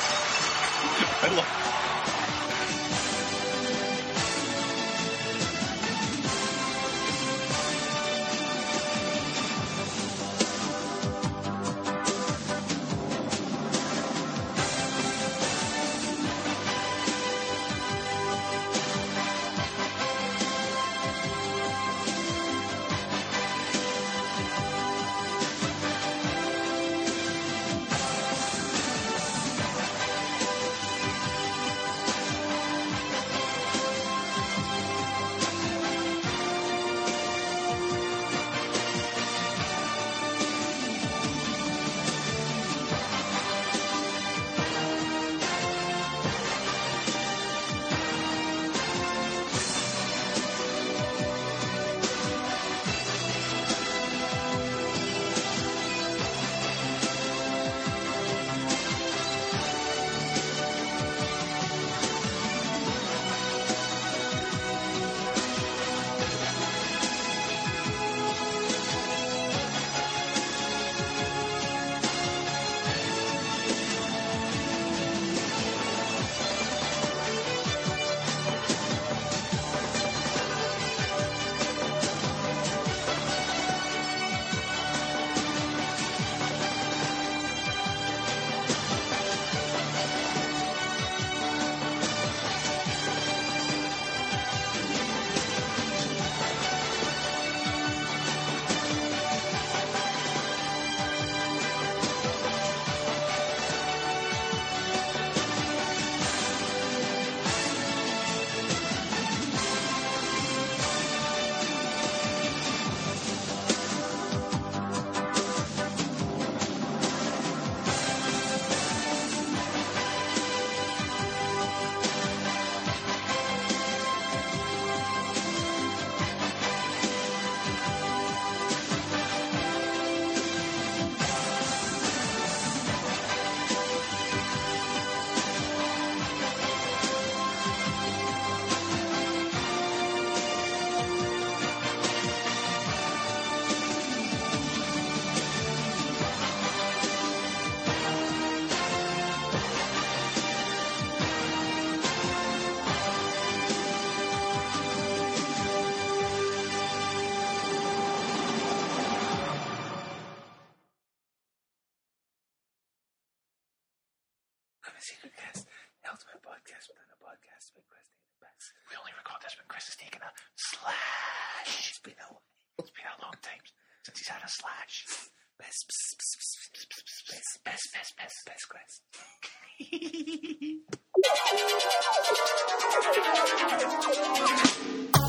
Speaker 2: I love
Speaker 1: Secret Cast, the ultimate podcast within a podcast with Chris David Banks.
Speaker 6: We only record this when Chris has taken a slash. It's been a, it's been a long time since he's had a slash. Best, best, best, best, best, best, Chris.
Speaker 7: I